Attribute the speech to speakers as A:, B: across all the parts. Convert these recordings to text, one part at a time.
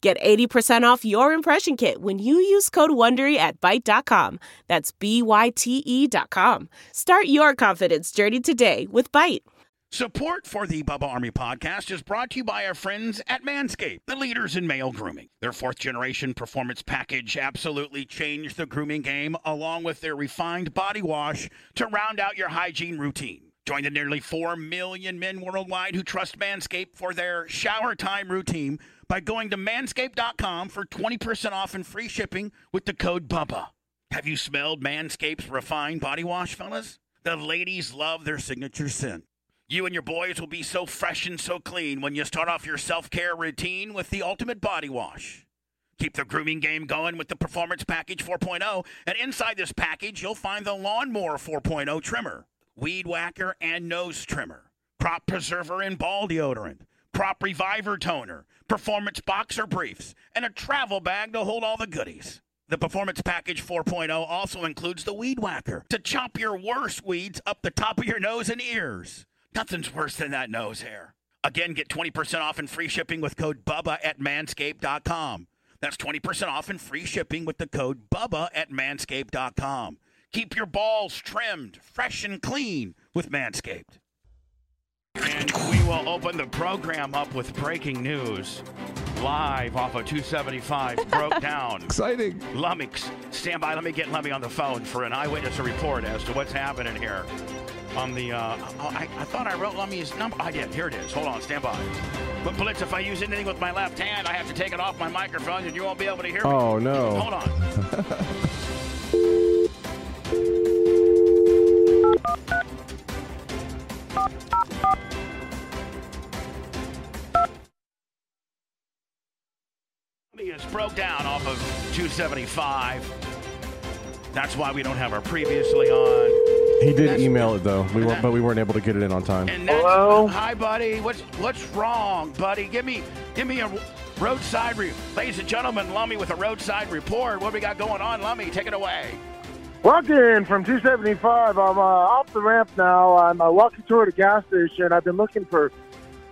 A: Get 80% off your impression kit when you use code WONDERY at Byte.com. That's B-Y-T-E E dot com. Start your confidence journey today with Byte.
B: Support for the Bubba Army podcast is brought to you by our friends at Manscaped, the leaders in male grooming. Their fourth generation performance package absolutely changed the grooming game, along with their refined body wash to round out your hygiene routine. Join the nearly 4 million men worldwide who trust Manscaped for their shower time routine by going to manscaped.com for 20% off and free shipping with the code BUBBA. Have you smelled Manscaped's refined body wash, fellas? The ladies love their signature scent. You and your boys will be so fresh and so clean when you start off your self care routine with the ultimate body wash. Keep the grooming game going with the Performance Package 4.0, and inside this package, you'll find the Lawnmower 4.0 trimmer, Weed Whacker and Nose Trimmer, Crop Preserver and Ball Deodorant, Crop Reviver Toner, Performance Boxer Briefs, and a travel bag to hold all the goodies. The Performance Package 4.0 also includes the Weed Whacker to chop your worst weeds up the top of your nose and ears. Nothing's worse than that nose hair. Again, get 20% off and free shipping with code BUBBA at manscaped.com. That's 20% off and free shipping with the code BUBBA at manscaped.com. Keep your balls trimmed, fresh, and clean with Manscaped.
C: And we will open the program up with breaking news. Live off of 275, broke down.
D: Exciting.
C: Lummix, stand by. Let me get Lemmy on the phone for an eyewitness report as to what's happening here. On the, uh, oh, I, I thought I wrote Lemmy's number. I did. Here it is. Hold on, stand by. But Blitz, if I use anything with my left hand, I have to take it off my microphone, and you won't be able to hear me.
D: Oh no.
C: Hold on. He is broke down off of 275. That's why we don't have our previously on.
D: He did email it though. We weren't, but we weren't able to get it in on time.
C: And that's,
E: Hello?
C: Hi, buddy. What's what's wrong, buddy? Give me give me a roadside re- ladies and gentlemen, Lummy with a roadside report. What we got going on, Lummy? Take it away.
E: Walking from 275, I'm uh, off the ramp now. I'm uh, walking toward a gas station. I've been looking for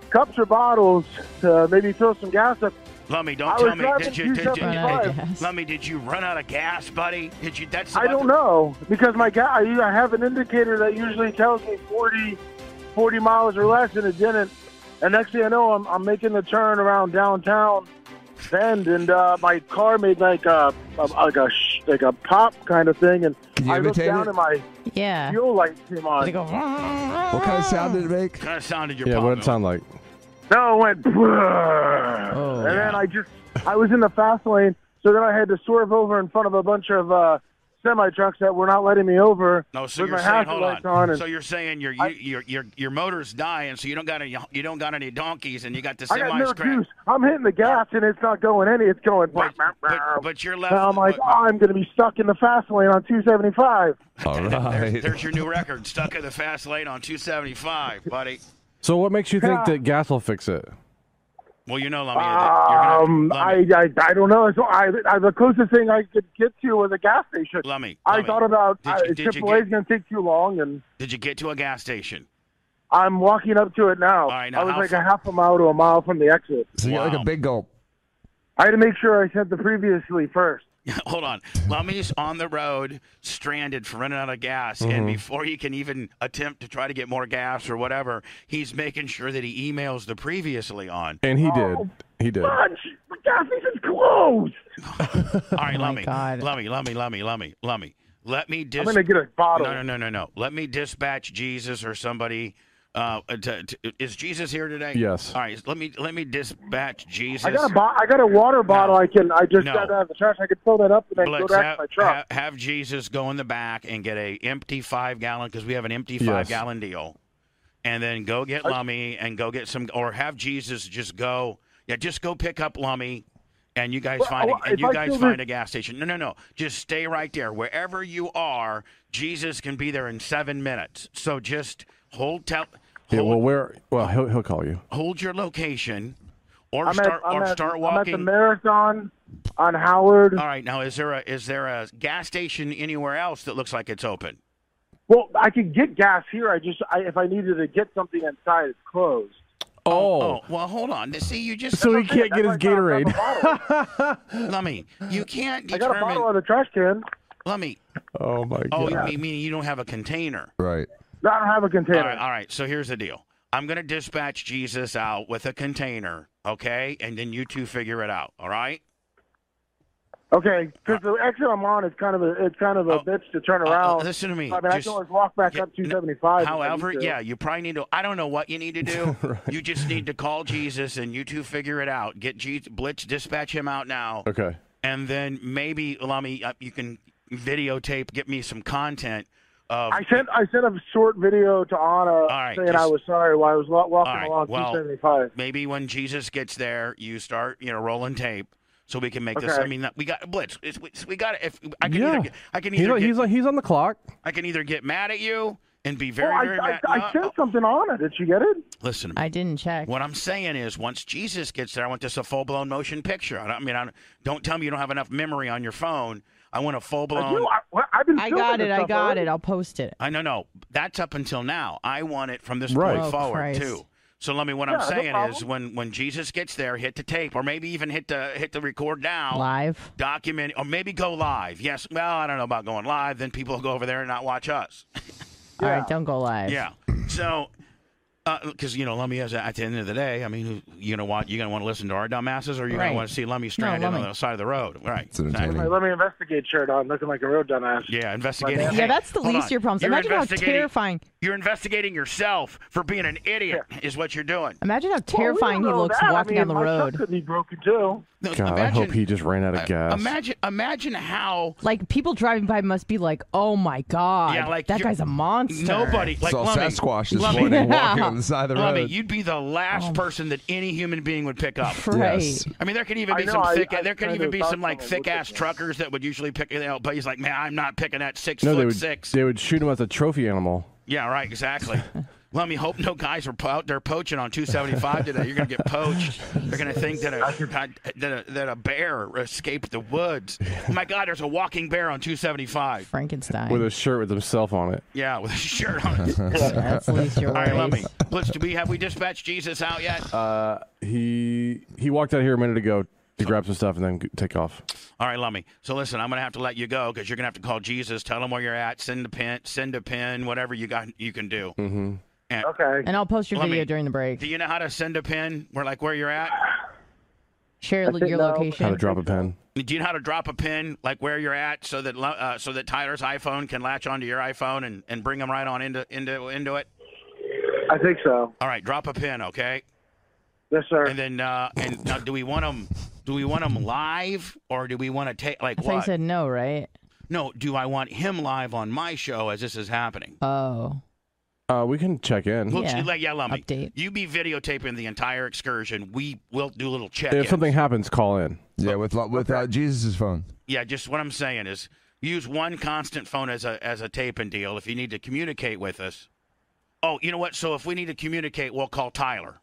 E: cups or bottles to maybe fill some gas up.
C: Lummy,
E: I
C: don't
E: was
C: tell me.
E: driving
C: Did you, did you,
F: Run out of gas.
C: Lummy, did you run out of gas, buddy? Did you? That's
E: I
C: about
E: don't
C: the-
E: know because my ga- I I have an indicator that usually tells me 40, 40 miles or less, and it didn't. And next thing I know, I'm, I'm making the turn around downtown Bend, and uh, my car made like a, a like a sh- like a pop kind of thing, and
D: Can you
E: I looked
D: imitate
E: down
D: it?
E: and my
F: Yeah.
E: fuel light came on.
F: They go,
D: What kind of sound did it make?
C: Kind of sounded your
D: Yeah,
C: pop,
D: what it
C: though.
D: sound like?
E: No, it went.
F: Oh.
E: and then I just, I was in the fast lane, so then I had to swerve over in front of a bunch of uh, semi trucks that were not letting me over.
C: No, so
E: with
C: you're
E: my
C: saying,
E: hazard
C: hold
E: lights
C: on.
E: on. and
C: so you're saying your
E: I-
C: your your your motor's dying, so you don't got any you don't got any donkeys, and you got the
E: I got
C: semi
E: no
C: scratch.
E: juice. I'm hitting the gas, and it's not going any. It's going.
C: But,
E: brr,
C: but,
E: brr, brr.
C: but you're left.
E: And I'm like,
C: but-
E: oh, I'm going to be stuck in the fast lane on 275.
D: All
C: There's,
D: right.
C: there's your new record, stuck in the fast lane on 275, buddy.
D: So what makes you think that gas will fix it?
C: Well, you know, Lummy, that you're gonna,
E: Um, I,
C: Lummy,
E: I, I don't know. So I, I, the closest thing I could get to was a gas station.
C: Lummy,
E: I
C: Lummy,
E: thought about
C: Did
E: uh,
C: you- did you
E: AAA
C: get-
E: is going to take too long, and
C: Did you get to a gas station?
E: I'm walking up to it now.
C: right, now
E: I was
C: how
E: like
C: far-
E: a half a mile to a mile from the exit.
D: So you got like
C: Wow.
D: a big gulp.
E: I had to make sure I sent the previously first.
C: Hold on, Lummy's on the road, stranded for running out of gas,
D: Mm-hmm.
C: and before he can even attempt to try to get more gas or whatever, he's making sure that he emails the previously on.
D: And he did. He did.
E: Fudge! The gas station's closed.
C: All right,
F: Oh my
C: Lummy,
F: God.
C: Lummy, Lummy, Lummy, Lummy, Lummy. Let me dis-
E: I'm gonna get a bottle.
C: No, no, no, no, no. Let me dispatch Jesus or somebody. Uh, to, to, is Jesus here today?
D: Yes.
C: All right. Let me let me dispatch Jesus.
E: I got a bo- I got a water bottle. I can. I just
C: No.
E: got out of the trash. I can fill that up and then go
C: Blitz,
E: back
C: have,
E: to my truck.
C: ha- have Jesus go in the back and get a empty five gallon because we have an empty
D: Yes.
C: five gallon deal, and then go get Lummy and go get some, or have Jesus just go, yeah, just go pick up Lummy
B: and you guys
E: Well,
B: find
E: well,
B: a, and
E: if
B: you
E: I
B: guys
E: still
B: find
E: do-
B: a gas station. No, no, no. Just stay right there. Wherever you are, Jesus can be there in seven minutes. So just hold tell
D: Yeah, well, where? Well, he'll, he'll call you.
B: hold your location, or
E: I'm
B: start
E: at, I'm
B: or
E: at,
B: start
E: I'm at
B: walking.
E: the marathon on Howard.
B: All right, now is there a is there a gas station anywhere else that looks like it's open?
E: Well, I could get gas here. I just I, if I needed to get something inside, it's closed.
D: Oh,
B: Oh, well, hold on. See, you just
D: so he can't get his Gatorade.
B: Lummy, you can't
E: I got a bottle
B: determine.
E: out of the trash can.
B: Lummy,
D: Oh my
B: oh,
D: god.
B: you mean, meaning you don't have a container?
G: Right.
E: No, I don't have a container.
B: All right, all right. So here's the deal. I'm gonna dispatch Jesus out with a container, okay? And then you two figure it out. All right?
E: Okay, because the exit I'm on is kind of a it's kind of a
B: Oh,
E: bitch to turn
B: Uh, uh,
E: around.
B: listen to
E: I
B: me.
E: mean, I
B: Just-
E: can always walk back
B: Yeah,
E: up
B: no,
E: 275. if I need
B: However,
E: to.
B: yeah, you probably need to. I don't know what you need to do. You just need to call Jesus and you two figure it out. Get Je- Blitz, dispatch him out now,
D: Okay.
B: and then maybe Lummy, uh, you can videotape, get me some content of.
E: I sent I sent a short video to Anna
B: right,
E: saying I
B: just-
E: was sorry while I was lo- walking
B: All right,
E: along
B: well,
E: 275.
B: maybe when Jesus gets there, you start you know rolling tape. So we can make this.
E: Okay.
B: I mean, we got blitz. It's, we, we got it. If I can,
D: Yeah.
B: either get, I can
D: He's
B: either
D: like,
B: get,
D: he's like he's on the clock.
B: I can either get mad at you and be
E: Oh,
B: very,
E: I,
B: very Uh, oh.
E: I,
B: mad.
E: I
B: No,
E: sent something on it. Did you get it?
B: listen to me.
F: I didn't check.
B: What I'm saying is, once Jesus gets there, I want this a full blown motion picture. I, don't, I mean, I don't, don't tell me you don't have enough memory on your phone. I want a full
E: I
B: blown.
E: do. I, well, I've been.
F: I
E: filming
F: got
E: this
F: it. I
E: stuff
F: got
E: already.
F: it. I'll post it.
B: I no no. That's up until now. I want it from this
D: Right.
B: point
F: Oh,
B: forward
F: Christ.
B: too. So let me. What
E: Yeah,
B: I'm
E: no
B: saying is,
E: problem.
B: when when Jesus gets there, hit the tape, or maybe even hit the hit the record now.
F: Live.
B: Document, or maybe go live. Yes. Well, I don't know about going live. Then people will go over there and not watch us.
F: All right, don't go live.
B: Yeah. So, because you know, Lummy is at the end of the day. I mean, you know what? You're gonna want to listen to our dumbasses, or you're
F: Right.
B: gonna want to see Lummy stranded
F: Lummi.
B: on the side of the road, right?
G: It's entertaining.
E: All right, let me investigate shirt on, looking like a road dumbass.
B: Yeah, investigating.
F: Yeah,
B: Hey,
F: that's the
B: hold
F: least
B: on.
F: of your problems.
B: You're
F: Imagine how
B: investigating-
F: terrifying.
B: You're investigating yourself for being an idiot, is what you're down
F: Imagine how
E: Well, we don't
F: terrifying he
E: know
F: looks
E: that.
F: walking
E: I mean,
F: down the
E: my truck
F: road.
E: Could be broken too.
D: God, I hope he just ran out of gas.
B: Imagine, imagine how
F: Like people driving by must be like, "Oh my god,
B: Yeah, like
F: that
B: you're-
F: guy's a monster."
B: nobody, like
G: Saw
B: Lummi,
G: Sasquatch this
B: Lummi-
G: morning walking
F: Yeah.
G: on the side of the
B: Lummi,
G: road.
B: you'd be the last
E: Oh.
B: person that any human being would pick up.
F: Right.
G: Yes.
B: I mean, there could even
E: I
B: be
E: know,
B: some
E: I-
B: thick.
E: I
B: there could
E: kind
B: even
E: of
B: be
E: thought
B: some like
E: someone would
B: thick ass
E: think that.
B: truckers that would usually pick it out, but he's like, man, I'm not picking that six
D: No,
B: foot
D: they would
B: six.
D: they would shoot him as a trophy animal.
B: Yeah, right, exactly. Let me hope no guys are po- out there poaching on 275 today. You're gonna get poached. They're gonna think that a that a, that a bear escaped the woods. Oh my God, there's a walking bear on 275.
F: Frankenstein.
D: With a shirt with himself on it.
B: Yeah, with a shirt on. All
F: that's the least your
B: right, let me.
F: worries.
B: Blitz, do we have we dispatched Jesus out yet?
D: He he walked out here a minute ago to grab some stuff and then g- take off.
B: All right, Lummy. So listen, I'm gonna have to let you go because you're gonna have to call Jesus, tell him where you're at, send a pin, send a pin, whatever you got, you can do.
E: Okay.
F: And I'll post your
B: Let
F: video
B: me-
F: during the break.
B: Do you know how to send a pin? Where like where you're at?
F: Share
E: think
F: your
E: no.
D: How to
F: location.
D: drop a pen.
B: Do you know how to drop a pin like where you're at so that uh, so that Tyler's iPhone can latch onto your iPhone and, and bring them right on into into into it?
E: I think so.
B: All right, drop a pin, okay?
E: Yes, sir.
B: And then uh, and now do we want them? Do we want them live or do we want to take like
F: I thought you
B: what?
F: said no, right?
B: no, do I want him live on my show as this is happening?
F: Oh,
D: Uh, we can check in.
B: We'll
F: Yeah.
B: yeah. yeah, Lummy.
F: Update.
B: You be videotaping the entire excursion. We will do little check.
D: If something happens, call in.
G: yeah, with lo- without Jesus' phone.
B: Yeah, just what I'm saying is use one constant phone as a as a taping deal if you need to communicate with us. Oh, you know what? So if we need to communicate, we'll call Tyler.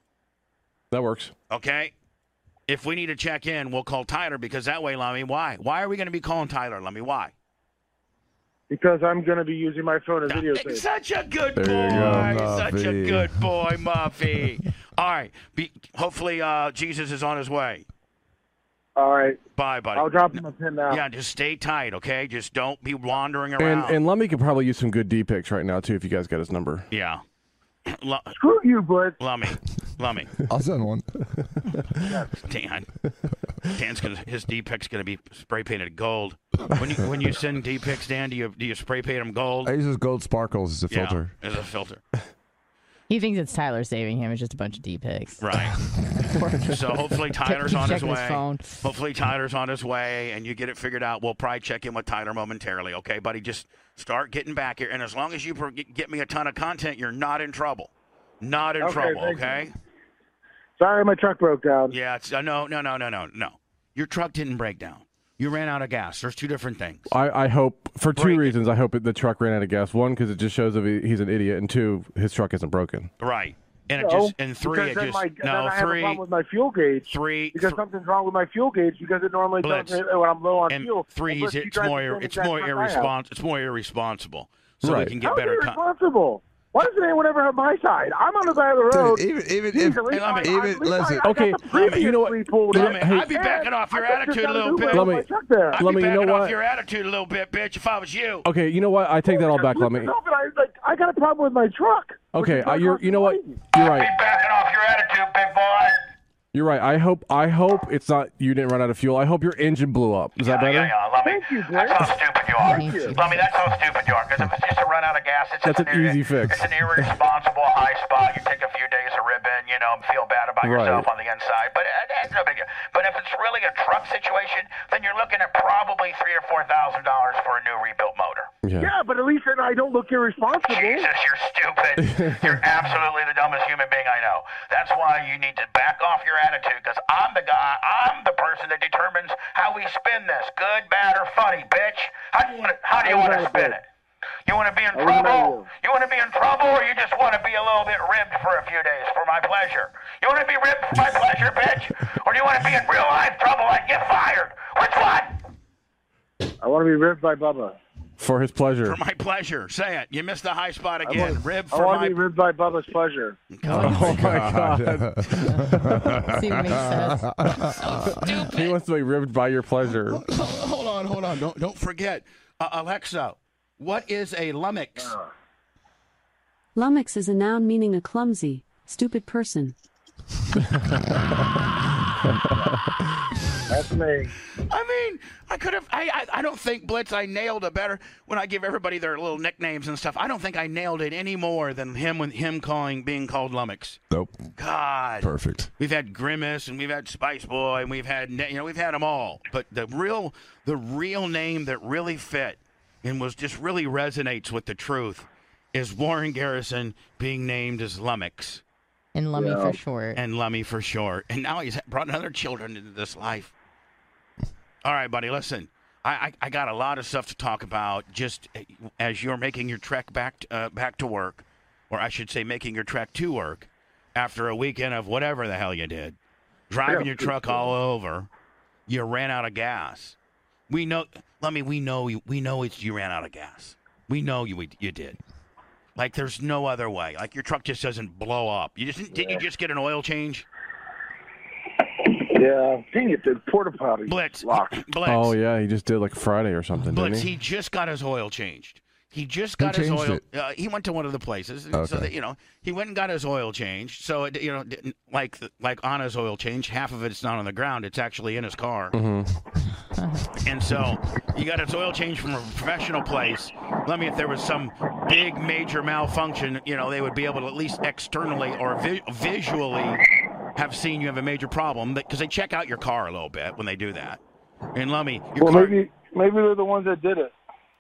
D: That works.
B: Okay. If we need to check in, we'll call Tyler because that way, Lummy, why? Why are we going to be calling Tyler, Lummy? Why?
E: because I'm going to be using my phone as video tape.
B: Such a good
D: There
B: boy.
D: you go,
B: Such a
G: Muffy.
B: good boy, Muffy. All right. Be, hopefully, uh, Jesus is on his way.
E: All right.
B: Bye, buddy.
E: I'll drop him a pin now.
B: Yeah, just stay tight, okay? Just don't be wandering
D: And
B: around.
D: and Lummy could probably use some good D pics right now too if you guys got his number.
B: yeah. Lu-
E: Screw you, Blitz.
B: Lummy. Lummy.
G: I'll send one.
B: Dan. Dan's gonna his D pic's gonna be spray painted gold. When you when you send D pics, Dan, do you do you spray paint them gold?
G: I use those gold sparkles as a
B: Yeah,
G: filter.
B: as a filter,
F: he thinks it's Tyler saving him. It's just a bunch of d pics.
B: right? so hopefully Tyler's
F: keep
B: on his
F: checking his
B: way.
F: phone.
B: Hopefully Tyler's on his way, and you get it figured out. We'll probably check in with Tyler momentarily, okay, buddy? Just start getting back here, and as long as you pro- get me a ton of content, you're not in trouble. Not in
E: Okay,
B: trouble,
E: thank you.
B: okay?
E: Sorry, my truck broke down.
B: Yeah, it's, uh, no, no, no, no, no, no. Your truck didn't break down. You ran out of gas. There's two different things.
D: I, I hope for two
B: Break it.
D: reasons. I hope it, the truck ran out of gas. One, because it just shows if he, he's an idiot, and two, his truck isn't broken.
B: Right. And it
E: No,
B: just and three
E: because
B: it
E: then
B: just
E: my, then
B: no
E: I have a
B: three
E: problem with my fuel gauge.
B: three
E: Because
B: thr-
E: something's wrong with my fuel gauge because it normally
B: Blitz.
E: tells me when I'm low on
B: and
E: fuel.
B: three
E: Unless
B: is
E: you
B: it's
E: drive the
B: more
E: same
B: it's
E: exact
B: more
E: truck I have.
B: irresponsible it's more irresponsible. So
D: Right.
B: we can
E: How
B: get
E: is
B: better
E: it
B: time.
E: irresponsible? Why doesn't anyone ever have my side? I'm on the side of the road.
G: Dude, even even
E: Jeez,
G: if
E: at least
B: Hey,
E: I-
B: Lummi.
E: I- at
G: Even-
E: least I-
G: listen.
E: I got
D: Okay,
E: the
D: Lummi,
E: previous
D: you know what?
E: three pulled
D: Lummi,
E: in.
D: Hey,
B: I'd be
E: And
B: backing off your
E: I got
B: attitude a
E: $6
B: little
E: Uber
B: bit.
E: with
D: Lummi.
E: my truck there.
B: I'd
D: Let
B: be
D: me- you
B: backing
D: know
B: off
D: what?
B: your attitude a little bit, bitch, if I was you.
E: Oh.
D: Okay, you know what? I take that all back,
E: Listen,
D: Lummy.
E: no, but I, like, I got a problem with my truck.
D: Okay,
E: Which is
D: I,
E: why
D: you're
E: I'm
D: you know what?
E: complaining.
D: You're right.
B: Backing off your attitude, big boy.
D: You're right. I hope I hope it's not you didn't run out of fuel. I hope your engine blew up. Is that better?
E: Thank you, Blair.
B: stupid you
F: are. Thank you. Lummi,
B: that's how stupid you are. Because if it's just a run out of gas, it's
D: That's an an ir- easy fix. it's an
B: irresponsible high spot. You take a few days of ribbon, you know, and feel bad about
D: Right. yourself
B: on the inside. But uh, that's no big deal. But if it's really a truck situation, then you're looking at probably three or four thousand dollars for a new rebuilt motor.
E: Yeah, but at least then I don't look irresponsible.
B: Jesus, you're stupid. you're absolutely the dumbest human being I know. That's why you need to back off your attitude because I'm the guy, I'm the person that determines how we spin this good, bad, or funny, bitch. How do you want to, how do you
E: I
B: want to
E: love
B: spin
E: it.
B: it? You want to be in
E: I love
B: trouble?
E: you.
B: You want to be in trouble or you just want to be a little bit ribbed for a few days for my pleasure? You want to be ribbed for my pleasure, bitch? Or do you want to be in real life trouble and get fired? Which one?
E: I want to be ripped by Bubba.
D: For his pleasure.
B: my pleasure. Say it. You missed the high spot again. Rib
E: I want to be ripped by Bubba's pleasure.
D: Oh my god.
F: See what makes sense.
D: he wants to be ribbed by your pleasure.
B: hold on, hold on. Don't don't forget, uh, Alexa. What is a lummox?
E: Uh.
H: Lummox is a noun meaning a clumsy, stupid person.
E: That's me.
B: I mean, I could have. I, I I don't think Blitz. I nailed it better when I give everybody their little nicknames and stuff. I don't think I nailed it any more than him when him calling being called lummox.
G: Nope.
B: God.
G: Perfect.
B: We've had Grimace and we've had Spice Boy and we've had you know we've had them all. But the real the real name that really fit and was just really resonates with the truth is Warren Garrison being named as lummox.
F: And Lummy for short.
B: and Lummy for sure. And now he's brought other children into this life. All right, buddy, listen. I, I, I got a lot of stuff to talk about just eh, as you're making your trek back to, uh, back to work, or I should say, making your trek to work after a weekend of whatever the hell you did, driving your truck all over. You ran out of gas. We know, Lummy. We know. you- We know it's you ran out of gas. We know you you did. Like there's no other way. Like your truck just doesn't blow up. You just did you just get an oil change?
E: Yeah. Dang it, the porta potty.
B: Blitz.
E: Locked.
B: Blitz.
D: Oh yeah, he just did like Friday or something, didn't
B: Blitz,
D: he?
B: he just got his oil changed. He just got his
G: changed
B: oil.
G: it?
B: Uh, he went to one of the places, so
G: Okay.
B: that you know he went and got his oil changed. So it, you know, didn't- like like Anna's oil change, half of it's not on the ground; it's actually in his car. and so you got his oil change from a professional place. Let me, if there was some big major malfunction, you know, they would be able to at least externally or vi- visually have seen you have a major problem because they check out your car a little bit when they do that. And Lummy, your
E: Well,
B: car,
E: maybe maybe they're the ones that did it.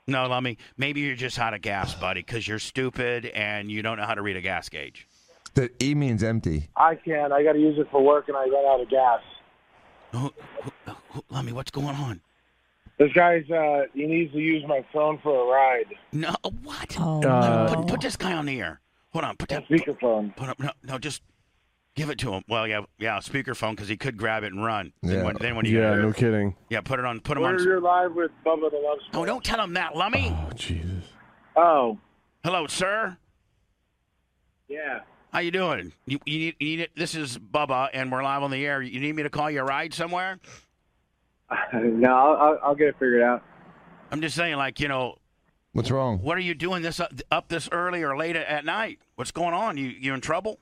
B: no, Lummy, maybe you're just out of gas, buddy, because you're stupid and you don't know how to read a gas gauge.
G: The E means empty.
E: I can't. I got to use it for work, and I ran out of gas.
B: Who, who, who, Lummy, what's going on?
E: This guy's uh, he needs to use my phone for a ride.
B: No, what?
F: Oh,
D: Uh,
B: put, put this guy on the air. Hold on, put that.
E: Speakerphone.
B: Put up, no, no, just give it to him. Well, yeah, yeah, speakerphone, because he could grab it and run. Then
G: Yeah.
B: when, then when you
D: Yeah, no kidding.
B: yeah, put it on, put him
E: Where
B: on.
E: you're live with Bubba the
B: Oh,
E: Love Sponge.
B: don't tell him that, Lummy.
D: Oh Jesus.
E: Oh,
B: Hello, sir.
E: yeah.
B: How you doing? You, you need, you need it. This is Bubba, and we're live on the air. You need me to call you a ride somewhere?
E: no, I'll, I'll- I'll get it figured out.
B: I'm just saying, like, you know,
G: What's wrong?
B: What are you doing this up, up this early or late at night? What's going on? You you in trouble?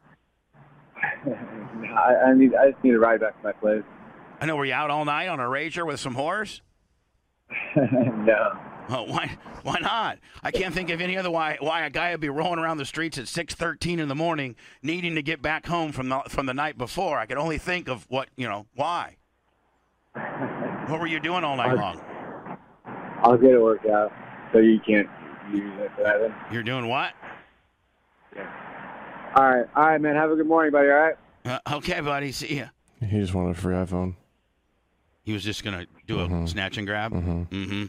E: I, I need. I just need a ride back to my place.
B: I know. Were you out all night on a rager with some whores?
E: no.
B: Oh, why why not? I can't think of any other why why a guy would be rolling around the streets at six thirteen in the morning, needing to get back home from the from the night before. I could only think of what you know why. What were you doing all night long?
E: I'll get it worked out. So you can't use it for that.
B: You're doing what?
E: All right. All right, man. Have a good morning, buddy. All right.
B: Uh, okay, buddy. See ya.
D: He just wanted a free iPhone.
B: He was just gonna do a snatch and grab. Mm-hmm.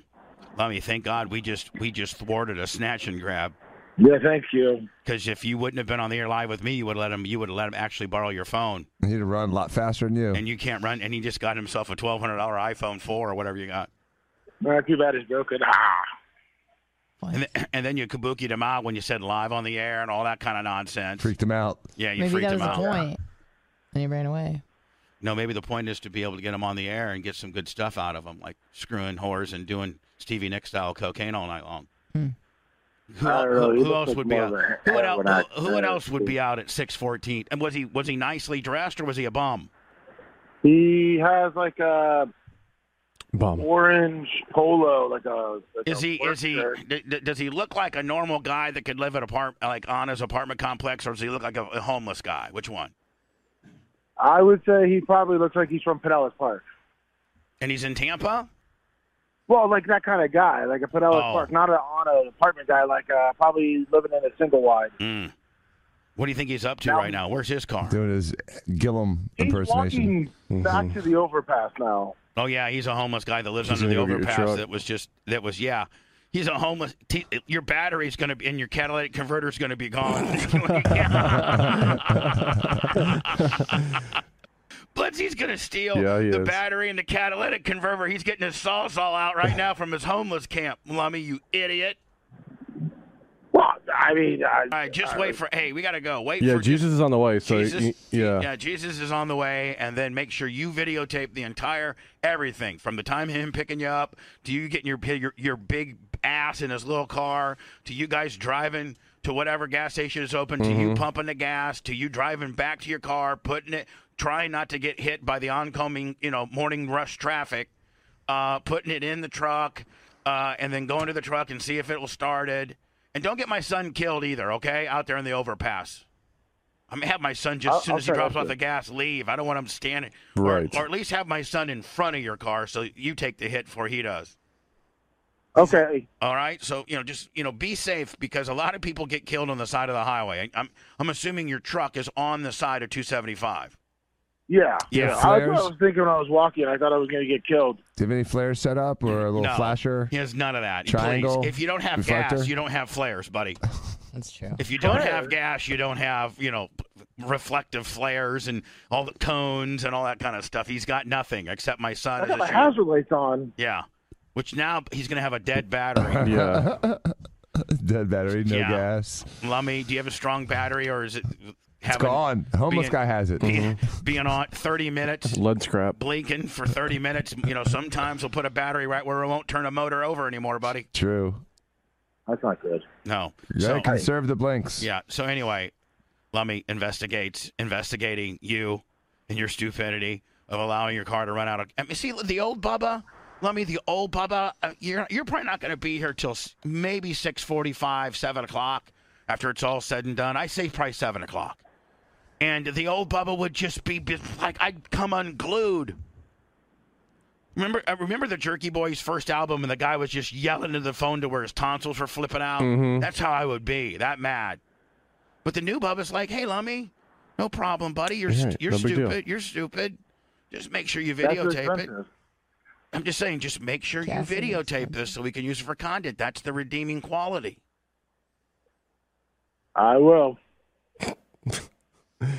B: Lummy, thank God we just we just thwarted a snatch and grab.
E: Yeah, thank you.
B: Because if you wouldn't have been on the air live with me, you would let him. You would have let him actually borrow your phone,
G: He'd have run a lot faster than you.
B: and you can't run. And he just got himself a twelve hundred dollar iPhone four or whatever you got.
E: Not too bad it's broken. Ah.
B: And, th- and then you kabukied him out when you said live on the air and all that kind of nonsense.
G: Freaked him out.
B: Yeah, you
F: Maybe
B: freaked
F: that
B: him
F: was the
B: out.
F: point. And he ran away.
B: No, maybe the point is to be able to get them on the air and get some good stuff out of them, like screwing whores and doing Stevie Nicks style cocaine all night long. Who,
E: I
B: el-
E: don't know.
B: who,
E: He
B: who
E: looks
B: else
E: like
B: would be
E: more
B: out?
E: of a
B: Who, would
E: heroin
B: out, who, who
E: addict.
B: else would be out at six fourteen? And was he was he nicely dressed or was he a bum?
E: He has like a
D: Bum.
E: orange polo, like a. Like
B: Is
E: a
B: he
E: work
B: is he
E: shirt.
B: d- d- does he look like a normal guy that could live at apart like on his apartment complex or does he look like a, a homeless guy? Which one?
E: I would say he probably looks like he's from Pinellas Park.
B: And he's in Tampa.
E: Well, like that kind of guy, like a Pinellas
B: Oh.
E: Park, not a, on an apartment guy, like uh, probably living in a single wide.
B: Mm. What do you think he's up to
E: Now-
B: right now? Where's his car?
G: Doing his Gillum impersonation.
E: He's walking back to the overpass now.
B: Oh yeah, he's a homeless guy that lives
D: He's
B: under the
D: gonna go get your
B: overpass.
D: truck.
B: That was just that was yeah. He's a homeless. T- your battery's gonna be and your catalytic converter's gonna be gone. Blitzy's gonna steal
D: Yeah, he
B: the
D: is.
B: battery and the catalytic converter. He's getting his sawzall out right now from his homeless camp. Lummy, you idiot!
E: Well, I mean, I,
B: All right, just wait for. Hey, we gotta go. Wait
D: Yeah,
B: for
D: Jesus is on the way. So
B: Jesus,
D: y- yeah.
B: yeah, Jesus is on the way, and then make sure you videotape the entire everything from the time him picking you up to you getting your your, your big ass in his little car to you guys driving to whatever gas station is open to
D: Mm-hmm.
B: you pumping the gas to you driving back to your car putting it trying not to get hit by the oncoming you know morning rush traffic uh, putting it in the truck, uh, and then going to the truck and see if it will started. And don't get my son killed either, okay? Out there in the overpass. I'm gonna have my son just
E: I'll-
B: as soon
E: I'll
B: as he
E: try
B: drops
E: not
B: off
E: to.
B: the gas leave. I don't want him standing,
D: Right.
B: Or, or at least have my son in front of your car so you take the hit before he does.
E: okay.
B: All right, so you know, just you know, be safe because a lot of people get killed on the side of the highway. I- I'm I'm assuming your truck is on the side of 275.
E: Yeah,
G: Yeah.
E: I, that's what I
G: Flares?
E: was thinking when I was walking. I thought I was going to get killed.
G: Do you have any flares set up or a little
B: No.
G: flasher?
B: He has none of that.
G: Triangle,
B: Please, if you don't have
G: reflector?
B: gas, you don't have flares, buddy.
F: That's true.
B: If you don't have
E: Flares?
B: gas, you don't have you know reflective flares and all the cones and all that kind of stuff. He's got nothing except my son.
E: I
B: Is a
E: got my
B: shooter.
E: hazard lights on.
B: yeah, which now he's gonna have a dead battery.
D: Yeah.
G: Dead battery, no
B: Yeah.
G: gas.
B: Lummy, do you have a strong battery or is it?
G: It's gone. Mm-hmm. Homeless
B: being-
G: guy has it.
B: Being, being on thirty minutes.
D: Lead scrap.
B: Blinking for 30 minutes. You know, sometimes we'll put a battery right where it won't turn a motor over anymore, buddy.
G: True.
E: That's not good.
B: No.
G: You
B: So-
G: gotta conserve the blinks.
B: Yeah. So anyway, Lummy investigates investigating you and your stupidity of allowing your car to run out of. I mean, see the old Bubba, Lummy, the old Bubba. Uh, you're you're probably not going to be here till s- maybe six forty-five, seven o'clock. After it's all said and done, I say probably seven o'clock. And the old Bubba would just be be- like I'd come unglued. Remember, I remember the Jerky Boys' first album, and the guy was just yelling into the phone to where his tonsils were flipping out.
D: Mm-hmm.
B: That's how I would be, that mad. But the new Bubba's like, "Hey, Lummy, no problem, buddy. You're
D: Yeah,
B: st- you're
D: no big deal."
B: stupid. You're stupid. Just make sure you
E: That's too
B: videotape it.
E: expensive.
B: I'm just saying, just make sure you
F: Gas is
B: videotape
F: expensive.
B: this so we can use it for content. That's the redeeming quality.
E: I will.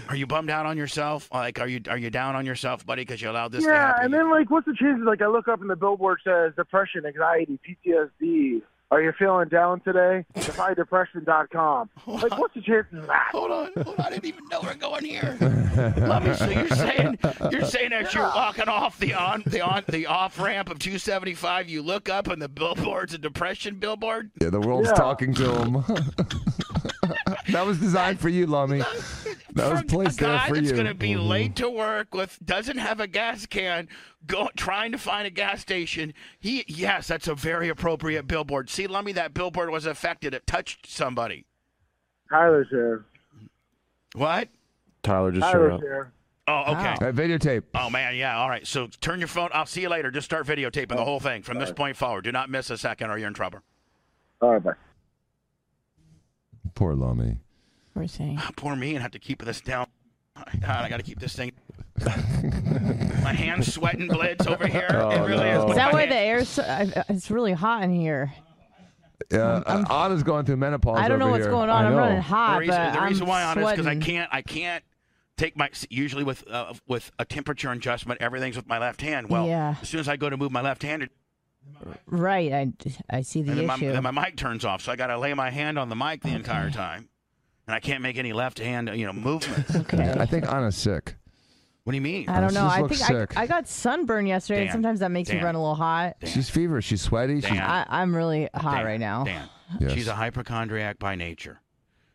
B: Are you bummed out on yourself? Like, are you are you down on yourself, buddy, because you allowed this to
E: yeah,
B: happen?
E: and then like, what's the chances? Like, I look up and the billboard says depression, anxiety, PTSD. Are you feeling down today? DefyDepression.com. Like, what's the chances of that?
B: hold on, hold on. I didn't even know we're going here. Lummy, so you're saying you're saying as you're walking off the on the on the off ramp of 275, you look up and the billboard's a depression billboard.
G: Yeah, the world's
E: Yeah.
G: talking to him. that was designed for you, Lummy. That was
B: for
G: placed
B: a
G: there
B: guy
G: for
B: that's
G: you.
B: going to be
G: Mhm.
B: late to work with doesn't have a gas can, go trying to find a gas station. He yes, that's a very appropriate billboard. See, Lummy, that billboard was affected. It touched somebody.
E: Tyler's here.
B: What?
D: Tyler just showed
E: Tyler's
D: up.
E: here.
B: Oh, okay.
G: That videotape.
B: Oh man, yeah. All right. So turn your phone. I'll see you later. Just start videotaping the whole thing from this point forward. Do not miss a second, or you're in trouble.
E: All right, bye.
G: Poor Lummy.
F: We're saying.
B: Poor me, and have to keep this down. God, I got to keep this thing My hands sweating blitz over here. it
D: Oh,
B: really is.
D: no.
B: Look at
F: Is that
B: my
F: why
B: hand.
F: the air's so, I, it's really hot in here?
G: Yeah, uh, Anna's going through menopause.
F: I don't know
G: over
F: what's
G: here.
F: going on.
D: I
F: I'm
D: know.
F: running hot,
B: the reason,
F: but
B: the reason
F: I'm
B: why on is because I
F: sweating.
B: can't I can't take my usually with uh, with a temperature adjustment everything's with my left hand. Well,
F: Yeah.
B: as soon as I go to move my left hand, and
F: Right, I, I see the
B: then my,
F: issue.
B: then my mic turns off, so I got to lay my hand on the mic the entire time, and I can't make any left hand you know movement.
F: okay.
G: I think Anna's sick.
B: what do you mean?
F: I don't
G: This
F: know. I
G: looks
F: think I,
G: sick.
F: I got sunburn yesterday. and
B: Dan,
F: Sometimes that makes me
B: Dan,
F: run a little hot.
G: She's feverish. She's sweaty. She's,
B: Dan,
F: I, I'm really hot
B: Dan,
F: right now.
B: Dan,
G: Yes.
B: she's a hypochondriac by nature.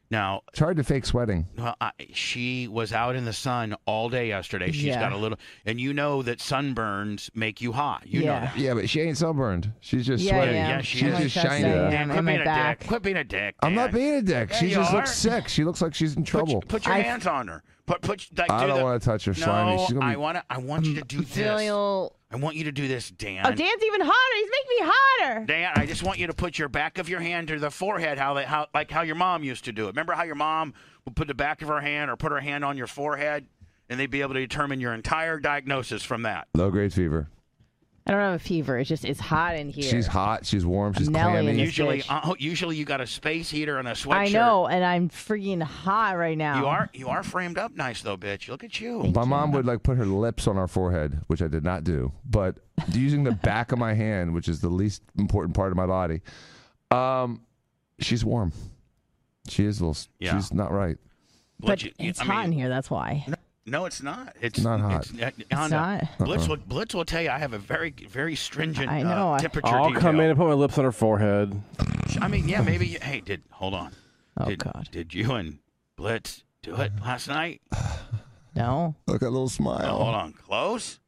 B: Now,
G: it's hard to fake sweating.
B: Well, I, she was out in the sun all day yesterday. She's
F: Yeah.
B: got a little, and you know that sunburns make you hot. You know
F: Yeah.
B: that.
G: Yeah, but she ain't sunburned. She's just
F: Yeah,
G: sweaty.
F: yeah.
B: Yeah, she
G: she's
B: is.
G: just
F: Like that,
G: shiny.
F: yeah.
B: Dan,
F: on
B: quit
F: my
B: being a
F: back.
B: dick. Quit being a dick.
G: I'm not
B: Dan.
G: being a dick.
B: Yeah,
G: she
B: you
G: just
B: are.
G: looks sick. She looks like she's in
B: Put,
G: trouble.
B: put your
F: I-
B: hands on her. Put put. Like,
G: I
B: do
G: don't
B: the-
G: want to touch her
B: No,
G: slimy. She's gonna
B: I
G: be-
B: want to. I want you to do this.
F: Feel-
B: I want you to do this, Dan.
F: Oh, Dan's even hotter. He's making me hotter.
B: Dan, I just want you to put your back of your hand to the forehead, how they, how like how your mom used to do it. Remember how your mom would put the back of her hand or put her hand on your forehead, and they'd be able to determine your entire diagnosis from that.
G: low grade fever.
F: I don't have a fever. It's just it's hot in here.
G: She's hot. She's warm. She's
F: Nelly in
G: clammy.
F: this-
B: Usually,
F: bitch.
B: uh, usually you got a space heater and a sweatshirt.
F: I know, and I'm freaking hot right now.
B: You are you are framed up nice though, bitch. Look at you.
G: My mom would like put her lips on our forehead, which I did not do, but using the back of my hand, which is the least important part of my body, um, she's warm. She is a little.
B: Yeah.
G: She's not right.
F: but
B: Legit-
F: it's
B: I mean,
F: hot in here. That's why.
B: No, it's not. It's
G: not hot.
B: It's, uh,
F: It's
B: Honda,
F: not. Uh-uh.
B: Blitz will Blitz will tell you I have a very very stringent
F: I know,
B: uh,
F: I-
B: temperature.
D: I'll
B: detail.
D: come in and put my lips on her forehead.
B: I mean, yeah, maybe. You, hey, did hold on?
F: Oh
B: did,
F: God,
B: Did you and Blitz do it last night?
F: no.
G: Look at little
B: Oh,
G: smile.
B: hold on. Close?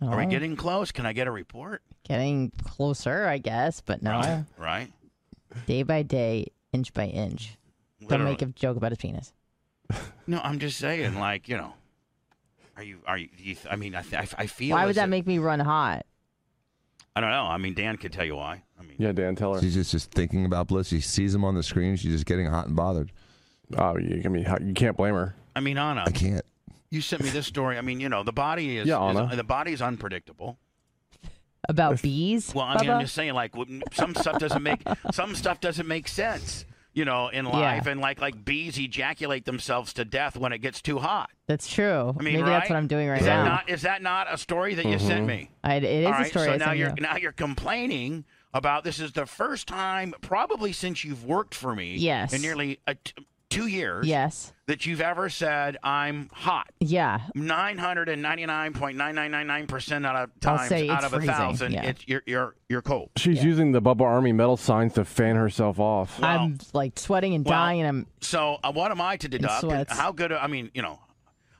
B: Are we
F: No.
B: getting close? Can I get a report?
F: getting closer? I guess, but
B: Right.
F: no.
B: Right.
F: day by day, inch by inch. Don't
B: Literally.
F: make a joke about his penis.
B: No, I'm just saying. Like you know, are you are you? do you th- I mean, I th- I f- I feel.
F: Why
B: as
F: would
B: if-
F: that make me run hot?
B: I don't know. I mean, Dan could tell you why. I mean,
D: Yeah, Dan, tell her.
G: She's just, just thinking about Bliss. She sees him on the screen. She's just getting hot and bothered.
D: Oh, you, I mean, how- you can't blame her.
B: I mean, Anna,
G: I can't.
B: you sent me this story. I mean, you know, the body is,
D: Yeah, Anna.
B: is- the body is unpredictable.
F: About bees?
B: Well, I mean, I'm
F: Bubba?
B: just saying, like, wouldn't- some stuff doesn't make some stuff doesn't make sense, you know, in life, and like like bees ejaculate themselves to death when it gets too hot.
F: that's true.
B: I mean,
F: Maybe
B: right?
F: that's what I'm doing right
B: is
F: now.
B: That not, is that not a story that you sent me?
F: I, it is
B: All right,
F: a story.
B: so
F: I
B: now
F: sent
B: you're
F: you.
B: now you're complaining about this is the first time, probably since you've worked for me,
F: Yes.
B: in nearly a t- two years,
F: Yes.
B: that you've ever said I'm hot.
F: Yeah.
B: 999.9999% out of times
F: say
B: out
F: it's
B: of
F: freezing,
B: a thousand
F: yeah.
B: it's you're you're you're cold
D: She's using the Bubba Army metal signs to fan herself off.
B: Wow.
F: I'm like sweating and
B: Well,
F: dying, and I'm
B: so uh, what am i to deduct And
F: sweats.
B: how good i mean you know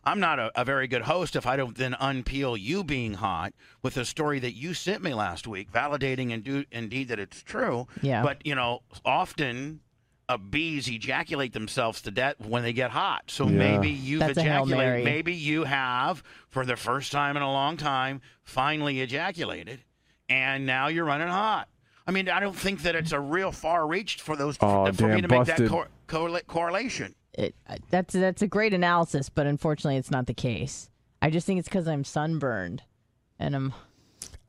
B: i'm not a, a very good host if i don't then unpeel you being hot with a story that you sent me last week validating and do indeed that it's true
F: Yeah.
B: but you know often uh, bees ejaculate themselves to death when they get hot. So
D: Yeah.
B: maybe you've
F: That's a Hail Mary.
B: ejaculated. Maybe you have, for the first time in a long time, finally ejaculated, and now you're running hot. I mean, I don't think that it's a real far reach for those
D: Aw,
B: for, for me
D: damn,
B: to
D: busted.
B: make that cor- correla- correlation.
F: it, that's that's a great analysis, but unfortunately, it's not the case. I just think it's because I'm sunburned, and I'm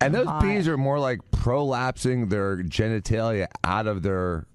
G: And those
F: Hot.
G: bees are more like prolapsing their genitalia out of their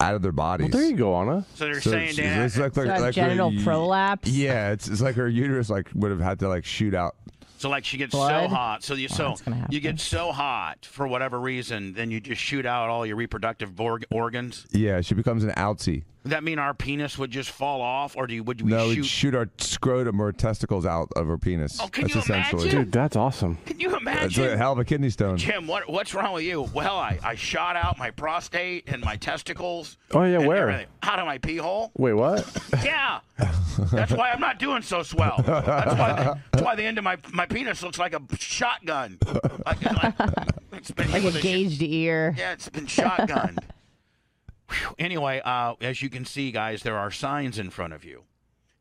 G: out of their
D: Well,
G: bodies.
D: there you go, Anna.
B: So they're
G: So
B: saying,
G: it's-
B: Dan,
G: it's like,
F: so I have
G: like her
F: genital
G: u-
F: prolapse.
G: Yeah, it's, it's like her uterus like would have had to like shoot out.
B: so like she gets
F: Blood?
B: so hot, so you so
F: that's gonna happen.
B: you get so hot for whatever reason, then you just shoot out all your reproductive borg- organs.
G: Yeah, she becomes an outie.
B: Does that mean our penis would just fall off, or do you, would we
G: no,
B: shoot?
G: we'd shoot our scrotum or testicles out of her penis.
B: Oh, can
G: That's
B: you
G: essentially.
B: imagine?
D: Dude, that's awesome.
B: Can you
G: That's
B: imagine?
G: a hell of a kidney stone.
B: Jim, what what's wrong with you? Well, I, I shot out my prostate and my testicles.
D: Oh, yeah,
B: and
D: where?
B: everything. Out of my pee hole.
D: Wait, what?
B: Yeah, that's why I'm not doing so swell. That's why, that's why the end of my, my penis looks like a shotgun. Like, like, it's been
F: like
B: with
F: a gauged ear.
B: Yeah, it's been shotgunned. Whew. Anyway, uh, as you can see, guys, there are signs in front of you,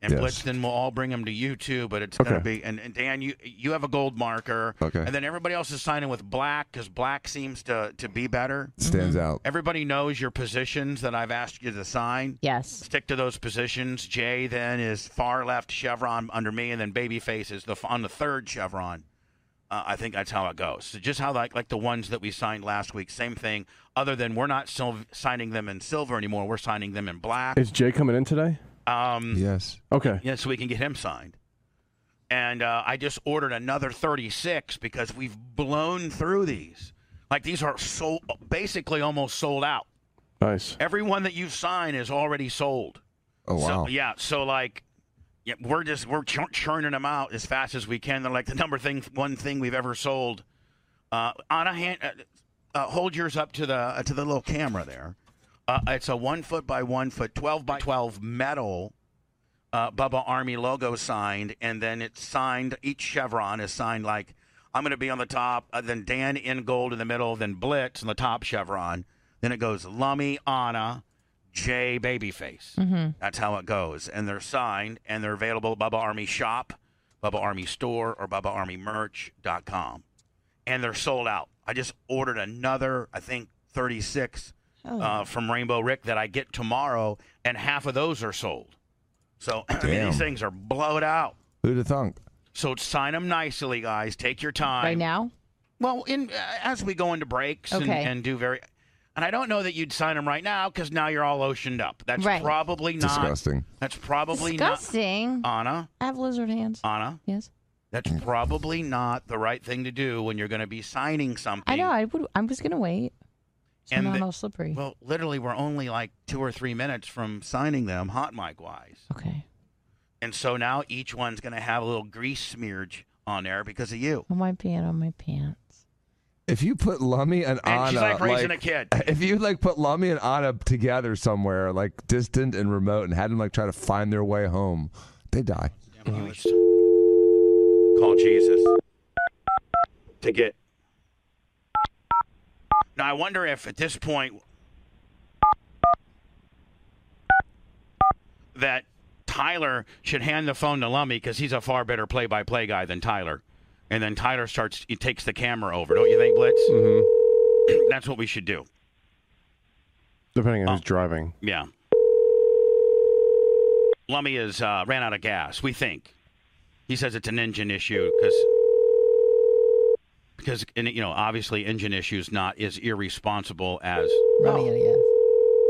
B: And
G: Yes.
B: Blitz, then we'll all bring them to you too. But it's gonna be and, and Dan, you you have a gold marker,
G: Okay.
B: and then everybody else is signing with black because black seems to to be better.
G: Stands out.
B: Everybody knows your positions that I've asked you to sign.
F: Yes.
B: Stick to those positions. Jay then is far left chevron under me, and then Babyface is the on the third chevron. Uh, I think that's how it goes. So just how like like the ones that we signed last week, same thing. Other than we're not sil- signing them in silver anymore, we're signing them in black.
D: Is Jay coming in today?
B: Um,
G: Yes.
D: Okay.
B: yeah, so we can get him signed. And uh, I just ordered another 36 because we've blown through these. Like these are so basically almost sold out.
D: Nice.
B: Everyone that you've signed is already sold.
G: Oh wow.
B: So, yeah. So like, yeah, we're just we're chur- churning them out as fast as we can. They're like the number thing, one thing we've ever sold. Uh, on a hand, uh, uh, hold yours up to the uh, to the little camera there. Uh, it's a one foot by one foot, twelve by twelve metal. Uh, Bubba Army logo signed, and then it's signed. Each chevron is signed like I'm going to be on the top, uh, then Dan in gold in the middle, then Blitz on the top chevron. Then it goes Lummy, Anna, Jay, Babyface. That's how it goes. And they're signed and they're available at Bubba Army Shop, Bubba Army Store, or BubbaArmyMerch.com. And they're sold out. I just ordered another, I think, 36 uh, from Rainbow Rick that I get tomorrow, and half of those are sold. So, I mean,
G: Damn.
B: these things are blowed out.
G: Who'd have thunk?
B: So sign them nicely, guys. Take your time.
F: Right now?
B: Well, in uh, as we go into breaks and,
F: Okay.
B: and do very, and I don't know that you'd sign them right now because now you're all oceaned up. That's
F: Right.
B: probably not.
G: Disgusting.
B: That's probably
F: Disgusting.
B: not. Uh, Anna,
F: I have lizard hands.
B: Anna,
F: Yes.
B: that's probably not the right thing to do when you're going to be signing something.
F: I know. I would. I was gonna wait. So
B: And
F: I'm not
B: the-
F: all slippery.
B: Well, literally, we're only like two or three minutes from signing them, hot mic wise,
F: okay.
B: and so now each one's going to have a little grease smearge on there because of you.
F: On my pant. On my pants.
G: If you put Lummy and,
B: And
G: Anna,
B: she's like raising
G: like-
B: a kid.
G: If you like put Lummy and Anna together somewhere, like distant and remote, and had them like try to find their way home, they die.
B: Call Jesus to get. Now I wonder if at this point that Tyler should hand the phone to Lummy because he's a far better play-by-play guy than Tyler, and then Tyler starts he takes the camera over. Don't you think, Blitz?
D: Mm-hmm.
B: That's what we should do.
D: Depending on
B: Oh.
D: who's driving.
B: Yeah. Lummy is uh, ran out of gas. We think he says it's an engine issue because because and, you know obviously engine issues not as irresponsible as
F: Running out of gas.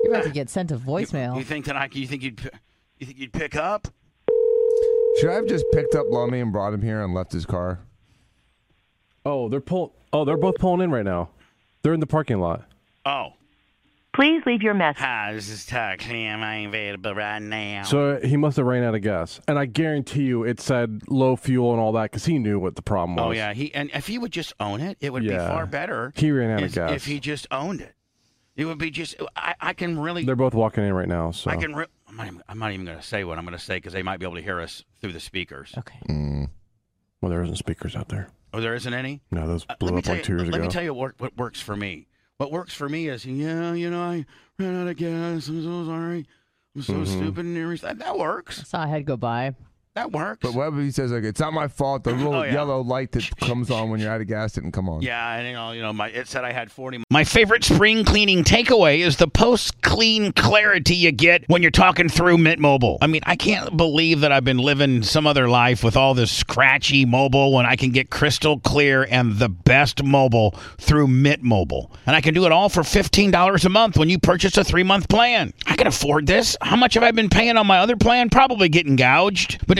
F: You're about to get sent a
B: You,
F: voicemail.
B: you think that I you think you'd p- you think you'd pick up?
G: Should I have just picked up Lummy and brought him here and left his car?
D: Oh, they're pull. Oh, they're both pulling in right now. They're in the parking lot.
B: Oh,
I: Please leave your message.
B: hi, this is Tuck. Am I available right now?
D: So he must have ran out of gas, and I guarantee you, it said low fuel and all that because he knew what the problem was.
B: oh yeah, he and if he would just own it, it would be
D: Yeah.
B: far better.
D: He ran out of
B: is-
D: gas.
B: If he just owned it, it would be just. I, I can really
D: They're both walking in right now. So
B: I can. Re- I'm, not even, I'm not even going to say what I'm going to say because they might be able to hear us through the speakers.
F: Okay.
D: well, there isn't speakers out there.
B: Oh, there isn't any.
D: No, those
B: Uh,
D: blew
B: let me
D: up
B: tell
D: like
B: you,
D: two years
B: let
D: ago.
B: me tell you what, what works for me. What works for me is yeah, you know, I ran out of gas. I'm so sorry. I'm
D: Mm-hmm.
B: so stupid and irres- that, that
F: I
B: works.
F: saw a head go by.
B: That works.
G: But what if he says like it's not my fault? The little
B: Oh, yeah.
G: yellow light that comes on when you're out of gas didn't come on.
B: Yeah, and you know, you know, my it said I had 40. My favorite spring cleaning takeaway is the post-clean clarity you get when you're talking through Mint Mobile. I mean, I can't believe that I've been living some other life with all this scratchy mobile when I can get crystal clear and the best mobile through Mint Mobile. And I can do it all for $15 a month when you purchase a 3-month plan. I can afford this. How much have I been paying on my other plan? Probably getting gouged, but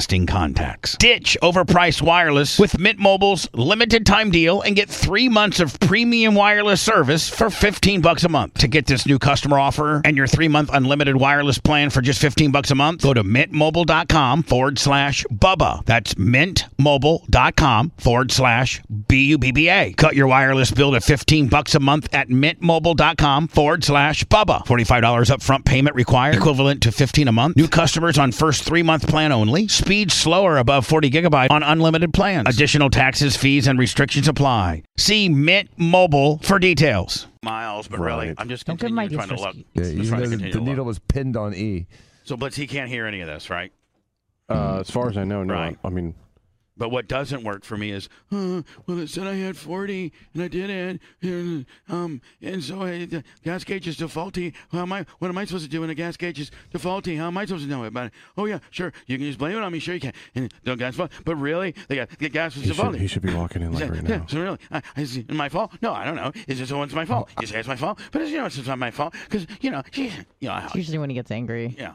J: existing contacts. Ditch overpriced wireless with Mint Mobile's limited time deal and get three months of premium wireless service for 15 bucks a month. To get this new customer offer and your three month unlimited wireless plan for just 15 bucks a month, go to mintmobile.com forward slash Bubba. That's mintmobile.com forward slash B U B B A. Cut your wireless bill to 15 bucks a month at mintmobile.com forward slash Bubba. $45 upfront payment required, equivalent to 15 a month. New customers on first three month plan only. Speed slower above 40 gigabyte on unlimited plans. Additional taxes, fees, and restrictions apply. See Mint Mobile for details.
B: Miles, but really,
G: Right.
B: I'm just
F: Don't give
B: continuing
F: Mike
B: trying to
F: his
B: look.
F: whiskey.
G: Yeah,
B: Just
G: even
B: trying
G: though
B: to
G: the,
B: continue to
G: the
B: look.
G: needle was pinned on E.
B: So, Blitz, he can't hear any of this, right?
D: Uh, as far as I know, no.
B: Right.
D: I mean,
B: But what doesn't work for me is, uh, well, it said I had 40 and I didn't, and, um, and so I, the gas gauge is defaulty. How am I? What am I supposed to do when the gas gauge is defaulty? How am I supposed to know about it? Oh yeah, sure, you can just blame it on me. Sure you can. And the gas, fault. but really, the, ga- the gas was
D: he should,
B: defaulty.
D: he should be walking in
B: Yeah,
D: like right
B: yeah,
D: now.
B: So really, I, I, is it my fault? No, I don't know. Is it someone's my fault? You say it's my fault, but it's, you know it's not my fault because you know, she, you know, I-
F: It's usually when he gets angry.
B: Oh, yeah.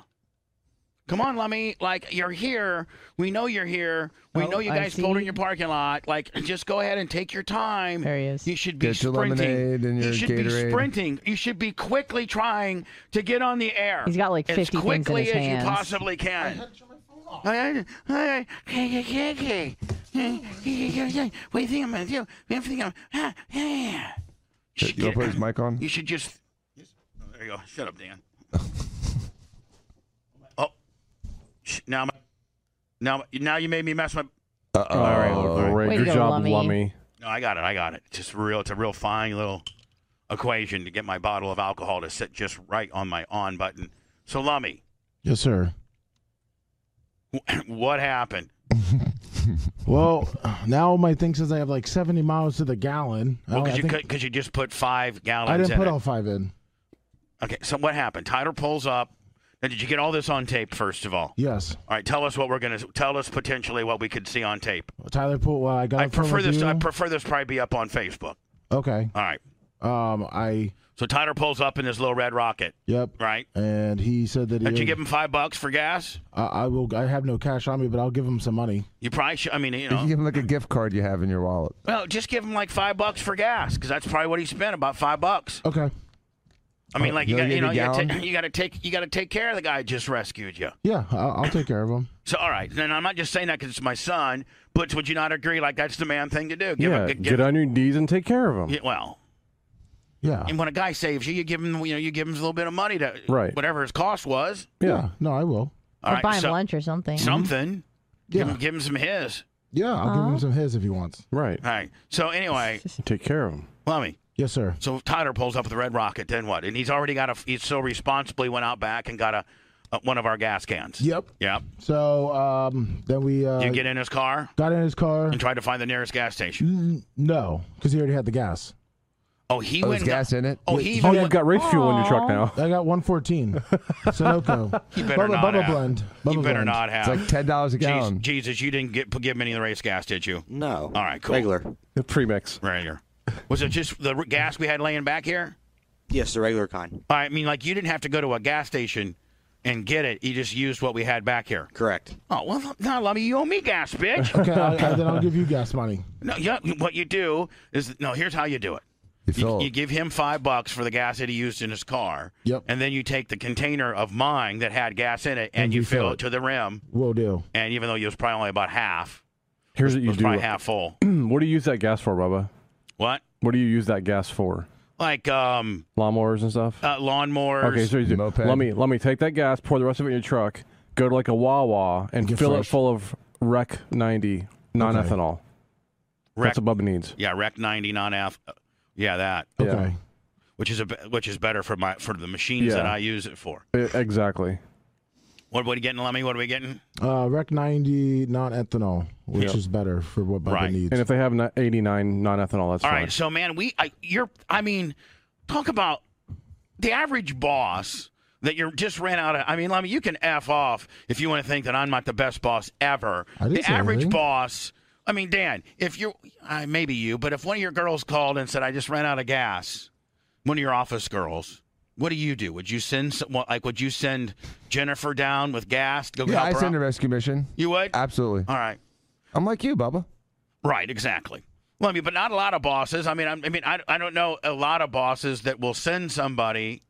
B: Come on, Lummy. Like you're here. We know you're here. We
F: Oh,
B: know you
F: I
B: guys pulled in
F: see.
B: your parking lot. Like just go ahead and take your time.
F: There he is.
B: You should be
G: Get your
B: sprinting.
G: lemonade and
B: you
G: your
B: should be
G: Gatorade.
B: sprinting. You should be quickly trying to get on the air.
F: He's got, like, 50
B: as
F: things in
B: quickly
F: his
B: as
F: hands.
B: you possibly can. I- I- I- What do you think I'm gonna do? What do you think I'm- ah, yeah.
G: You want to put his mic on?
B: You should just. oh, there you go. Shut up, Dan. oh, Sh- now, my, now, now you made me mess my.
G: Uh-oh.
D: All right, Ray,
F: Way to
D: Uh, good
F: go,
D: job,
F: Lummy.
D: Lummy.
B: No, I got it. I got it. Just real. It's a real fine little equation to get my bottle of alcohol to sit just right on my on button. So, Lummy,
K: Yes, sir.
B: wh- what happened?
K: Well, now my thing says I have like 70 miles to the gallon. I
B: Well,
K: don't-
B: because
K: I
B: you
K: think-
B: could, cause you just put five gallons.
K: I didn't
B: in
K: put
B: it.
K: all five in.
B: Okay, so what happened? Tyler pulls up. Now, did you get all this on tape? First of all,
K: Yes,
B: all right. Tell us what we're gonna tell us potentially what we could see on tape.
K: Tyler Pool. Well, I got.
B: I
K: it from
B: prefer this.
K: you.
B: I prefer this probably be up on Facebook.
K: okay.
B: All right.
K: Um, I.
B: So Tyler pulls up in his little red rocket,
K: Yep.
B: right?
K: And he said that he.
B: Did you
K: owed-
B: give him five bucks for gas?
K: I, I will. I have no cash on me, but I'll give him some money.
B: You probably should. I mean, you
G: You can
B: know,
G: give him like a gift card you have in your wallet.
B: well, just give him like five bucks for gas because that's probably what he spent about five bucks.
K: Okay.
B: I mean,
G: Oh,
B: like you
G: they'll
B: got,
G: give
B: you know,
G: you
B: you got,
G: gallon?
B: you got to take, you got to take care of the guy who just rescued you.
K: Yeah, I'll, I'll take care of him.
B: So, all right, and I'm not just saying that because it's my son, but would you not agree? Like that's the man thing to do. Give
D: yeah,
B: a, give,
D: get on your D's and take care of him.
B: yeah, well,
K: Yeah.
B: and when a guy saves you, you give him, you know, you give him a little bit of money to
D: Right.
B: whatever his cost was.
D: yeah.
K: No, I will.
B: All
F: or
B: right,
F: buy him
B: so-
F: lunch or something.
B: something. Give,
K: Yeah.
B: him, give him some his.
K: Yeah, I'll give him some his if he wants.
D: Right.
B: All right. So anyway,
D: Take care of him.
B: Lummy.
K: Yes, sir.
B: So Tyler pulls up with the red rocket. Then what? And he's already got a. He so responsibly went out back and got a, a one of our gas cans.
K: Yep.
B: Yep.
K: So um, then we uh,
B: you get in his car
K: got in his car.
B: and tried to find the nearest gas station.
K: N- No, because he already had the gas.
B: Oh, he
G: Oh,
B: went.
G: there's gas in it?
B: Oh, he
D: Oh,
B: even
D: you've
B: went-
D: got race fuel in your truck now.
K: I got 114. Sunoco.
B: He better
K: Bubba,
B: not
K: Bubba
B: have.
K: blend. Bubba
B: He better
K: blend.
B: not
G: It's
B: have.
G: like $10 a
B: Jeez-
G: gallon.
B: Jesus, you didn't get give him any of the race gas, did you?
L: No.
B: All right, cool.
L: Regular.
D: The premix.
B: Regular. Was it just the r- gas we had laying back here?
L: Yes, the regular kind.
B: I mean, like you didn't have to go to a gas station and get it. You just used what we had back here.
L: Correct.
B: Oh well, no, Lummy, you owe me gas, bitch.
K: Okay, I, I, then I'll give you gas money.
B: No, yeah. What you do is no. Here's how you do it.
G: You
B: You,
G: fill
B: you give him five bucks for the gas that he used in his car.
K: Yep.
B: And then you take the container of mine that had gas in it and,
K: And
B: you
K: refill
B: fill it
K: it.
B: to the rim.
K: Will do.
B: And even though it was probably only about half,
D: Here's what
B: it
D: you
B: was
D: do. Hmm,
B: probably half full.
D: what do you use that gas for, Bubba?
B: what?
D: What do you use that gas for?
B: Like um,
D: Lawnmowers and stuff.
B: uh, lawnmowers.
D: okay, so you do.
G: Moped.
D: Let me let me take that gas, pour the rest of it in your truck, go to like a Wawa, and
K: Get
D: fill
K: fresh.
D: it full of Rec 90 non-ethanol.
B: Rec,
D: That's what Bubba needs.
B: yeah, Rec 90 non F. uh, Yeah, that
D: Yeah.
K: Okay.
B: which is a be- which is better for my for the machines
D: Yeah.
B: that I use it for.
D: E- exactly.
B: What are we getting, Lemmy? What are we getting?
K: Uh, Rec 90 non-ethanol, which
D: Yep.
K: is better for what Bubba
B: Right.
K: needs.
D: And if they have ni- 89 non-ethanol, that's
B: All
D: fine.
B: right, so man, we I, you're I mean, talk about the average boss that you're just ran out of. I mean, I mean, you can f off if you want to think that I'm not the best boss ever.
K: I didn't
B: the
K: say
B: average
K: anything.
B: boss. I mean, Dan, if you, I maybe you, but if one of your girls called and said, "I just ran out of gas," one of your office girls, What do you do? Would you send some, what- like would you send Jennifer down with gas? to Go
G: yeah,
B: help
G: I
B: her
G: send
B: out?
G: a rescue mission.
B: You would?
G: Absolutely.
B: All right.
G: I'm like you, Bubba.
B: Right, exactly. Well, I mean, but not a lot of bosses. I mean, I'm- I, mean, I, I don't know a lot of bosses that will send somebody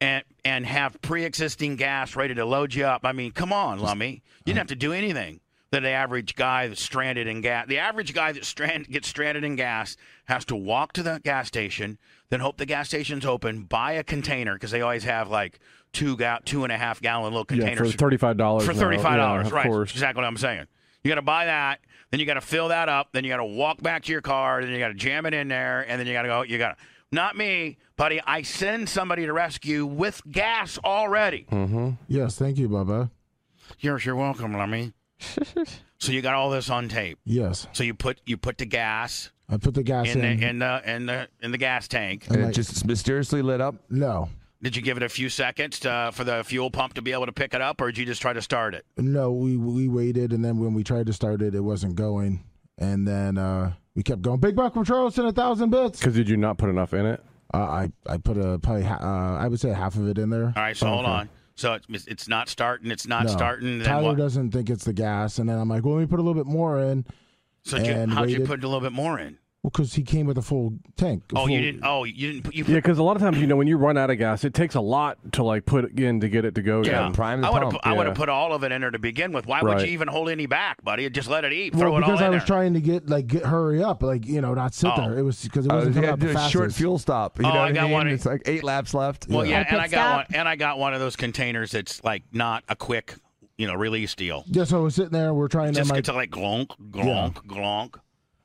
B: and and have pre-existing gas ready to load you up. I mean, come on, Lummy, you didn't have to do anything. That the average guy that's stranded in gas, the average guy that strand gets stranded in gas has to walk to the gas station, then hope the gas station's open, buy a container because they always have like two ga- two and a half gallon little
D: Yeah,
B: containers
D: for $35
B: for
D: now.
B: thirty five
D: Yeah,
B: dollars.
D: of
B: right,
D: course.
B: exactly what I'm saying. You got to buy that, then you got to fill that up, then you got to walk back to your car, then you got to jam it in there, and then you got to go. You got to. Not me, buddy. I send somebody to rescue with gas already.
L: Mm-hmm. Yes, thank you, Bubba.
B: Yes, you're welcome, Lummy. so you got all this on tape.
L: Yes,
B: So you put you put the gas
L: I put the gas
B: in
L: in.
B: the in the in the in the gas tank.
G: And it just mysteriously lit up.
L: no,
B: Did you give it a few seconds to, for the fuel pump to be able to pick it up, or did you just try to start it?
L: no, we we waited, and then when we tried to start it, it wasn't going, and then uh, we kept going. Big buck from Charleston, a thousand bits.
D: Because did you not put enough in it?
L: Uh, I I put a probably ha- uh, I would say half of it in there.
B: All right, so
L: Oh,
B: hold
L: okay.
B: on. So it's it's not starting. It's not
L: No.
B: starting. Then
L: Tyler
B: what?
L: doesn't think it's the gas, and then I'm like, well, let me put a little bit more in.
B: So did you,
L: and
B: how'd you
L: waited.
B: put a little bit more in?
L: Well, because he came with a full tank. a
B: Oh, you
L: full-
B: didn't. Oh, you didn't. Put, you put,
D: Yeah, because a lot of times, you know, when you run out of gas, it takes a lot to like put in to get it to go. again.
B: I would have. I would
D: Yeah.
B: have put all of it in there to begin with. Why would
D: Right.
B: you even hold any back, buddy? Just let it eat.
L: Well,
B: Throw it all
L: because
B: in
L: I was
B: there.
L: trying to get like get hurry up, like you know, not sit
B: Oh.
L: there. It was because it
G: Uh,
L: wasn't
G: they
L: coming
G: had
L: out the
G: to do a
L: fastest.
G: short fuel stop. You
B: Oh,
G: know
B: I
G: what
B: got
G: mean?
B: one.
G: It's like eight laps left.
B: well, yeah,
F: Like
B: and
F: pit
B: I got one.
F: stop?
B: And I got one of those containers that's like not a quick, you know, release deal.
L: Yeah, so we're sitting there. We're trying to
B: Just
L: like
B: gets like glonk, glonk, glonk.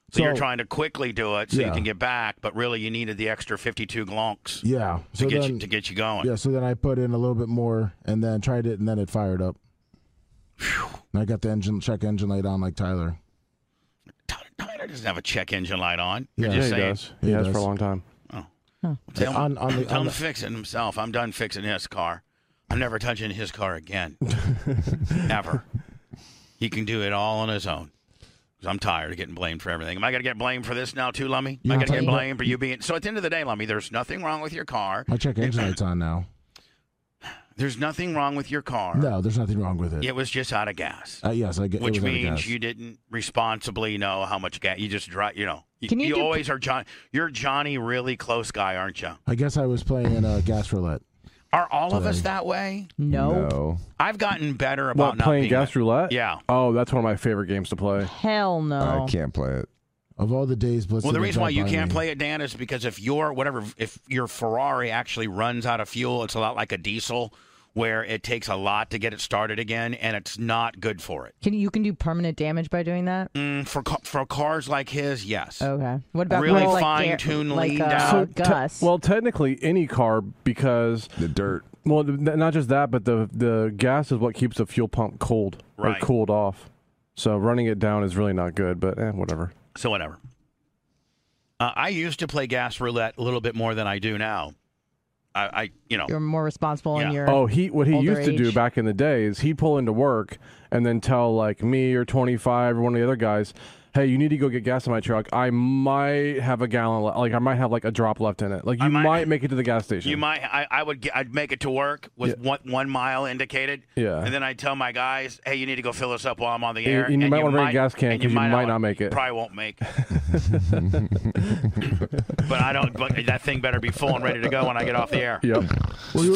B: So,
L: So-
B: you're trying to quickly do it so you
L: Yeah.
B: can get back, but really you needed the extra 52 glonks
L: yeah.
B: to
L: So
B: get
L: then
B: you to get you going.
L: yeah, so then I put in a little bit more and then tried it, and then it fired up. And I got the engine check engine light on like Tyler.
B: Tyler, Tyler doesn't have a check engine light on. You're
L: Yeah.
B: just
D: Yeah, he
B: saying.
D: does. He,
L: He
D: has
L: does.
D: for a long time.
B: Tell, him-
L: On- on the-
B: tell
L: on
B: him
L: the-
B: to fix it himself. I'm done fixing his car. I'm never touching his car again. Never. He can do it all on his own. 'Cause I'm tired of getting blamed for everything. Am I going to get blamed for this now too, Lummy? Am I
L: Yeah,
B: going to get
L: Tyler.
B: blamed for you being so? At the end of the day, Lummy, there's nothing wrong with your car.
L: My check engine light's on now.
B: There's nothing wrong with your car.
L: No, there's nothing wrong with it.
B: It was just out of gas,
L: Uh, yes, I get. it
B: which
L: was out of
B: means
L: gas.
B: you didn't responsibly know how much gas. You just drive. You know. You,
F: Can you
B: you
F: do-
B: always are John. You're Johnny, really close guy, aren't you?
L: I guess I was playing in a gas roulette.
B: Are all of us that way?
F: No,
G: No.
B: I've gotten better about
D: What
B: not
D: playing
B: being
D: gas roulette?
B: Yeah.
D: Oh, that's one of my favorite games to play.
F: hell
L: Oh.
F: no.
G: I can't play it.
L: Of all the days, Blitz
B: Well, the
L: didn't
B: reason why
L: drive
B: you
L: by
B: can't
L: me.
B: play it, Dan, is because if your whatever, if your Ferrari actually runs out of fuel, it's a lot like a diesel, where it takes a lot to get it started again, and it's not good for it.
F: Can you can do permanent damage by doing that?
B: Mm, for ca- for cars like his, yes.
F: Okay. What about
B: Really
F: like,
B: fine-tune,
F: like,
B: leaned
F: uh,
B: out.
D: So te-
F: Gus?
D: well, technically, any car because
G: The dirt.
D: well, th- not just that, but the the gas is what keeps the fuel pump cold
B: Right.
D: or cooled off. So running it down is really not good, but eh, whatever.
B: So whatever. Uh, I used to play gas roulette a little bit more than I do now. I, I you know,
F: you're more responsible in
B: Yeah.
F: your.
D: Oh, he what he
F: older
D: used to do
F: age.
D: back in the day is he'd pull into work and then tell like me or 25 or one of the other guys, "Hey, you need to go get gas in my truck. I might have a gallon le- like I might have like a drop left in it. Like you
B: might-
D: might, make it to the gas station."
B: You might. I, I would. Get, I'd make it to work with one one mile indicated.
D: Yeah.
B: And then I would tell my guys, hey, you need to go fill this up while I'm on the
D: And-
B: air.
D: and you might wanna bring a gas can
B: and
D: 'cause you might not make it.
B: Probably won't make. it. but I don't. But that thing better be full and ready to go when I get off the air.
D: Yep.
L: you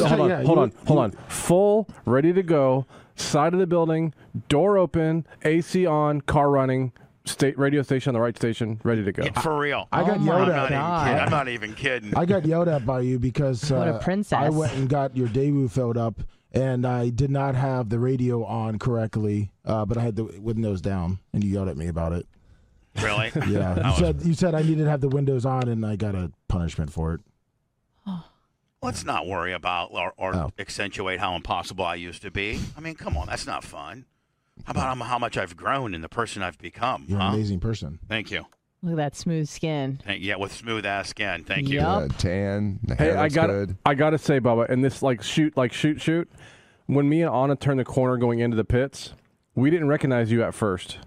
D: hold
L: were-
D: on,
L: yeah, you
D: hold
L: were-
D: on, hold on. Full, ready to go. Side of the building, door open, AC on, car running. State radio station on the right station, ready to go.
B: It- for real.
L: I got
F: Oh my
L: yelled
B: I'm,
L: at.
B: not even
F: God.
B: kidding. I'm not even kidding.
L: I got yelled at by you because uh,
F: What a princess.
L: I went and got your Daewoo filled up, and I did not have the radio on correctly, uh, but I had the windows down, and you yelled at me about it.
B: really?
L: Yeah,
B: I
L: you
B: was-
L: said you said I needed to have the windows on, and I got a punishment for it.
B: Let's not worry about or, or
L: Oh.
B: accentuate how impossible I used to be. I mean, come on, that's not fun. How about um, how much I've grown and the person I've become?
L: You're
B: huh?
L: an amazing person.
B: Thank you.
F: Look at that smooth skin.
B: Thank, yeah, with smooth ass skin. Thank you.
F: Yup.
G: Uh, tan. The
D: Hey,
G: hair
D: I
G: looks
D: got
G: good.
D: I gotta say, Bubba, and this like shoot, like shoot, shoot. When me and Anna turned the corner going into the pits, we didn't recognize you at first.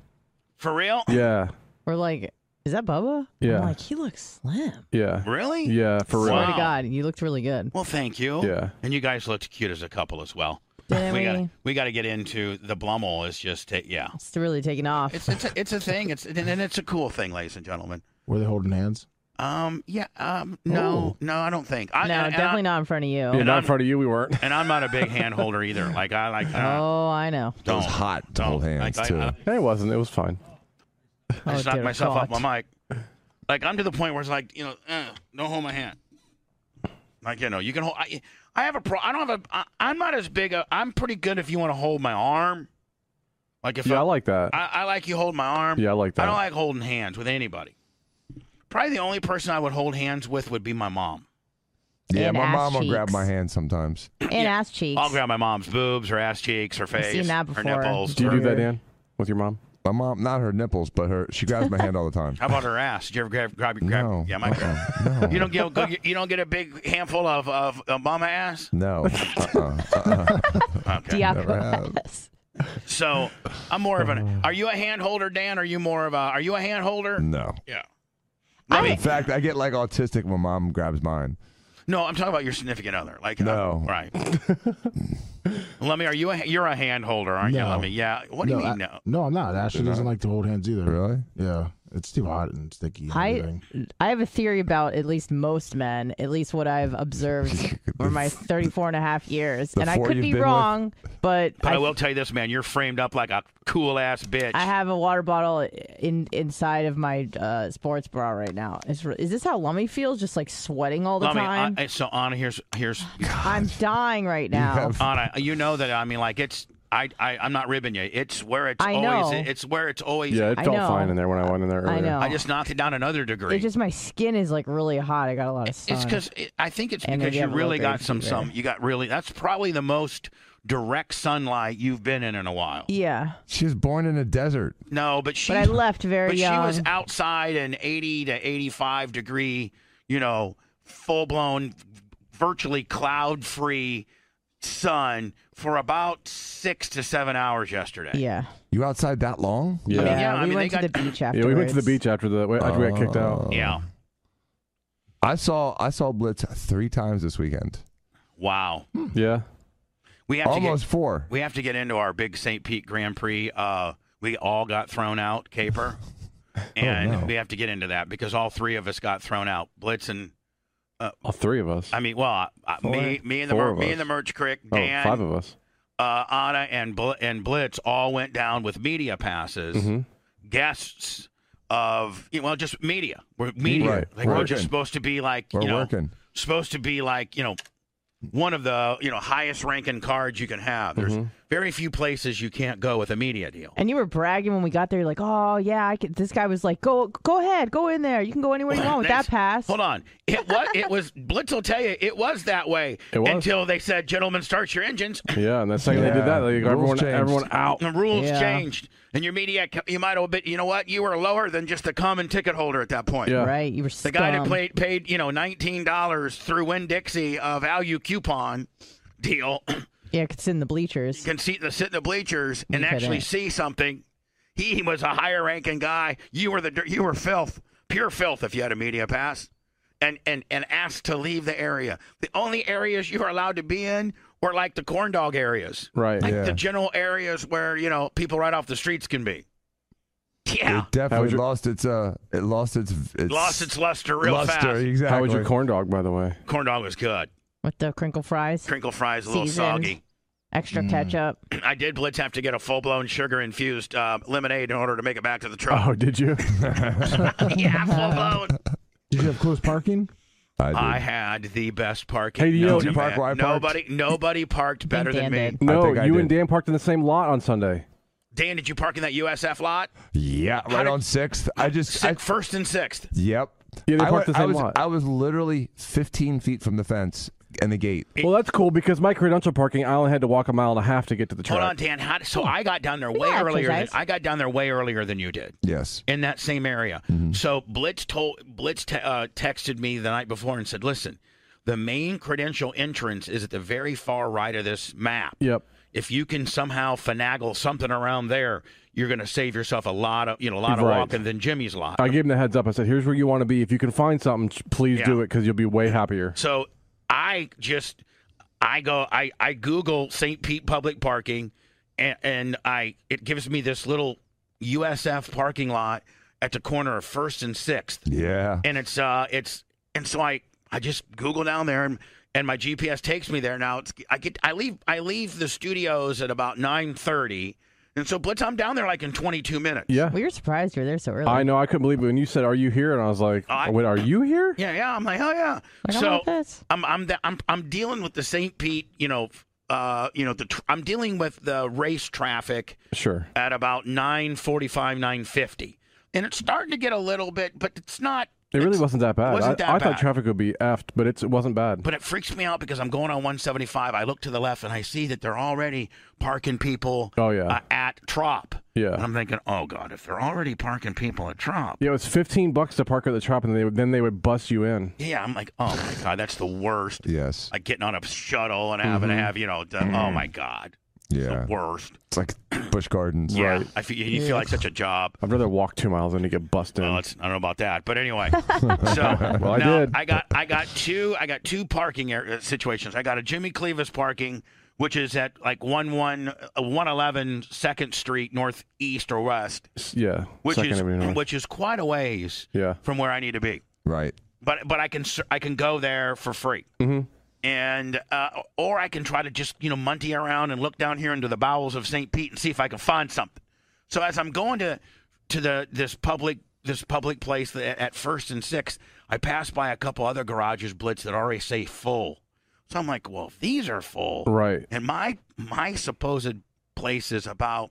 B: For real?
D: Yeah,
F: We're like, Is that Bubba?
D: Yeah.
F: I'm like, he looks slim.
D: Yeah.
B: Really?
D: Yeah, for real.
F: Swear
B: Wow.
F: to God, you looked really good.
B: Well, thank you.
D: Yeah.
B: And you guys looked cute as a couple as well.
F: Didn't we?
B: gotta we gotta get into the Blummel. It's just ta- yeah.
F: It's really taking off.
B: It's it's a, it's a thing. It's and and it's a cool thing, ladies and gentlemen.
L: Were they holding hands? Oh.
B: Um yeah um no no I don't think I
F: no,
B: and- and
F: definitely
B: I-
F: not in front of you.
D: Yeah,
B: And
D: not
B: I'm-
D: in front of you, we weren't.
B: And I'm not a big hand holder either. Like I like uh,
F: Oh, I know.
G: It
B: Don't.
G: was hot to
B: Don't.
G: hold hands
B: I- I-
G: too.
B: I-
D: It wasn't. It was fine.
B: I just
F: Oh,
B: knocked
F: dear
B: myself off
F: God.
B: my mic. Like I'm to the point where it's like you know, uh, don't hold my hand. Like you know, you can hold. I, I have a pro. I don't have a. I, I'm not as big. A, I'm pretty good if you want to hold my arm. Like if
D: yeah, I like that.
B: I, I like you hold my arm.
D: yeah, I like that.
B: I don't like holding hands with anybody. Probably the only person I would hold hands with would be my mom.
G: yeah,
F: And
G: my
F: ass
G: mom will grab
F: cheeks.
G: my hand sometimes.
F: And
B: Yeah.
F: ass cheeks.
B: I'll grab my mom's boobs, her ass cheeks, her face,
F: seen that
B: her
F: before.
B: nipples.
D: do you do
B: her-
D: that, Dan, with your mom?
G: My mom, not her nipples, but her. She grabs my hand all the time.
B: How about her ass? Did you ever grab grab your grab?
G: No.
B: Yeah, my.
G: uh-uh, no.
B: You don't get go- you don't get a big handful of of, of mama ass.
G: No. Uh-uh, uh-uh.
B: Okay.
F: Diablo
G: Never have.
F: ass.
B: So I'm more of an. Are you a hand holder, Dan? Are you more of a? Are you a hand holder?
G: No.
B: Yeah.
F: I
G: In fact, I get like autistic when mom grabs mine.
B: No, I'm talking about your significant other. Like uh,
G: No.
B: right. Lemmy, are you a? You're a hand holder, aren't you,
L: No.
B: Lemmy? Yeah. What do
L: no,
B: you mean?
L: I-
B: no.
L: no, I'm not. Ashley
G: You're
L: doesn't
G: not?
L: like to hold hands either.
G: Really?
L: Yeah, it's too hot and sticky. And
F: I-
L: everything.
F: I have a theory about at least most men, at least what I've observed over my 34 and a half years.
G: The
F: And I
G: four
F: could
G: you've
F: be
G: been with?
F: wrong, but
B: But I
F: I,
B: will tell you this, man. You're framed up like a cool ass bitch.
F: I have a water bottle in inside of my uh, sports bra right now. Is, is this how Lummy feels? Just like sweating all the
B: Lemmy, I-
F: time?
B: I- so Anna, here's here's
F: I, am dying right now.
G: have-
B: Anna. You know that I mean, like it's. I, I I'm not ribbing you. It's where it's
F: I
B: always.
F: know.
B: It's where it's always.
D: Yeah, it
F: I
D: felt
F: know.
D: fine in there when I went in there earlier.
F: I know.
B: I just knocked it down another degree.
F: It's just my skin is like really hot. I got a lot of sun.
B: It's because it, I think it's
F: And
B: because
F: maybe
B: you
F: have a little
B: really got
F: grapefruit
B: some
F: there.
B: some. You got really. That's probably the most direct sunlight you've been in in a while.
F: yeah,
G: She was born in a desert.
B: No, but she.
F: but I left very
B: but she
F: young.
B: was outside in eighty to eighty-five degree. You know, full blown, virtually cloud free sun for about six to seven hours yesterday.
F: yeah,
G: You outside that long?
D: yeah.
F: yeah.
B: yeah, I
F: we
B: mean,
F: went
B: they
F: to
B: got-
F: the beach after.
D: Yeah, we went to the beach after the after we got kicked out.
B: Yeah.
G: I saw I saw Blitz three times this weekend.
B: Wow.
D: Yeah.
B: We have to get
G: Almost four.
B: We have to get into our big St. Pete Grand Prix. Uh, we all got thrown out, Caper, and
G: no.
B: we have to get into that because all three of us got thrown out. Blitz and
D: All three of us.
B: I mean, well, I- I- me, me and the
D: Four
B: mer-
D: of
B: me
D: us.
B: and the Merch Crick,
D: Oh,
B: Dan,
D: five of us.
B: uh, Anna, and Bl- and Blitz all went down with media passes,
D: hmm
G: Mm-hmm.
B: guests of you know, well, just media. We're media.
G: Right,
B: Like
G: we're
B: we're just
G: working.
B: supposed to be like
G: We're
B: you know
G: working.
B: supposed to be like you know one of the you know highest ranking cards you can have. There's
D: Mm-hmm.
B: very few places you can't go with a media deal.
F: And you were bragging when we got there, like, "Oh yeah, I could." This guy was like, "Go, go ahead, go in there. You can go anywhere you want with that
B: That's-
F: pass."
B: Hold on. It was it was Blitz will tell you it was that way
D: It was. Oh.
B: until they said, Gentlemen, start your engines.
D: Yeah, and that second they did
G: Yeah.
D: that, they got
G: Rules
D: everyone
G: changed.
D: everyone out.
B: The rules
F: Yeah.
B: changed. And your media co- you might have been you know what? You were lower than just a common ticket holder at that point.
D: Yeah.
F: Right, you were scum.
B: The guy that played paid, you know, nineteen dollars through Win Dixie a value coupon deal
F: Yeah, it's in the bleachers.
B: can see the sit in the bleachers
F: We
B: and
F: couldn't.
B: actually see something. He was a higher ranking guy. You were the dir- you were filth, pure filth if you had a media pass, and and and asked to leave the area. The only areas you were allowed to be in were like the corn dog areas,
D: Right.
B: like
G: Yeah.
B: the general areas where you know people right off the streets can be. Yeah,
G: It definitely
D: was your-
G: lost its uh it lost its, its
B: lost its luster real
G: luster,
B: fast.
G: Exactly.
D: How was your corn dog, by the way?
B: Corn dog was good.
F: with the crinkle fries,
B: Crinkle fries a little
F: Seasoned.
B: soggy.
F: extra
D: Mm.
F: ketchup.
B: I did blitz have to get a full blown sugar infused uh, lemonade in order to make it back to the truck.
D: Oh, did you?
G: Uh-huh.
B: yeah, full blown.
L: Did you have close parking?
G: I did.
B: I had the best parking.
D: Hey, do you
B: known
D: know-
B: to
D: Did
G: you park
B: man.
G: where I parked?
B: Nobody, nobody parked better than
F: Dan
B: me.
F: did.
D: No,
G: think I
D: you and
G: did.
D: Dan parked in the same lot on Sunday.
B: Dan, did you park in that USF lot?
G: yeah,
B: How
G: right
B: did-
G: on sixth. I just I,
B: Six, first and sixth.
G: yep.
D: Yeah, they
G: I,
D: parked
G: wa-
D: the
G: I
D: same
G: was
D: lot.
G: I was literally 15 feet from the fence and the gate.
D: well, that's cool because my credential parking, I only had to walk a mile and a half to get to the track.
B: Hold on, Dan. How, so I got down there way
F: Yeah,
B: earlier. Than,
F: exercise.
B: I got down there way earlier than you did
G: Yes.
B: in that
G: Mm-hmm.
B: same area. So Blitz told Blitz te- uh, texted me the night before and said, "Listen, The main credential entrance is at the very far right of this map.
D: Yep.
B: If you can somehow finagle something around there, you're going to save yourself a lot of you know a lot of
D: Right.
B: walking than Jimmy's lot.
D: I gave him the heads up. I said, "Here's where you want to be. If you can find something, sh- please do it because you'll be way happier."
B: So I just I go I I Google St. Pete public parking, and, and I it gives me this little USF parking lot at the corner of First and Sixth.
G: Yeah.
B: And it's uh it's and so I I just Google down there and and my GPS takes me there. Now it's I get I leave I leave the studios at about nine thirty, and so Blitz I'm down there like in twenty two minutes.
D: Yeah.
F: We were surprised you were there so early.
D: I know. I couldn't believe it when you said, "Are you here?" and I was like,
B: I-
D: "Wait, are you here?"
B: Yeah, yeah. I'm like, oh yeah.
F: Like, I
B: so
F: want this.
B: I'm I'm the, I'm I'm dealing with the St. Pete, you know, uh, you know, the tr- I'm dealing with the race traffic
D: Sure.
B: at about 9:45, 9:50, and it's starting to get a little bit, but it's not.
D: It really wasn't that bad.
B: wasn't that
D: I, I
B: bad.
D: thought traffic would be effed, but it's, it wasn't bad.
B: But it freaks me out because I'm going on 175. I look to the left and I see that they're already parking people.
D: Oh, yeah.
B: uh, at Trop.
D: Yeah.
B: And I'm thinking, oh god, if they're already parking people at Trop.
D: yeah, it was fifteen bucks to park at the shop, and they would- then they would bust you in.
B: Yeah, I'm like, oh my god, that's the worst.
G: Yes.
B: Like getting on a shuttle
D: Mm-hmm.
B: and having to have, you know, the, oh my god, the
G: Yeah.
B: worst.
G: It's like Bush Gardens.
B: Yeah, I feel you feel like such a job.
D: I'd rather walk two miles than to get busted.
B: Well, it's, I don't know about that, but anyway. So
D: Well, I
B: now
D: did.
B: I got I got two I got two parking air, uh, situations. I got a Jimmy Clevis parking, which is at like one one uh, one eleven Second Street Northeast or West,
D: yeah,
B: which
D: Second
B: is
D: Avenue North.
B: which is quite a ways
D: yeah,
B: from where I need to be.
G: Right.
B: But but I can ser- I can go there for free.
D: Mhm.
B: And uh, or I can try to just you know munty around and look down here into the bowels of St. Pete and see if I can find something. So as I'm going to to the this public this public place that- at First and Sixth, I pass by a couple other garages blitz that already say full. So I'm like, well, if these are full,
D: right.
B: and my my supposed place is about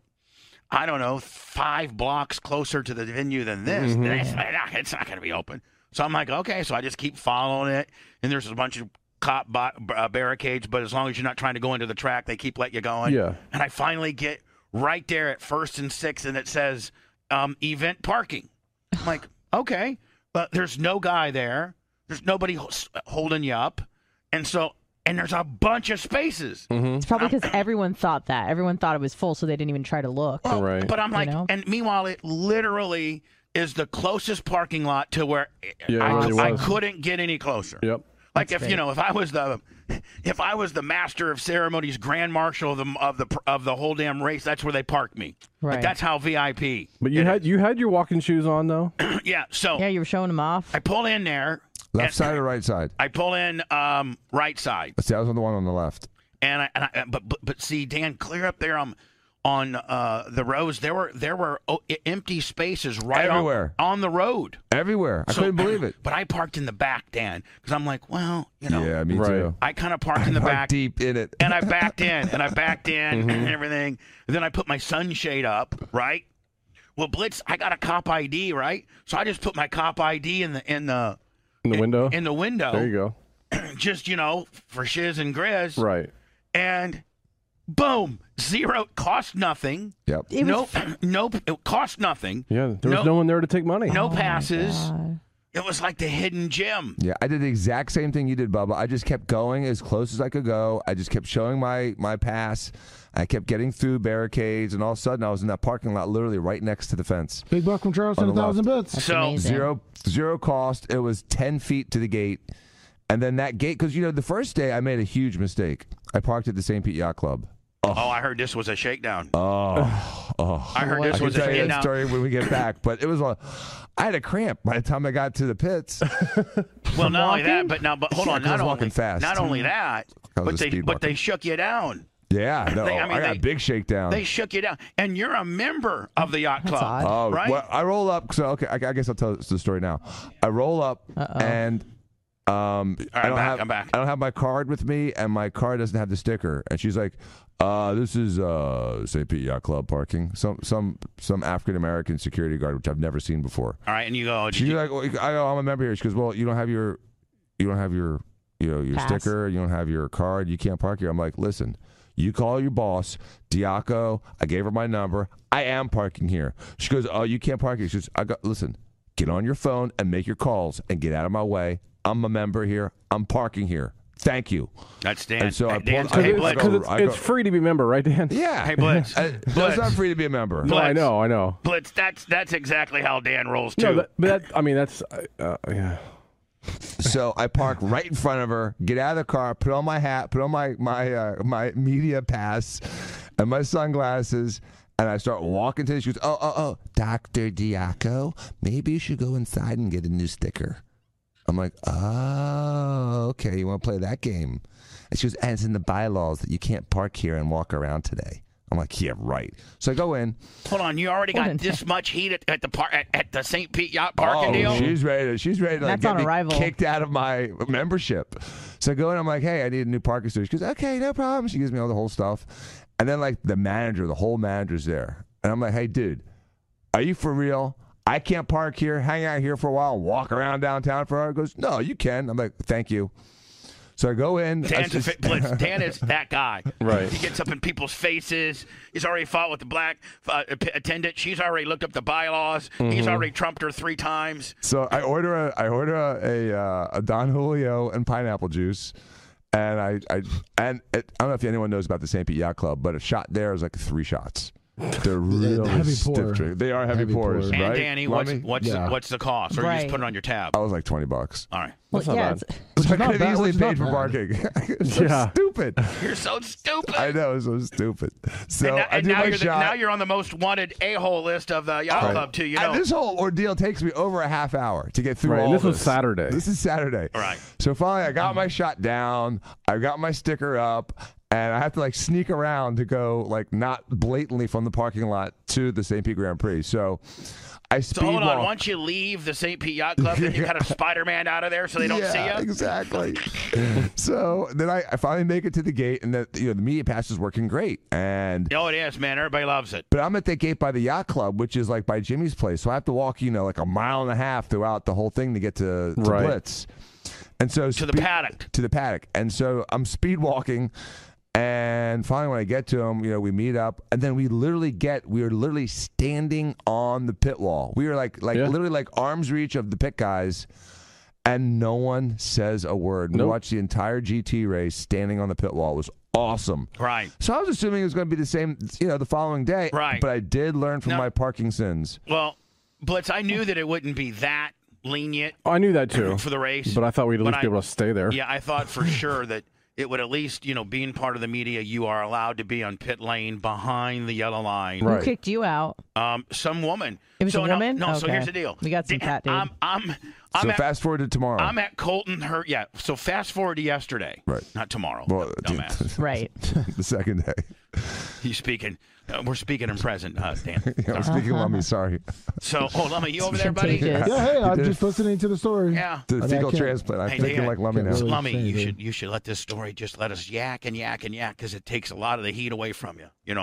B: I don't know five blocks closer to the venue than this.
D: Mhm.
B: It's not, going to be open. So I'm like, okay. So I just keep following it, and there's a bunch of cop bo- uh, barricades. But as long as you're not trying to go into the track, they keep letting you go in.
D: Yeah.
B: And I finally get right there at first and sixth, and it says um, event parking. I'm like, okay, but there's no guy there. There's nobody ho- s- holding you up, and so and there's a bunch of spaces.
G: Mm-hmm.
F: It's probably because everyone thought that. Everyone thought it was full, so they didn't even try to look.
B: Well,
D: Right.
B: But I'm
F: You
B: like,
F: know?
B: and meanwhile, it literally is the closest parking lot to where
D: Yeah, it
B: I,
D: really
B: I
D: was.
B: couldn't get any closer.
D: Yep.
B: Like
F: That's
B: if you
F: great.
B: know, if I was the, if I was the master of ceremonies, grand marshal of the of the of the whole damn race, that's where they park me. Like
F: Right.
B: that's how VIP.
D: But you
B: it
D: had you had your walking shoes on though.
B: is. yeah. So
F: Yeah, you were showing them off.
B: I pull in there.
G: Left
B: and-
G: side or right side?
B: I pull in um, right side.
G: See, I was on the one on the left.
B: and I, and I but, but but see Dan clear up there on on uh, the roads there were there were o- e- empty spaces right on-
G: Everywhere.
B: on, the road.
G: Everywhere. I
B: So-
G: couldn't believe it.
B: But I parked in the back, Dan, because I'm like, well, you know,
G: Yeah, me
D: Right.
G: too.
B: I kind of parked in the
G: How
B: back,
G: Deep Mm-hmm. in it.
B: and I backed in, and I backed in, and everything. And then I put my sunshade up, right? Well, Blitz, I got a cop ID, right? So I just put my cop ID in the in the
D: In the window.
B: in the window,
D: there you go.
B: just you know, for shiz and grizz,
D: Right.
B: and boom, zero cost nothing.
G: Yep.
F: It was
B: no, no, it cost nothing.
D: Yeah. There was
B: No-
D: no, one there to take money.
B: No
F: Oh my
B: passes.
F: God.
B: It was like the hidden gem.
G: Yeah, I did the exact same thing you did, Bubba. I just kept going as close as I could go. I just kept showing my my pass. I kept getting through barricades, and all of a sudden, I was in that parking lot, literally right next to the fence.
L: Big buck from Charleston,
G: On
L: a
G: the
L: thousand bits.
B: so
F: amazing.
G: Zero zero cost. It was ten feet to the gate, and then that gate because you know the first day I made a huge mistake. I parked at the St. Pete Yacht Club.
B: oh, I heard this was a shakedown.
G: Oh, oh.
B: I heard
G: I
B: this
G: can
B: was a
G: tell you that
B: shakedown.
G: story when we get back, but it was a. I had a cramp by the time I got to the pits.
B: Well, not only that, but now, but hold
G: Yeah,
B: on.
G: 'cause I
B: Not
G: was
B: only
G: walking fast.
B: not only that,
G: I was
B: but
G: a
B: they
G: speed
B: but
G: walker.
B: they shook you down.
G: Yeah, no,
B: They- I
G: I,
B: mean,
G: got
B: they-
G: a big shakedown.
B: They shook you down, and you're a member of the yacht club,
F: odd.
G: Oh,
B: right?
G: well, I roll up. So okay, I, I guess I'll tell the story now. I roll up and um,
B: All right,
G: I
B: I'm
G: don't
B: back,
G: have
B: I'm back.
G: I don't have my card with me, and my card doesn't have the sticker. And she's like, uh, "This is uh, St. Pete Yacht Club parking." Some some some African American security guard, which I've never seen before.
B: All right, and you go. oh, "Did
G: She's
B: you-
G: like, well, I go, "I'm a member here." She goes, "Well, you don't have your, you don't have your, you know, your
F: Pass.
G: sticker. You don't have your card. You can't park here." I'm like, "Listen." You call your boss, Diaco. I gave her my number. I am parking here. She goes, "Oh, you can't park here." She goes, "I got listen. Get on your phone and make your calls and get out of my way. I'm a member here. I'm parking here. Thank you.
B: That's Dan.
G: And so I
B: Hey, Dan,
G: pulled-
B: hey,
G: I
B: Blitz.
G: go-
D: Because it's,
G: I go-
D: it's free to be a member, right, Dan?
G: Yeah.
B: Hey, Blitz.
G: Uh, no, it's
B: Blitz.
G: not free to be a member.
D: No, I
B: Blitz.
D: know, I know.
B: Blitz, that's that's exactly how Dan rolls too.
D: No, that, but that, I mean, that's uh, uh, yeah.
G: So I park right in front of her, get out of the car, put on my hat, put on my my uh, my media pass, and my sunglasses, and I start walking to. The, she goes, "Oh, oh, oh, Doctor Diaco, maybe you should go inside and get a new sticker." I'm like, "Oh, okay, you want to play that game?" And she goes, "And it's in the bylaws that you can't park here and walk around today." I'm like, "Yeah, right." So I go in.
B: Hold on, you already
F: What
B: got
F: an-
B: this much heat at, at the par- at, at the St. Pete yacht parking
G: oh,
B: deal.
G: She's ready. To, she's ready to like,
F: That's
G: get
F: on
G: me
F: arrival.
G: kicked out of my membership. So I go in. I'm like, hey, I need a new parking space. She goes, okay, no problem. She gives me all the whole stuff, and then like the manager, the whole manager's there, and I'm like, hey, dude, are you for real? I can't park here. Hang out here for a while. Walk around downtown for a while. Goes, no, you can. I'm like, thank you. So I go in. I
B: Dan's a
G: just-
B: fit blitz. Dan is that guy.
D: Right.
B: He gets up in people's faces. He's already fought with the black uh, p- attendant. She's already looked up the bylaws.
G: Mm-hmm.
B: He's already trumped her three times.
G: So I order a I order a a, uh, a Don Julio and pineapple juice, and I I and it, I don't know if anyone knows about the St. Pete Yacht Club, but a shot there is like three shots. They're really
L: heavy
G: stiff
L: pour.
G: drink. They are heavy,
L: Heavy
G: pours,
L: pour.
B: And
G: right? Oh.
B: Danny, what's
G: Lummi?
B: what's
L: Yeah.
B: the, what's the cost? Or you just
F: Right.
B: put it on your tab.
G: I was like twenty bucks.
B: All right.
F: Well,
D: not
F: yeah,
D: bad.
F: it's-
G: So I
L: not
G: could
L: bad,
G: have easily
L: which is not
G: paid for
L: bad.
G: parking. so
D: Yeah.
G: stupid.
B: You're so stupid.
G: I know, it's so stupid. So
B: and now,
G: I
B: and
G: do
B: now
G: my
B: you're the,
G: shot.
B: now you're on the most wanted a hole list of the yacht
G: Right.
B: club too. You
G: And
B: know.
G: this whole ordeal takes me over a half hour to get through
D: Right,
G: all
D: this was
G: this.
D: Saturday.
G: This is Saturday.
B: Right.
G: So finally, I got my shot down. I got my sticker up, and I have to like sneak around to go like not blatantly from the parking lot to the St. Pete Grand Prix. So I speed
B: so hold on.
G: walk-
B: Once you leave the St. Pete Yacht Club, then you got a Spider Man out of there so they don't
G: yeah,
B: see you.
G: Exactly. so then I, I finally make it to the gate, and the you know the media pass is working great, and
B: Oh, it is, man. Everybody loves it.
G: But I'm at that gate by the yacht club, which is like by Jimmy's place. So I have to walk, you know, like a mile and a half throughout the whole thing to get to, to
D: Right.
G: Blitz. And so
B: To the
G: spe-
B: paddock.
G: To the paddock. And so I'm speed walking. And finally, when I get to him, you know, we meet up, and then we literally get we are literally standing on the pit wall. We are like like
D: Yeah.
G: literally like arms reach of the pit guys, and no one says a word. We
D: Nope.
G: watched the entire GT race standing on the pit wall. It was awesome.
B: Right.
G: So I was assuming it was going to be the same, you know, the following day.
B: Right.
G: But I did learn from
B: No.
G: my parking sins.
B: Well, Blitz, I knew that it wouldn't be that lenient
D: I knew that too.
B: for the race.
D: But I thought we'd at
B: But
D: least
B: I-
D: be able to stay there.
B: Yeah, I thought for sure that it would at least, you know, being part of the media, you are allowed to be on pit lane behind the yellow line.
F: Who kicked you out?
B: Um, some woman.
F: It was
B: so
F: a
B: no-
F: woman?
B: No, so
F: Okay.
B: here's the deal.
F: We got some fat dude.
B: I'm, I'm, I'm
G: so
B: at,
G: fast forward to tomorrow.
B: I'm at Colton Hurt. Yeah. So fast forward to yesterday.
G: Right.
B: Not tomorrow.
G: well,
B: dumbass.
F: Right.
G: the second day.
B: He's speaking. Uh, we're speaking in present, uh, Dan.
G: Yeah, I'm speaking of me. Sorry.
B: So, hold on. Are you over there, buddy?
F: Contagious.
L: Yeah, hey, I'm
G: did.
L: just listening to the story.
B: Yeah.
G: To the
L: I
G: fecal
L: can't-
G: transplant. I'm
B: Hey,
G: thinking
B: Dan.
G: like Lummy
L: Can't
G: now.
L: really-
B: Lummy,
L: say
B: you
L: that.
B: should you should let this story just let us yak and yak and yak because it takes a lot of the heat away from you. You know.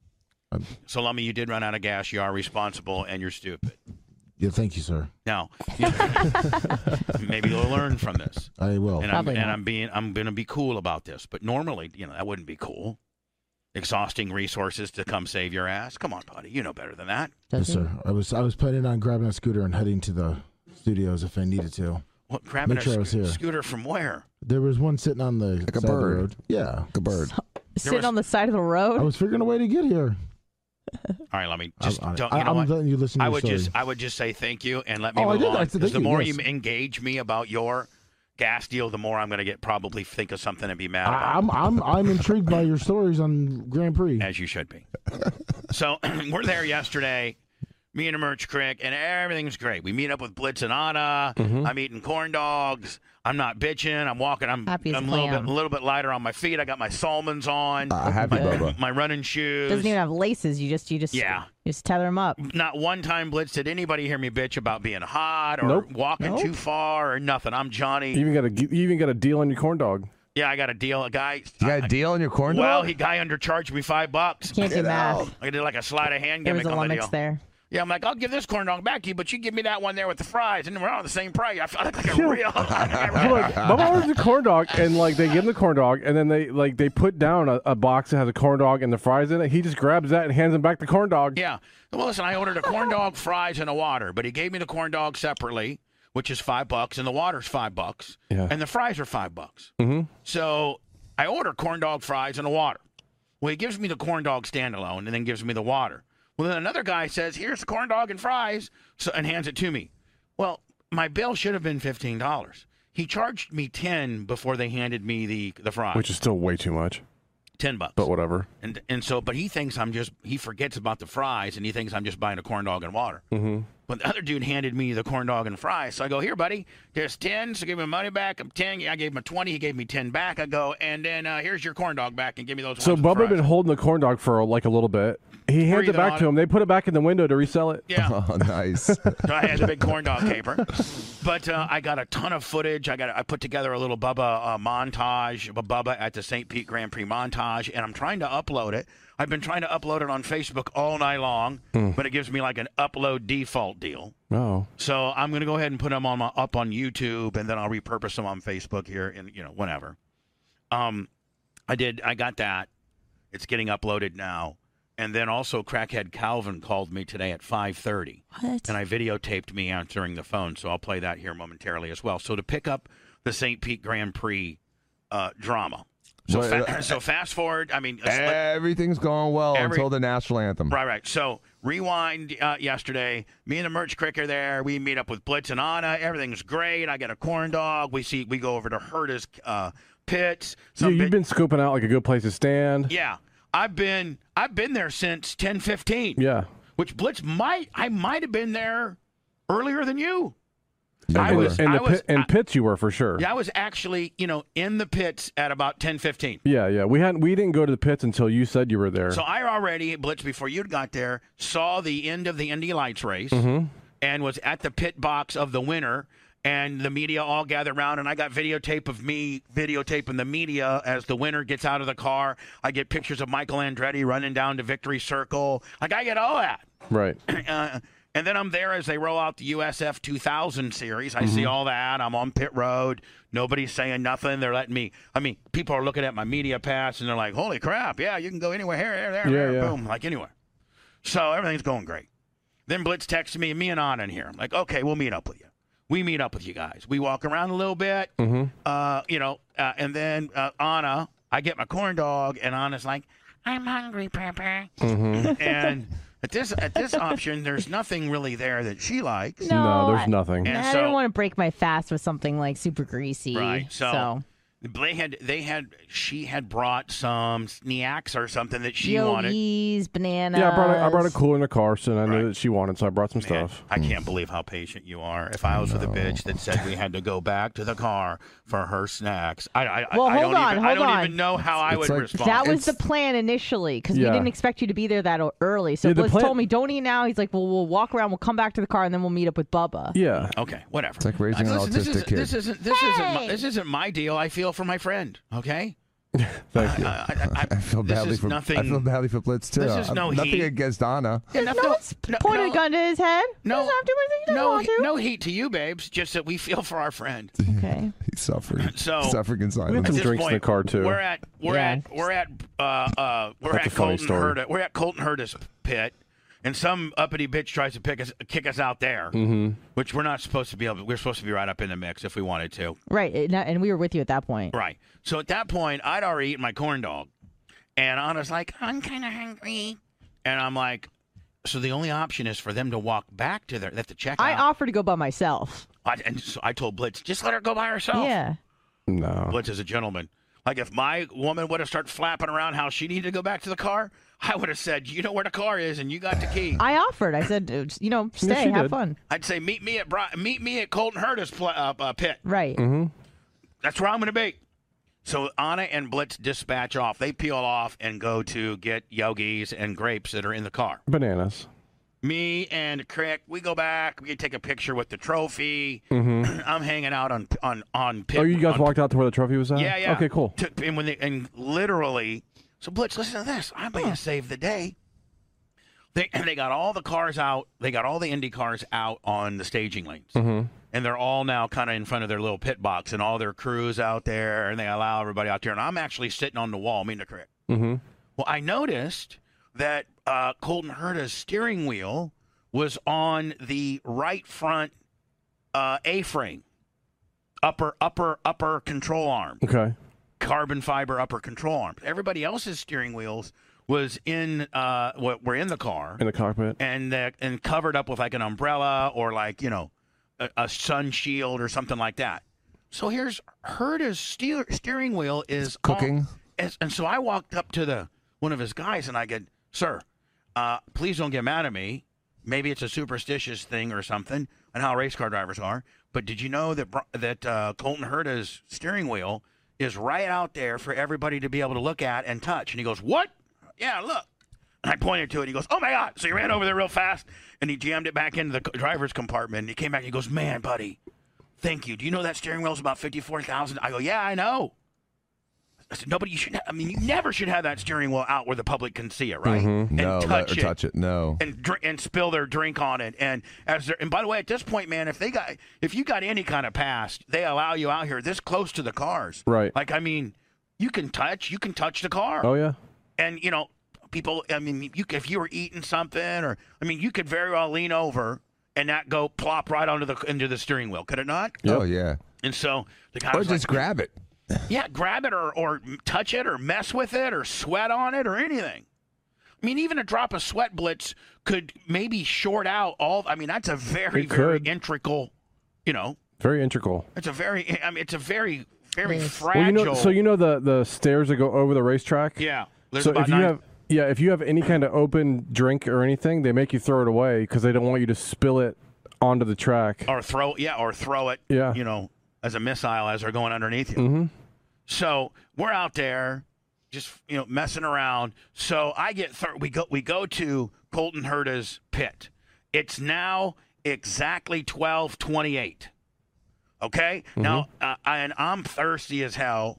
B: So Lummy, you did run out of gas. You are responsible and you're stupid.
L: Yeah, thank you, sir.
B: Now, maybe you'll learn from this.
L: I will.
B: And I'm,
F: Probably
B: and
F: not.
B: I'm being I'm gonna be cool about this. But normally, you know, that wouldn't be cool. Exhausting resources to come save your ass. Come on, buddy. You know better than that.
F: Does
L: Yes,
F: he?
L: sir. I was I was planning on grabbing a scooter and heading to the studios if I needed to.
B: What grabbing
L: Make
B: a
L: sure I was
B: sc-
L: here.
B: scooter from where?
L: There was one sitting on the
G: Like a
L: side of the
G: bird.
L: road. Yeah.
G: Like a bird.
F: Sitting
B: was- Oh,
F: on the side of the
L: I
F: road.
L: was figuring a way to get here.
B: All right, Lummy. Just
L: I'm, on it.
B: don't.
L: I-
B: You know
L: I'm
B: what?
L: letting you listen to
B: I
L: the
B: would
L: story.
B: just I would just say thank you and let me
L: Oh, I
B: move
L: did.
B: on.
L: I said
B: 'cause
L: thank
B: the
L: you,
B: more
L: yes.
B: you engage me about your gas deal, the more I'm going to get probably think of something and be mad about.
L: I, I'm I'm I'm intrigued by your stories on Grand Prix.
B: as you should be. so we're there yesterday. Me and Merch Crick, and everything's great. We meet up with Blitz and Anna. I'm eating corn dogs. I'm not bitching. I'm walking. I'm,
F: Happy as
B: I'm a
F: a
B: little
F: clam.
B: bit, a little bit lighter on my feet. I got my Salmons on.
L: Uh,
G: happy
B: my,
G: Bubba.
B: My running shoes.
F: Doesn't even have laces. You just you just
B: Yeah.
F: you just tether them up.
B: Not one time, Blitz, did anybody hear me bitch about being hot or
D: Nope.
B: walking
D: Nope.
B: too far or nothing. I'm Johnny.
D: You even got a you even got a deal on your corn dog.
B: yeah, I got a deal. A guy.
G: You got a deal on your corn dog?
B: Well, he guy undercharged me five bucks.
F: Can't do Get math. out.
B: I did like a sleight of hand
F: There
B: gimmick
F: was a
B: on the
F: lummox
B: deal.
F: there.
B: Yeah, I'm like, I'll give this corn dog back to you, but you give me that one there with the fries, and we're on the same price. I felt like a real.
D: You're like, Bubba orders a corn dog, and like they give him the corn dog, and then they like they put down a, a box that has a corn dog and the fries in it. He just grabs that and hands him back the corn dog.
B: Yeah. Well, listen, I ordered a corn dog, fries, and a water, but he gave me the corn dog separately, which is five bucks, and the water's five bucks,
D: Yeah.
B: and the fries are five bucks.
D: Mm-hmm.
B: So I order corn dog fries and a water. Well, he gives me the corn dog standalone and then gives me the water. Well, then another guy says, "Here's the corn dog and fries," so, and hands it to me. Well, my bill should have been fifteen dollars. He charged me ten before they handed me the the fries,
D: Which is still way too much,
B: ten bucks.
D: but whatever.
B: And and so, but he thinks I'm just he forgets about the fries and he thinks I'm just buying a corn dog and water.
D: Mm-hmm.
B: But the other dude handed me the corn dog and fries. So I go, here, buddy, there's 10. So give me money back. I'm 10. I gave him a 20. He gave me 10 back. I go, and then uh, here's your corn dog back and give me those.
D: So
B: ones with
D: Bubba had
B: fries."
D: been holding the corn dog for like a little bit. He hands
B: Breathing
D: it back
B: on
D: to
B: it.
D: him. They put it back in the window to resell it.
B: Yeah.
G: Oh, nice.
B: So I had the big corn dog caper. But uh, I got a ton of footage. I got I put together a little Bubba uh, montage of a Bubba at the St. Pete Grand Prix montage, and I'm trying to upload it. I've been trying to upload it on Facebook all night long,
D: Hmm.
B: but it gives me like an upload default deal.
D: Oh.
B: So I'm gonna go ahead and put them on my up on YouTube, and then I'll repurpose them on Facebook here, and you know whenever. Um, I did. I got that. It's getting uploaded now. And then also, crackhead Calvin called me today at 5:30,
F: What?
B: and I videotaped me answering the phone, so I'll play that here momentarily as well. So to pick up the St. Pete Grand Prix uh, drama. So,
G: Wait,
B: fa-
G: uh, eh,
B: so fast forward. I mean, let's- let-
G: Everything's going well
B: Every-
G: until the national anthem.
D: Mm-hmm.
B: Right, right. So rewind uh, yesterday. Me and the merch cricker there. We meet up with Blitz and Anna. Everything's great. I get a corn dog. We see. We go over to Herta's uh, pits.
D: Yeah,
B: Some
D: you've
B: bit-
D: been scooping out like a good place to stand.
B: yeah, I've been. I've been there since ten fifteen.
D: Yeah.
B: Which Blitz might. I might have been there earlier than you. I
D: And-
B: was.
D: and
B: I
D: the
B: was.
D: pit, and pits you were for sure.
B: yeah, I was actually. You know, in the pits at about ten fifteen.
D: yeah, yeah. We hadn't we didn't go to the pits until you said you were there.
B: So I already Blitz before you got there saw the end of the Indy Lights race.
D: Mhm.
B: and was at the pit box of the winner and the media all gathered around and i got videotape of me videotaping the media as the winner gets out of the car i get pictures of michael andretti running down to victory circle like i get all that
D: Right.
B: uh, and then i'm there as they roll out the usf 2000 series i see
D: Mhm.
B: all that i'm on pit road nobody's saying nothing they're letting me i mean people are looking at my media pass and they're like holy crap yeah you can go anywhere here there there,
D: Yeah,
B: there
D: yeah.
B: boom like anywhere so everything's going great then Blitz texts me, me and Anna in here. I'm like, okay, we'll meet up with you. We meet up with you guys. We walk around a little bit,
D: Mm-hmm.
B: uh, you know, uh, and then uh, Anna, I get my corn dog, and Anna's like, I'm hungry, Pepper.
D: Mm-hmm.
B: and at this at this option, there's nothing really there that she likes.
D: No,
F: I-
D: there's nothing.
B: And
F: I
B: so-
F: didn't want to break my fast with something like super greasy.
B: Right. So,
F: so.
B: they had they had she had brought some snacks or something that she wanted.
F: yogis, bananas.
D: Yeah, I brought a, I brought a cooler in the car, so I knew that she wanted, so I brought some stuff.
B: I
G: Hmm.
B: can't believe how patient you are. If I was with a bitch that said we had to go back to the car for her snacks, I, I, I-
F: Well,
B: I
F: hold
B: don't,
F: on,
B: even, I
F: hold
B: don't
F: on.
B: even know how I
G: It's
B: would
G: like-
B: respond.
F: That was the plan initially because
D: Yeah.
F: we didn't expect you to be there that o- early. So
D: Yeah, the
F: Blitz
D: plan-
F: told me, don't eat now. He's like, well, we'll walk around. We'll come back to the car and then we'll meet up with Bubba.
D: Yeah.
B: Okay, whatever.
G: It's like raising an
B: Listen, this,
G: autistic
B: is,
G: kid.
B: this isn't this isn't my, this isn't my deal. I feel for my friend. Okay, Uh,
D: Thank you.
B: I, I, I,
G: I feel
B: this
G: badly
B: is
G: for
B: nothing.
G: I feel badly for Blitz too.
B: This is
G: I'm-
B: no
G: nothing
B: heat.
G: against Donna.
B: Yeah,
F: No,
B: no, no,
F: one's pointed a gun to his head.
B: No.
F: he doesn't have to. He doesn't
B: no,
F: want
B: he- no heat to you, babes. Just that we feel for our friend.
F: to. Okay.
G: He suffered.
B: So-
G: suffering in
D: We had
G: silence.
B: At
D: some
B: this
D: drinks in the
B: point,
D: car too.
B: We're at we're
F: Yeah.
B: at we're at uh, uh, we're
D: That's a
B: at
D: funny
B: Colton
D: story.
B: Herta. We're at Colton Herta's pit, and some uppity bitch tries to pick us kick us out there,
D: Mhm.
B: which we're not supposed to be able. We're supposed to be right up in the mix if we wanted to.
F: Right. And, and we were with you at that point.
B: Right. So at that point, I'd already eaten my corn dog, and Anna's like, "I'm kind of hungry," and I'm like, "So the only option is for them to walk back to their they have to check
F: I
B: out."
F: offered to go by myself.
B: I, and so I told Blitz, "Just let her go by herself."
F: Yeah.
D: no.
B: Blitz is a gentleman. Like if my woman would have started flapping around how she needed to go back to the car, I would have said, "You know where the car is, and you got the key."
F: I offered. I said, uh, you know, stay,
D: she
F: have
D: did.
F: fun.
B: I'd say, "Meet me at Bri- meet me at Colton Herta's pl- uh, uh, pit."
F: Right.
D: Mm-hmm.
B: That's where I'm going to be. So Anna and Blitz dispatch off. They peel off and go to get yogis and grapes that are in the car.
D: Bananas.
B: Me and Crick, we go back. We take a picture with the trophy.
D: Mm-hmm.
B: I'm hanging out on on on. Pit,
D: Oh, you guys
B: on-
D: walked out to where the trophy was at?
B: Yeah, yeah.
D: Uh, Okay, cool.
B: Took- and when they, and literally, so Blitz, listen to this. I may have saved the day. They and they got all the cars out. They got all the Indy cars out on the staging lanes,
D: Mm-hmm.
B: and they're all now kind of in front of their little pit box, and all their crews out there, and they allow everybody out there. And I'm actually sitting on the wall, me and the Crick.
D: Mm-hmm.
B: Well, I noticed that uh, Colton Herta's steering wheel was on the right front uh, A-frame, upper, upper, upper control arm,
D: Okay.
B: carbon fiber upper control arm. Everybody else's steering wheels was in, uh, wa- were in the car
D: In the cockpit.
B: and uh, and covered up with like an umbrella or like you know a, a sun shield or something like that. So here's Herta's steer, steering wheel is
G: Cooking.
B: on- and, and so I walked up to the one of his guys and I said, "Sir, uh, please don't get mad at me. Maybe it's a superstitious thing or something, and how race car drivers are. But did you know that Bro- that uh, Colton Herta's steering wheel is right out there for everybody to be able to look at and touch?" And he goes, "What? Yeah, look." And I pointed to it. And he goes, "Oh my God!" So he ran over there real fast and he jammed it back into the c- driver's compartment. And he came back and he goes, "Man, buddy, thank you. Do you know that steering wheel's about fifty-four thousand? I go, "Yeah, I know." I said, "Nobody, you should. I mean, you never should have that steering wheel out where the public can see it,
D: Mm-hmm.
B: right? And
G: No, let
B: touch
G: her
B: it."
G: touch it. No.
B: and drink and spill their drink on it. And as they're, and by the way, at this point, man, if they got if you got any kind of pass, they allow you out here this close to the cars.
D: Right.
B: Like I mean, you can touch you can touch the car.
D: Oh, yeah.
B: And you know, people. I mean, you if you were eating something or I mean, you could very well lean over and not go plop right onto the into the steering wheel. Could it not?
G: Oh yeah.
B: And so the guy
G: Or
B: was like,
G: just grab it.
B: yeah, grab it or, or touch it or mess with it or sweat on it or anything. I mean, even a drop of sweat blitz could maybe short out all. I mean, that's a very,
D: It
B: very
D: could.
B: integral, you know,
D: Very integral.
B: it's a very, I mean, it's a very, very fragile.
D: Well, you know, so you know the the stairs that go over the racetrack.
B: yeah. There's
D: so
B: about
D: if you
B: nine-
D: have yeah, if you have any kind of open drink or anything, they make you throw it away because they don't want you to spill it onto the track.
B: or throw, yeah, or throw it,
D: Yeah.
B: you know, as a missile as they're going underneath you.
D: Mm-hmm.
B: So we're out there, just you know, messing around. So I get thir- we go we go to Colton Herta's pit. It's now exactly twelve twenty eight. Okay, now uh, I, and I'm thirsty as hell,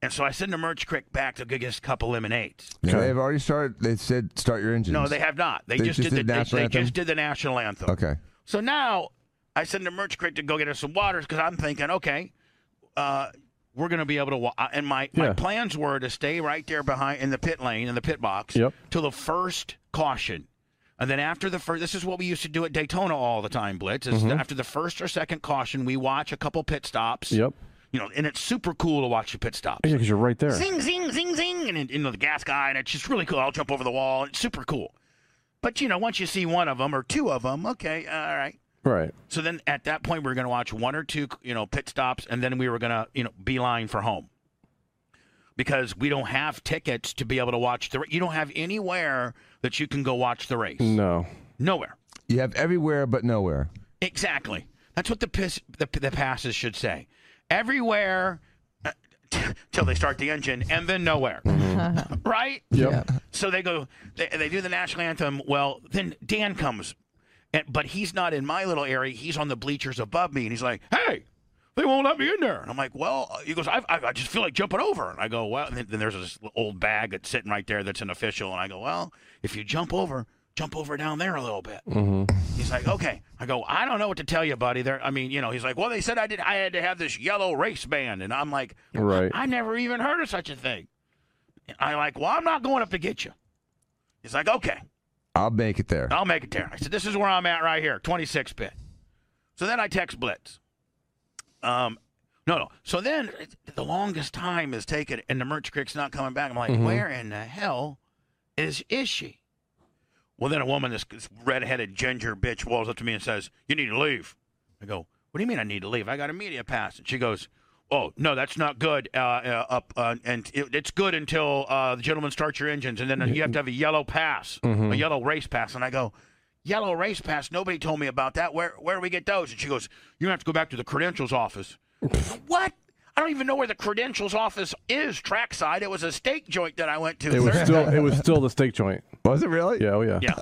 B: and so I send the merch crick back to go get us a cup of lemonades.
G: So they've already started. They said start your engines.
B: No, they have not. They, just, did the they,
G: national
B: they
G: anthem?
B: just did the national anthem.
G: Okay.
B: So now I send the merch crate to go get us some waters because I'm thinking, okay, uh, we're going to be able to. Wa- uh, and my, my
D: Yeah.
B: plans were to stay right there behind in the pit lane in the pit box
D: Yep.
B: till the first caution. And then after the first, this is what we used to do at Daytona all the time, Blitz. Is
D: Mhm.
B: after the first or second caution, we watch a couple pit stops.
D: Yep.
B: You know, and it's super cool to watch the pit stops.
D: Yeah, because you're right there.
B: Zing, zing, zing, zing, and you know the gas guy, and it's just really cool. I'll jump over the wall, and it's super cool. But you know, once you see one of them or two of them, okay, all right.
D: Right.
B: So then at that point, we were going to watch one or two, you know, pit stops, and then we were going to, you know, beeline for home because we don't have tickets to be able to watch the. ra- You don't have anywhere that you can go watch the race.
D: No.
B: Nowhere.
G: You have everywhere but nowhere.
B: Exactly. That's what the piss, the, the passes should say. Everywhere uh, till they start the engine, and then nowhere. right?
D: Mm-hmm. Yep.
B: So they go, they, they do the national anthem. Well, then Dan comes, and, but he's not in my little area. He's on the bleachers above me, and he's like, "Hey, they won't let me in there." And I'm like, "Well," uh," he goes, "I, I, I just feel like jumping over." And I go, "Well," and then, then there's this old bag that's sitting right there that's an official, and I go, "Well, if you jump over, jump over down there a little bit."
D: Mm-hmm.
B: He's like, "Okay." I go, "I don't know what to tell you, buddy." There, I mean, you know, he's like, "Well, they said I did. I had to have this yellow race band," and I'm like,
D: Right.
B: I never even heard of such a thing." I like, well, I'm not going up to get you. He's like, okay,
G: I'll make it there.
B: I'll make it there. I said, this is where I'm at right here, 26 bit. So then I text Blitz. Um, no, no. So then it- the longest time is taken, and the merch crick's not coming back. I'm like,
D: Mhm.
B: where in the hell is is she? Well, then a woman, this, this redheaded ginger bitch, walks up to me and says, "You need to leave." I go, "What do you mean I need to leave? I got a media pass." And she goes, "Oh no, that's not good. Uh, uh, up uh, and it, it's good until uh, the gentleman starts your engines, and then you have to have a yellow pass, a
D: Mhm.
B: yellow race pass." And I go, "Yellow race pass? Nobody told me about that. Where where do we get those?" And she goes, "You have to go back to the credentials office." what? I don't even know where the credentials office is trackside. It was a steak joint that I went to.
D: It was
B: Thursday.
D: still it was still the steak joint.
G: Was it really?
D: Yeah. Oh yeah.
B: Yeah.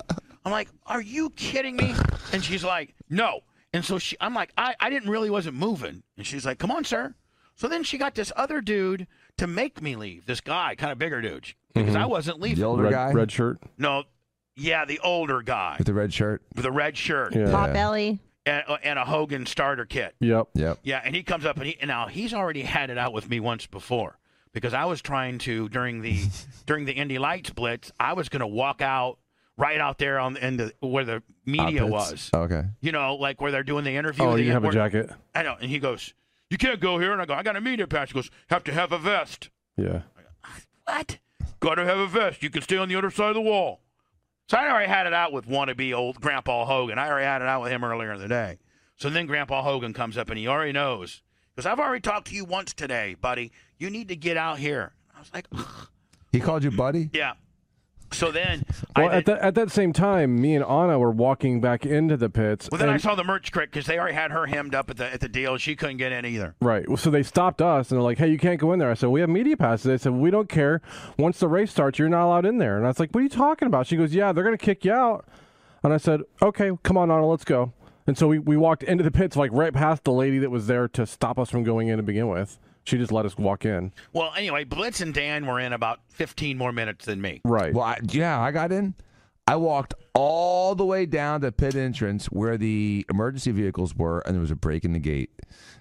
B: I'm like, are you kidding me? And she's like, no. And so she, I'm like, I, I didn't really wasn't moving. And she's like, come on, sir. So then she got this other dude to make me leave. This guy, kind of bigger dude, because
D: Mhm.
B: I wasn't leaving.
D: red, red shirt.
B: No, yeah, the older guy
G: with the red shirt,
B: with a red shirt,
D: Yeah.
F: Pot belly.
B: and, uh, and a Hogan starter kit.
D: Yep.
G: Yep.
B: Yeah, and he comes up and he and now he's already had it out with me once before because I was trying to during the during the Indy Lights blitz, I was going to walk out right out there on the, in the where the media was.
G: Okay.
B: You know, like where they're doing the interview.
D: Oh,
B: the-
D: you have a
B: where-
D: jacket.
B: I know, and he goes, "You can't go here." And I go, "I got a media pass." He goes, "Have to have a vest.
D: Yeah.
B: Got to have a vest. You can stay on the other side of the wall." So I already had it out with wannabe old Grandpa Hogan. I already had it out with him earlier in the day. So then Grandpa Hogan comes up and he already knows because I've already talked to you once today, buddy. You need to get out here. I was like,
G: He called you buddy.
B: "Yeah." So then,
D: Well,
B: I
D: at that at that same time, me and Anna were walking back into the pits.
B: well then I
D: and-
B: saw the merch crick because they already had her hemmed up at the at the deal. She couldn't get in either.
D: Right. Well, So they stopped us and they're like, "Hey, you can't go in there." I said, "We have media passes." They said, "We don't care. Once the race starts, you're not allowed in there." And I was like, "What are you talking about?" She goes, "Yeah, they're gonna kick you out." And I said, "Okay, come on, Anna, let's go." And so we, we walked into the pits, like right past the lady that was there to stop us from going in to begin with. She just let us walk in.
B: Well, anyway, Blitz and Dan were in about 15 more minutes than me.
D: Right.
G: Well, I, yeah, I got in. I walked all the way down to pit entrance where the emergency vehicles were, and there was a break in the gate.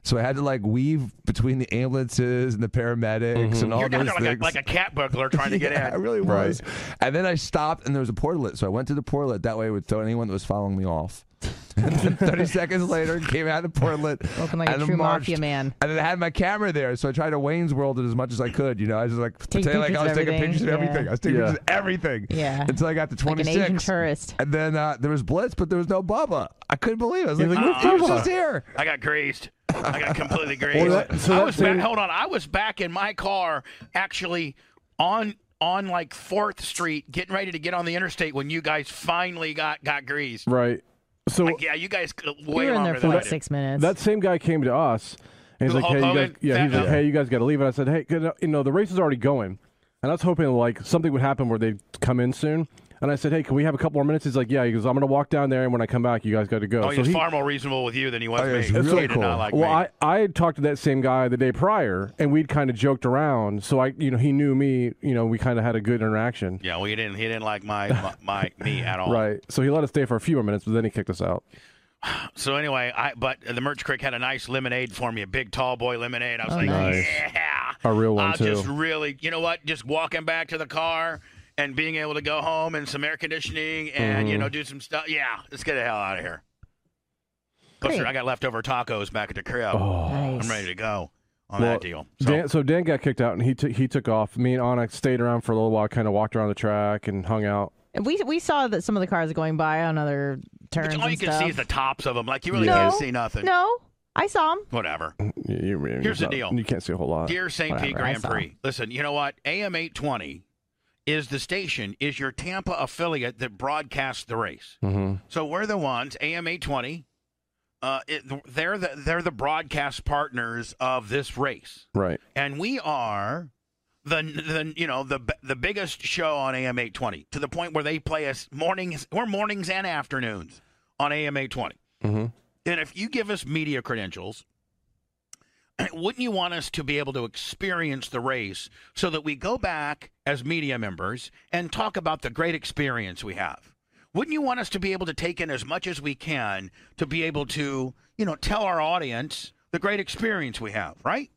G: So I had to like weave between the ambulances and the paramedics and all
B: You're down
G: those
B: there like
G: things.
B: a, like a cat burglar trying to get
G: yeah,
B: in.
G: I really was. And then I stopped, and there was a portlet. So I went to the portlet. That way, it would throw anyone that was following me off. And then 30 seconds later, came out of the portlet.
F: Looking like a
G: and
F: true
G: marched.
F: mafia man.
G: And then I had my camera there, so I tried to Wayne's World it as much as I could. You know, I was just like pretending like
F: pictures
G: I was
F: of
G: taking
F: everything,
G: pictures of
F: yeah.
G: everything. I was taking
D: Yeah.
G: pictures of everything.
F: Yeah.
G: Until I got to
F: Like an
G: 26.
F: Asian tourist.
G: And then uh, there was Blitz, but there was no Bubba. I couldn't believe it. I was like,
D: You're like,
G: "Where's
D: "Where's
G: Bubba?
D: Bubba?"
G: just here.
B: I got greased. I got completely greased.
D: Well, that- so
B: I
D: that
B: was
D: same-
B: back, hold on. I was back in my car actually on on like 4th Street getting ready to get on the interstate when you guys finally got got greased.
D: Right. So
B: Like, yeah, you guys uh, way
F: we were in
B: longer
F: there for
B: than I
F: like
B: did.
F: six minutes.
D: That same guy came to us and he's
B: Who,
D: like, "Hey,
B: Hulk
D: you guys,
B: Hogan?
D: yeah." He's
B: Fat
D: like,
B: guy?
D: "Hey, you guys got to leave." And I said, "Hey, good, you know, the race is already going." And I was hoping like something would happen where they'd come in soon. And I said, "Hey, can we have a couple more minutes?" He's like, "Yeah." He goes, "I'm gonna walk down there, and when I come back, you guys got to go."
B: Oh, he
D: so
B: was
D: he,
B: far more reasonable with you than he was
G: Oh, yeah,
B: me.
G: it's
B: He
G: really
B: did not
G: cool.
B: like
D: well,
B: me.
D: I, I had talked to that same guy the day prior, and we'd kind of joked around. So I, you know, he knew me. You know, we kind of had a good interaction.
B: yeah, well, he didn't. He didn't like my my, my me at all.
D: Right. So he let us stay for a few more minutes, but then he kicked us out.
B: So anyway, I but the Merch Creek had a nice lemonade for me, a big tall boy lemonade. I was
F: Oh,
B: like,
F: nice.
B: yeah,
D: A real one
B: I'll just
D: too.
B: really, you know what? Just walking back to the car and being able to go home and some air conditioning and
D: Mm-hmm.
B: you know do some stuff. Yeah, let's get the hell out of here. Plus,
F: Great.
B: I got leftover tacos back at the crib.
F: nice.
B: I'm ready to go on
D: Oh. Well,
B: that deal. So,
D: Dan, so Dan got kicked out, and he took he took off. Me and Anna stayed around for a little while, kind of walked around the track and hung out.
F: And we we saw that some of the cars going by on other
B: but
F: turns.
B: all you
F: and
B: can
F: stuff.
B: see is the tops of them. Like you really
F: No.
B: can't see nothing.
F: No, I saw them.
B: Whatever.
D: You- you- you're
B: Here's the
D: not-
B: deal.
D: You can't see a whole lot.
B: Dear St. Pete
F: Uh, Whatever, I
B: Grand
F: saw.
B: Prix, listen, you know what? AM 820 is the station, is your Tampa affiliate that broadcasts the race.
D: Mhm.
B: So we're the ones, AM 820, uh, it, they're, the, they're the broadcast partners of this race.
D: Right.
B: And we are the, the you know, the, b- the biggest show on AM 820 to the point where they play us mornings, we're mornings and afternoons on AM 820.
D: hmm
B: And if you give us media credentials, wouldn't you want us to be able to experience the race so that we go back as media members and talk about the great experience we have? Wouldn't you want us to be able to take in as much as we can to be able to, you know, tell our audience the great experience we have, right?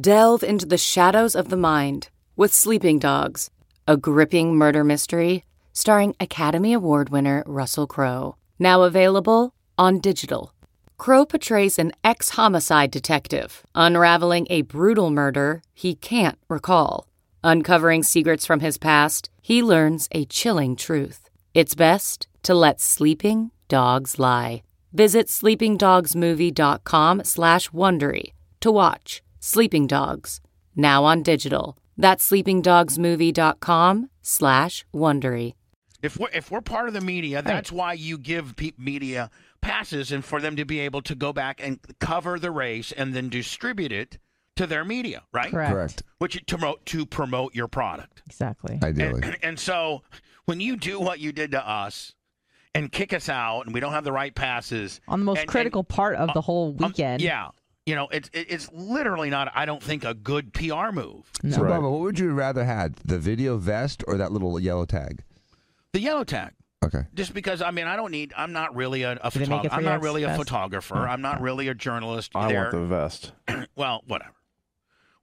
K: Delve into the shadows of the mind with Sleeping Dogs, a gripping murder mystery starring Academy Award winner Russell Crowe. Now available on digital. Crowe portrays an ex homicide detective unraveling a brutal murder he can't recall. Uncovering secrets from his past, he learns a chilling truth. It's best to let sleeping dogs lie. Visit sleepingdogsmovie.com slash Wondery to watch Sleeping Dogs, now on digital. That's sleepingdogsmovie.com slash Wondery.
B: If we're, if we're part of the media, that's why you give pe- media passes and for them to be able to go back and cover the race and then distribute it to to their media, right?
F: Correct.
B: Which to promote to promote your product.
F: Exactly.
B: And, and so when you do what you did to us and kick us out, and we don't have the right passes
F: On the most
B: and-
F: critical
B: and-
F: part of the whole weekend.
B: yeah, you know, it's it- it's literally not. I don't think a good PR move.
G: So, Bubba, what would you rather had? The video vest or that little yellow tag?
B: The yellow tag.
G: Okay.
B: Just because I mean I don't need I'm not really a, a
G: Did it make
B: photographer
G: it for
B: I'm
G: you
B: not
G: as
B: really a
G: best?
B: photographer
F: Mm.
B: I'm not really a journalist
D: I
B: there
D: want the vest.
B: well, whatever.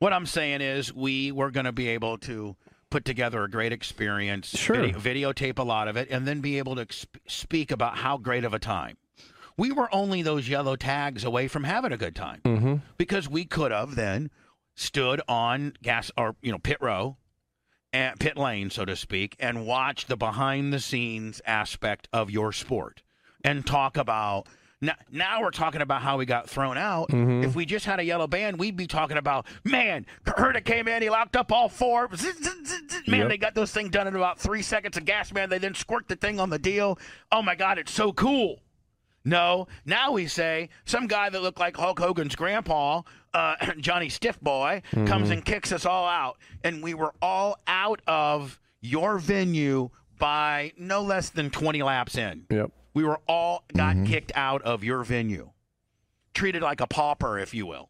B: What I'm saying is, we were going to be able to put together a great experience,
D: Sure.
B: video- videotape a lot of it, and then be able to exp- speak about how great of a time. We were only those yellow tags away from having a good time
D: Mm-hmm.
B: because we could have then stood on gas or you know pit row and pit lane so to speak and watched the behind the scenes aspect of your sport and talk about now, now we're talking about how we got thrown out
C: Mhm.
B: if we just had a yellow band we'd be talking about man Herta came in he locked up all four Zzz, zzz, zzz, zzz. man
C: Yep.
B: they got those thing done in about three seconds of gas man they then squirt the thing on the deal oh my god it's so cool no, now we say some guy that looked like Hulk Hogan's grandpa, uh, Johnny Stiff Boy, comes
G: Mm-hmm.
C: Mhm.
B: and kicks us all out. And we were all out of your venue by no less than 20 laps in.
D: Yep.
B: We were all got
G: Mm-hmm.
B: kicked out of your venue, treated like a pauper, if you will.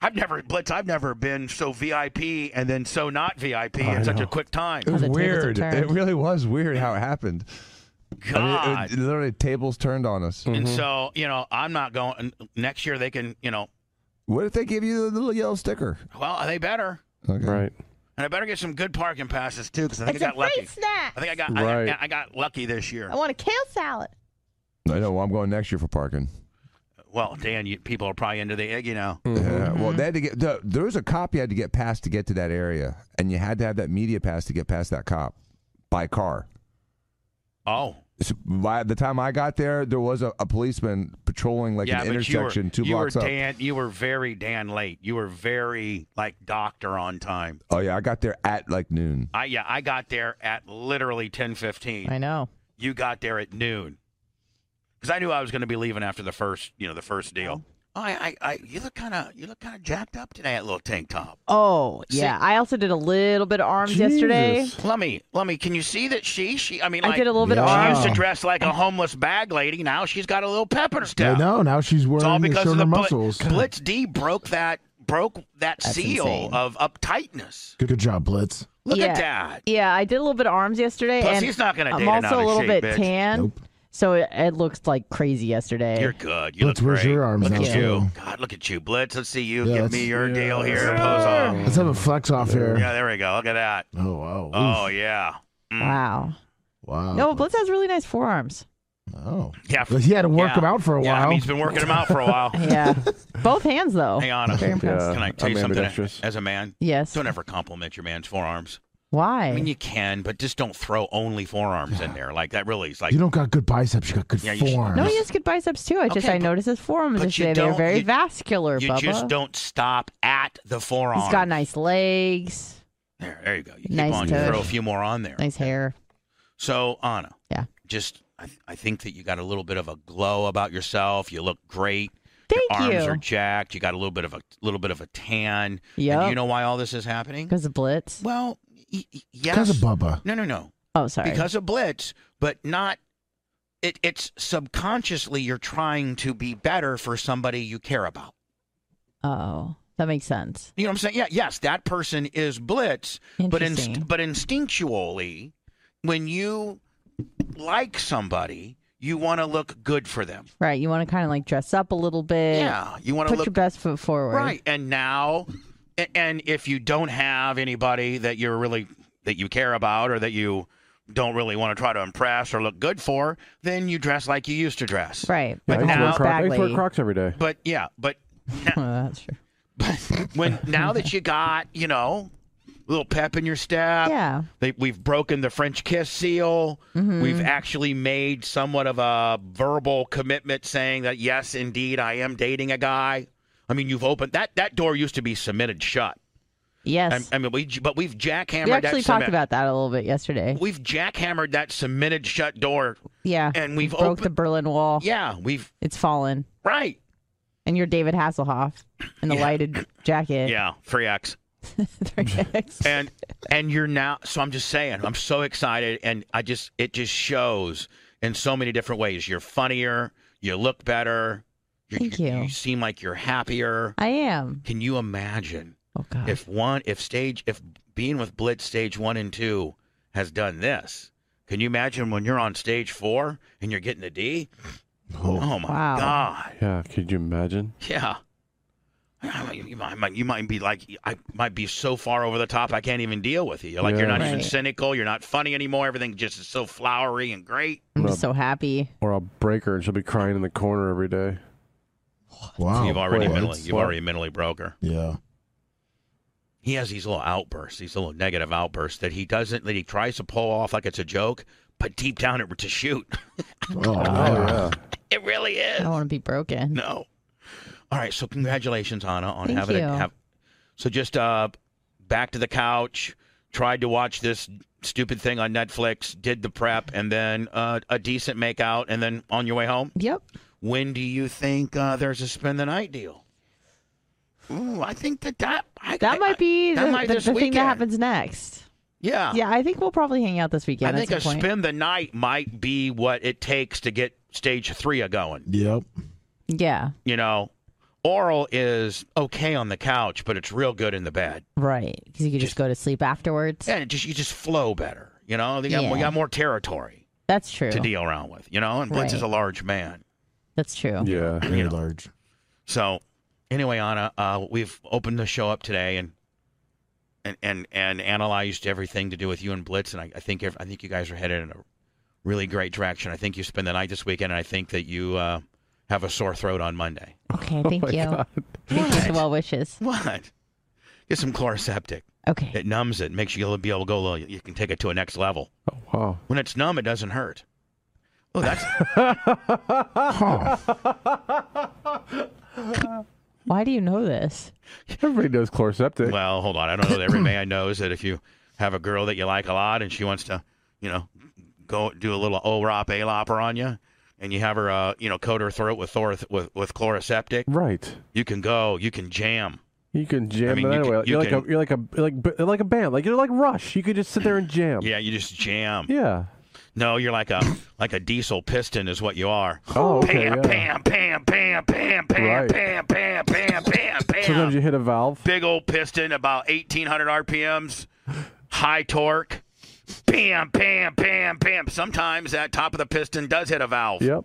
B: I've never, Blitz, I've never been so VIP and then so not VIP in
G: I
B: such
G: know.
B: a quick time.
G: It was weird. It really was weird how it happened. I mean,
B: God.
G: it- mm-hmm. it literally, tables turned on us.
B: And so, you know, I'm not going. Next year they can, you know,
G: what if they give you the little yellow sticker?
B: well, they better.
G: Okay.
D: Right.
B: And I better get some good parking passes too, because I think
F: It's
B: I
F: a
B: got lucky.
F: free snack.
B: I think I got, I
G: Right.
B: got I got lucky this year.
F: I want a kale salad.
G: I know. Well, I'm going next year for parking.
B: Well, Dan, you, people are probably into the egg, you know.
G: Yeah,
L: Mm-hmm.
G: well, they had to get the, there was a cop you had to get past to get to that area, and you had to have that media pass to get past that cop by car.
B: Oh,
G: So by the time I got there, there was a, a policeman patrolling like
B: yeah,
G: an
B: but you were,
G: intersection two
B: you
G: blocks
B: were
G: up.
B: Dan, you were very Dan late. You were very like doctor on time.
G: Oh yeah, I got there at like noon.
B: I yeah, I got there at literally ten fifteen.
F: I know.
B: You got there at noon, because I knew I was going to be leaving after the first, you know, the first deal. Oh, I, I, I you look kind of, you look kind of jacked up today. That little tank top.
F: Oh yeah, I also did a little bit of arms yesterday.
B: Lummy, Lummy, can you see that she, she? I mean,
F: I
B: like,
F: did a little bit of
B: She
F: arms.
B: used to dress like a homeless bag lady. Now she's got a little pepper step.
L: I know. Now she's
B: It's all
L: wearing
B: because of
L: showing
B: the
L: her
B: Bl-
L: muscles.
B: Blitz D broke that broke that
L: That's
B: seal
L: insane.
B: of uptightness.
L: Good, good job, Blitz.
B: Look
F: yeah.
B: at that.
F: Yeah, I did a little bit of arms yesterday.
B: Plus,
F: and
B: he's not gonna
F: I'm
B: date an
F: also
B: out
F: a
B: of
F: little
B: shape
F: bit
B: bitch.
F: tan, so it, it looks like crazy yesterday.
B: You're good. You
L: Blitz,
B: look
L: where's
B: great.
L: your arms
B: Look
L: now,
B: at you.
L: too?
B: God, look at you, Blitz. Let's see you.
L: Yeah,
B: Give
L: let's-
B: me your deal here.
L: let's-
B: Pose on.
L: Let's have a flex off here.
B: Yeah, there we go. Look at that.
L: Oh wow.
B: Oh yeah.
F: Wow.
L: Wow.
F: no, Blitz has really nice forearms.
L: Oh.
B: Yeah.
L: But he had to work
B: Yeah.
L: him out for a
B: Yeah, I
L: while.
B: mean, he's been working him out for a while.
F: Yeah. Both hands though.
B: Hang on. a-
F: Very impressed.
B: Can I tell you
D: I'm
B: something
D: ambidextrous.
B: as a man?
F: Yes.
B: Don't ever compliment your man's forearms.
F: Why?
B: I mean, you can, but just don't throw only forearms in there. Like that really is like
L: you don't got good biceps. You got good
B: Yeah, you should-
L: form.
F: no, he has good biceps too. I just
B: Okay,
F: I
B: but-
F: noticed his forearms
B: but you
F: yesterday. They're
B: don't-
F: very
B: you-
F: vascular,
B: you
F: Bubba.
B: just don't stop at the forearm.
F: He's got nice legs,
B: there, there you go. You keep
F: Nice
B: on. You
F: touch.
B: throw a few more on there.
F: nice hair.
B: So Anna,
F: Yeah.
B: just I, th- I think that you got a little bit of a glow about yourself. You look great.
F: Thank
B: Your arms
F: you.
B: are jacked. You got a little bit of a little bit of a tan.
F: Yep.
B: And you know why all this is happening?
F: Because of Blitz.
B: Well, y- y- yes.
L: Because of Bubba.
B: No, no, no.
F: Oh, sorry.
B: Because of blitz, but not. It, it's subconsciously you're trying to be better for somebody you care about.
F: Oh, that makes sense.
B: You know what I'm saying? Yeah, yes, that person is blitz, but
F: Interesting.
B: inst- but instinctually, when you like somebody, you want to look good for them.
F: Right. You want to kind of like dress up a little bit.
B: Yeah, you wanna
F: put
B: look-
F: your best foot forward.
B: Right. And now, a- and if you don't have anybody that you're really, that you care about or that you don't really want to try to impress or look good for, then you dress like you used to dress.
F: Right.
D: Yeah,
B: But
D: I, used to wear
B: now,
D: Crocs. I used to wear Crocs every day.
B: but yeah, but
F: Oh, that's true.
B: when now that you got, you know, a little pep in your step.
F: Yeah. Mm-hmm.
B: They, we've broken the French kiss seal. We've actually made somewhat of a verbal commitment saying that yes, indeed, I am dating a guy. I mean, you've opened that that door used to be cemented shut.
F: Yes.
B: I, I mean, we but we've jackhammered
F: we actually
B: that
F: talked
B: cement.
F: about that a little bit yesterday.
B: We've jackhammered that cemented shut door.
F: yeah.
B: and we've
F: broke
B: open-
F: Oh. the Berlin Wall.
B: Yeah, we've
F: It's fallen.
B: right.
F: and you're David Hasselhoff in the lighted jacket.
B: Yeah, three X. and and you're now. So I'm just saying, I'm so excited, and I just it just shows in so many different ways. You're funnier. You look better. you
F: Thank
B: you.
F: you.
B: You seem like you're happier.
F: I am.
B: Can you imagine?
F: Oh God.
B: If one, if stage, if being with Blitz stage one and two has done this, can you imagine when you're on stage four and you're getting the D? Oh, my God.
D: Yeah, could you imagine?
B: Yeah. I might- You might, might- you might be like, I might be so far over the top, I can't even deal with you. You're Like, you're
D: Yeah.
B: not even
F: Right.
B: cynical. You're not funny anymore. Everything just is so flowery and great.
F: I'm just so happy.
D: Or I'll break her and she'll be crying in the corner every day.
G: Oh,
B: So you've already
D: Boy,
B: mentally,
D: that's-
B: you've already mentally broke her.
L: Yeah.
B: He has these little outbursts, these little negative outbursts that he doesn't, that he tries to pull off like it's a joke, but deep down it were to shoot.
L: Oh, yeah.
B: It really is.
F: I don't want to be broken.
B: No. All right, so congratulations, Anna, on
F: Thank
B: having
F: you.
B: a have. So just uh, back to the couch. Tried to watch this stupid thing on Netflix. Did the prep, and then uh, a decent makeout, and then on your way home.
F: Yep.
B: When do you think uh, there's a spend the night deal? Ooh, I think that that I,
F: That might be
B: that
F: the,
B: might
F: the,
B: this
F: the thing that
B: weekend.
F: happens next.
B: Yeah.
F: Yeah, I think we'll probably hang out this weekend.
B: I think a
F: at some point.
B: spend the night might be what it takes to get stage three a going.
L: Yep.
F: yeah.
B: You know, oral is okay on the couch, but it's real good in the bed.
F: Right. Because you could just, go to sleep afterwards.
B: Yeah, and it just you just flow better. You know, you got,
F: Yeah.
B: you got more territory
F: That's true.
B: to deal around with. You know, and Blitz is a
F: Right.
B: large man.
F: That's true.
D: Yeah,
L: very large.
B: So, anyway, Anna, uh, we've opened the show up today and and and and analyzed everything to do with you and Blitz, and I, I think if, I think you guys are headed in a really great direction. I think you spend the night this weekend, and I think that you uh, have a sore throat on Monday.
F: Okay,
D: Oh
F: thank you. Thank you for well wishes.
B: What? Get some chloroseptic.
F: Okay.
B: It numbs it, makes you be able to go. a little- You can take it to a next level.
D: Oh wow.
B: When it's numb, it doesn't hurt. Oh, that's
F: Why do you know this?
D: Everybody knows chloroseptic.
B: Well, hold on. I don't know that every man knows that if you have a girl that you like a lot and she wants to, you know, go do a little O-Rop, A-Lopper on you, and you have her, uh, you know, coat her throat with thor- with with chloroseptic.
D: Right.
B: You can go. You can jam.
D: You can jam
B: I mean, you
D: it anyway.
B: can- you
D: you're like
B: can-
D: a you're like a you're like b- like a band. Like you're like Rush. You could just sit there and jam.
B: Yeah, you just jam.
D: Yeah.
B: No, you're like a like a diesel piston is what you are.
D: Oh, okay,
B: Pam,
D: yeah.
B: pam, pam, pam, pam, pam,
D: Right.
B: pam, pam, pam, pam, pam.
D: Sometimes you hit a valve.
B: Big old piston, about 1,800 RPMs, high torque. Bam, bam, bam, bam. Sometimes that top of the piston does hit a valve.
D: Yep.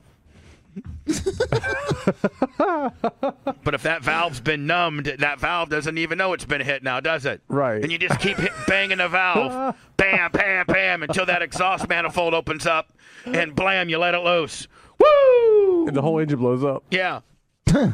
B: But if that valve's been numbed, that valve doesn't even know it's been hit now, does it?
D: Right.
B: And you just keep hit, banging the valve. Bam, bam, bam, until that exhaust manifold opens up and blam, you let it loose. Woo!
D: And the whole engine blows up.
B: Yeah.
F: Do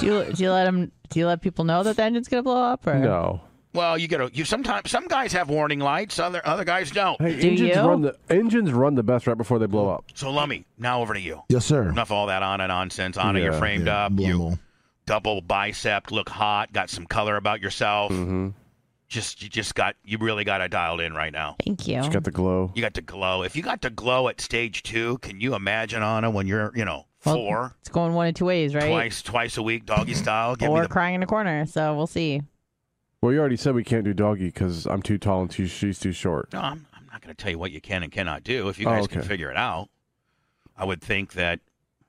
F: you, do you let 'em- Do you let people know that the engine's gonna blow up? Or
D: No.
B: Well, you gotta. You sometimes some guys have warning lights, other other guys don't.
D: Hey, engines run the engines run the best right before they blow up.
B: So Lummy, now over to you.
L: Yes, sir.
B: Enough of all that on and nonsense. Anna, you're
D: Yeah,
B: framed
L: yeah,
B: up. You double bicep, look hot, got some color about yourself.
D: Mm-hmm.
B: Just you just got you really got it dialed in right now.
F: Thank you.
D: Just got the glow.
B: You got to glow. If you got to glow at stage two, can you imagine Anna when you're you know
F: Well,
B: four
F: It's going one of two ways, right?
B: twice twice a week doggy style? Give
F: Or
B: me the
F: crying in a corner. So we'll see.
D: Well, you already said we can't do doggy because I'm too tall and too, she's too short.
B: No, I'm, I'm not going to tell you what you can and cannot do. If you
D: Oh,
B: guys can
D: okay.
B: figure it out, I would think that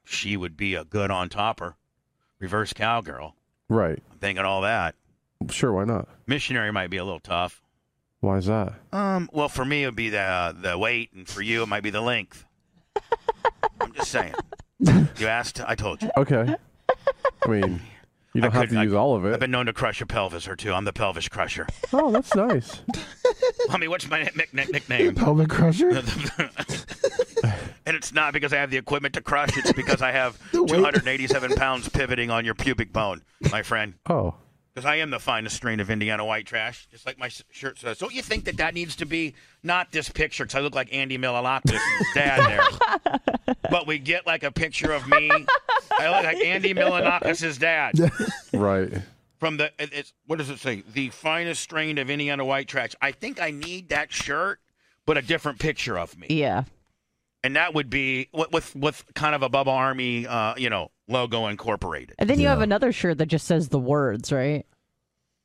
B: she would be a good on topper, reverse cowgirl.
D: Right.
B: I'm thinking all that.
D: Sure. Why not?
B: Missionary might be a little tough.
D: Why is that?
B: Um, well, for me, it would be the the weight, and for you, it might be the length. I'm just saying. You asked, I told you.
D: Okay. I mean, you
B: I
D: don't have
B: could-
D: to
B: I-
D: use all of
B: I've
D: it.
B: been known to crush a pelvis or two. I'm the pelvis crusher.
D: Oh, that's nice.
B: I mean, what's my nick- nick- nickname?
L: Pelvic crusher?
B: and it's not because I have the equipment to crush. It's because I have
L: The weight.
B: 287 pounds pivoting on your pubic bone, my friend.
D: Oh.
B: Because I am the finest strain of Indiana white trash, just like my s- shirt says. Don't you think that that needs to be not this picture? Because I look like Andy Mililopoulos' dad there. but we get like a picture of me. I look like Andy Mililopoulos' dad
D: Right.
B: from the it- it's what does it say? The finest strain of Indiana white trash. I think I need that shirt, but a different picture of me.
F: Yeah.
B: and that would be with with, with kind of a Bubba Army, uh, you know, logo incorporated.
F: And then you have another shirt that just says the words, right?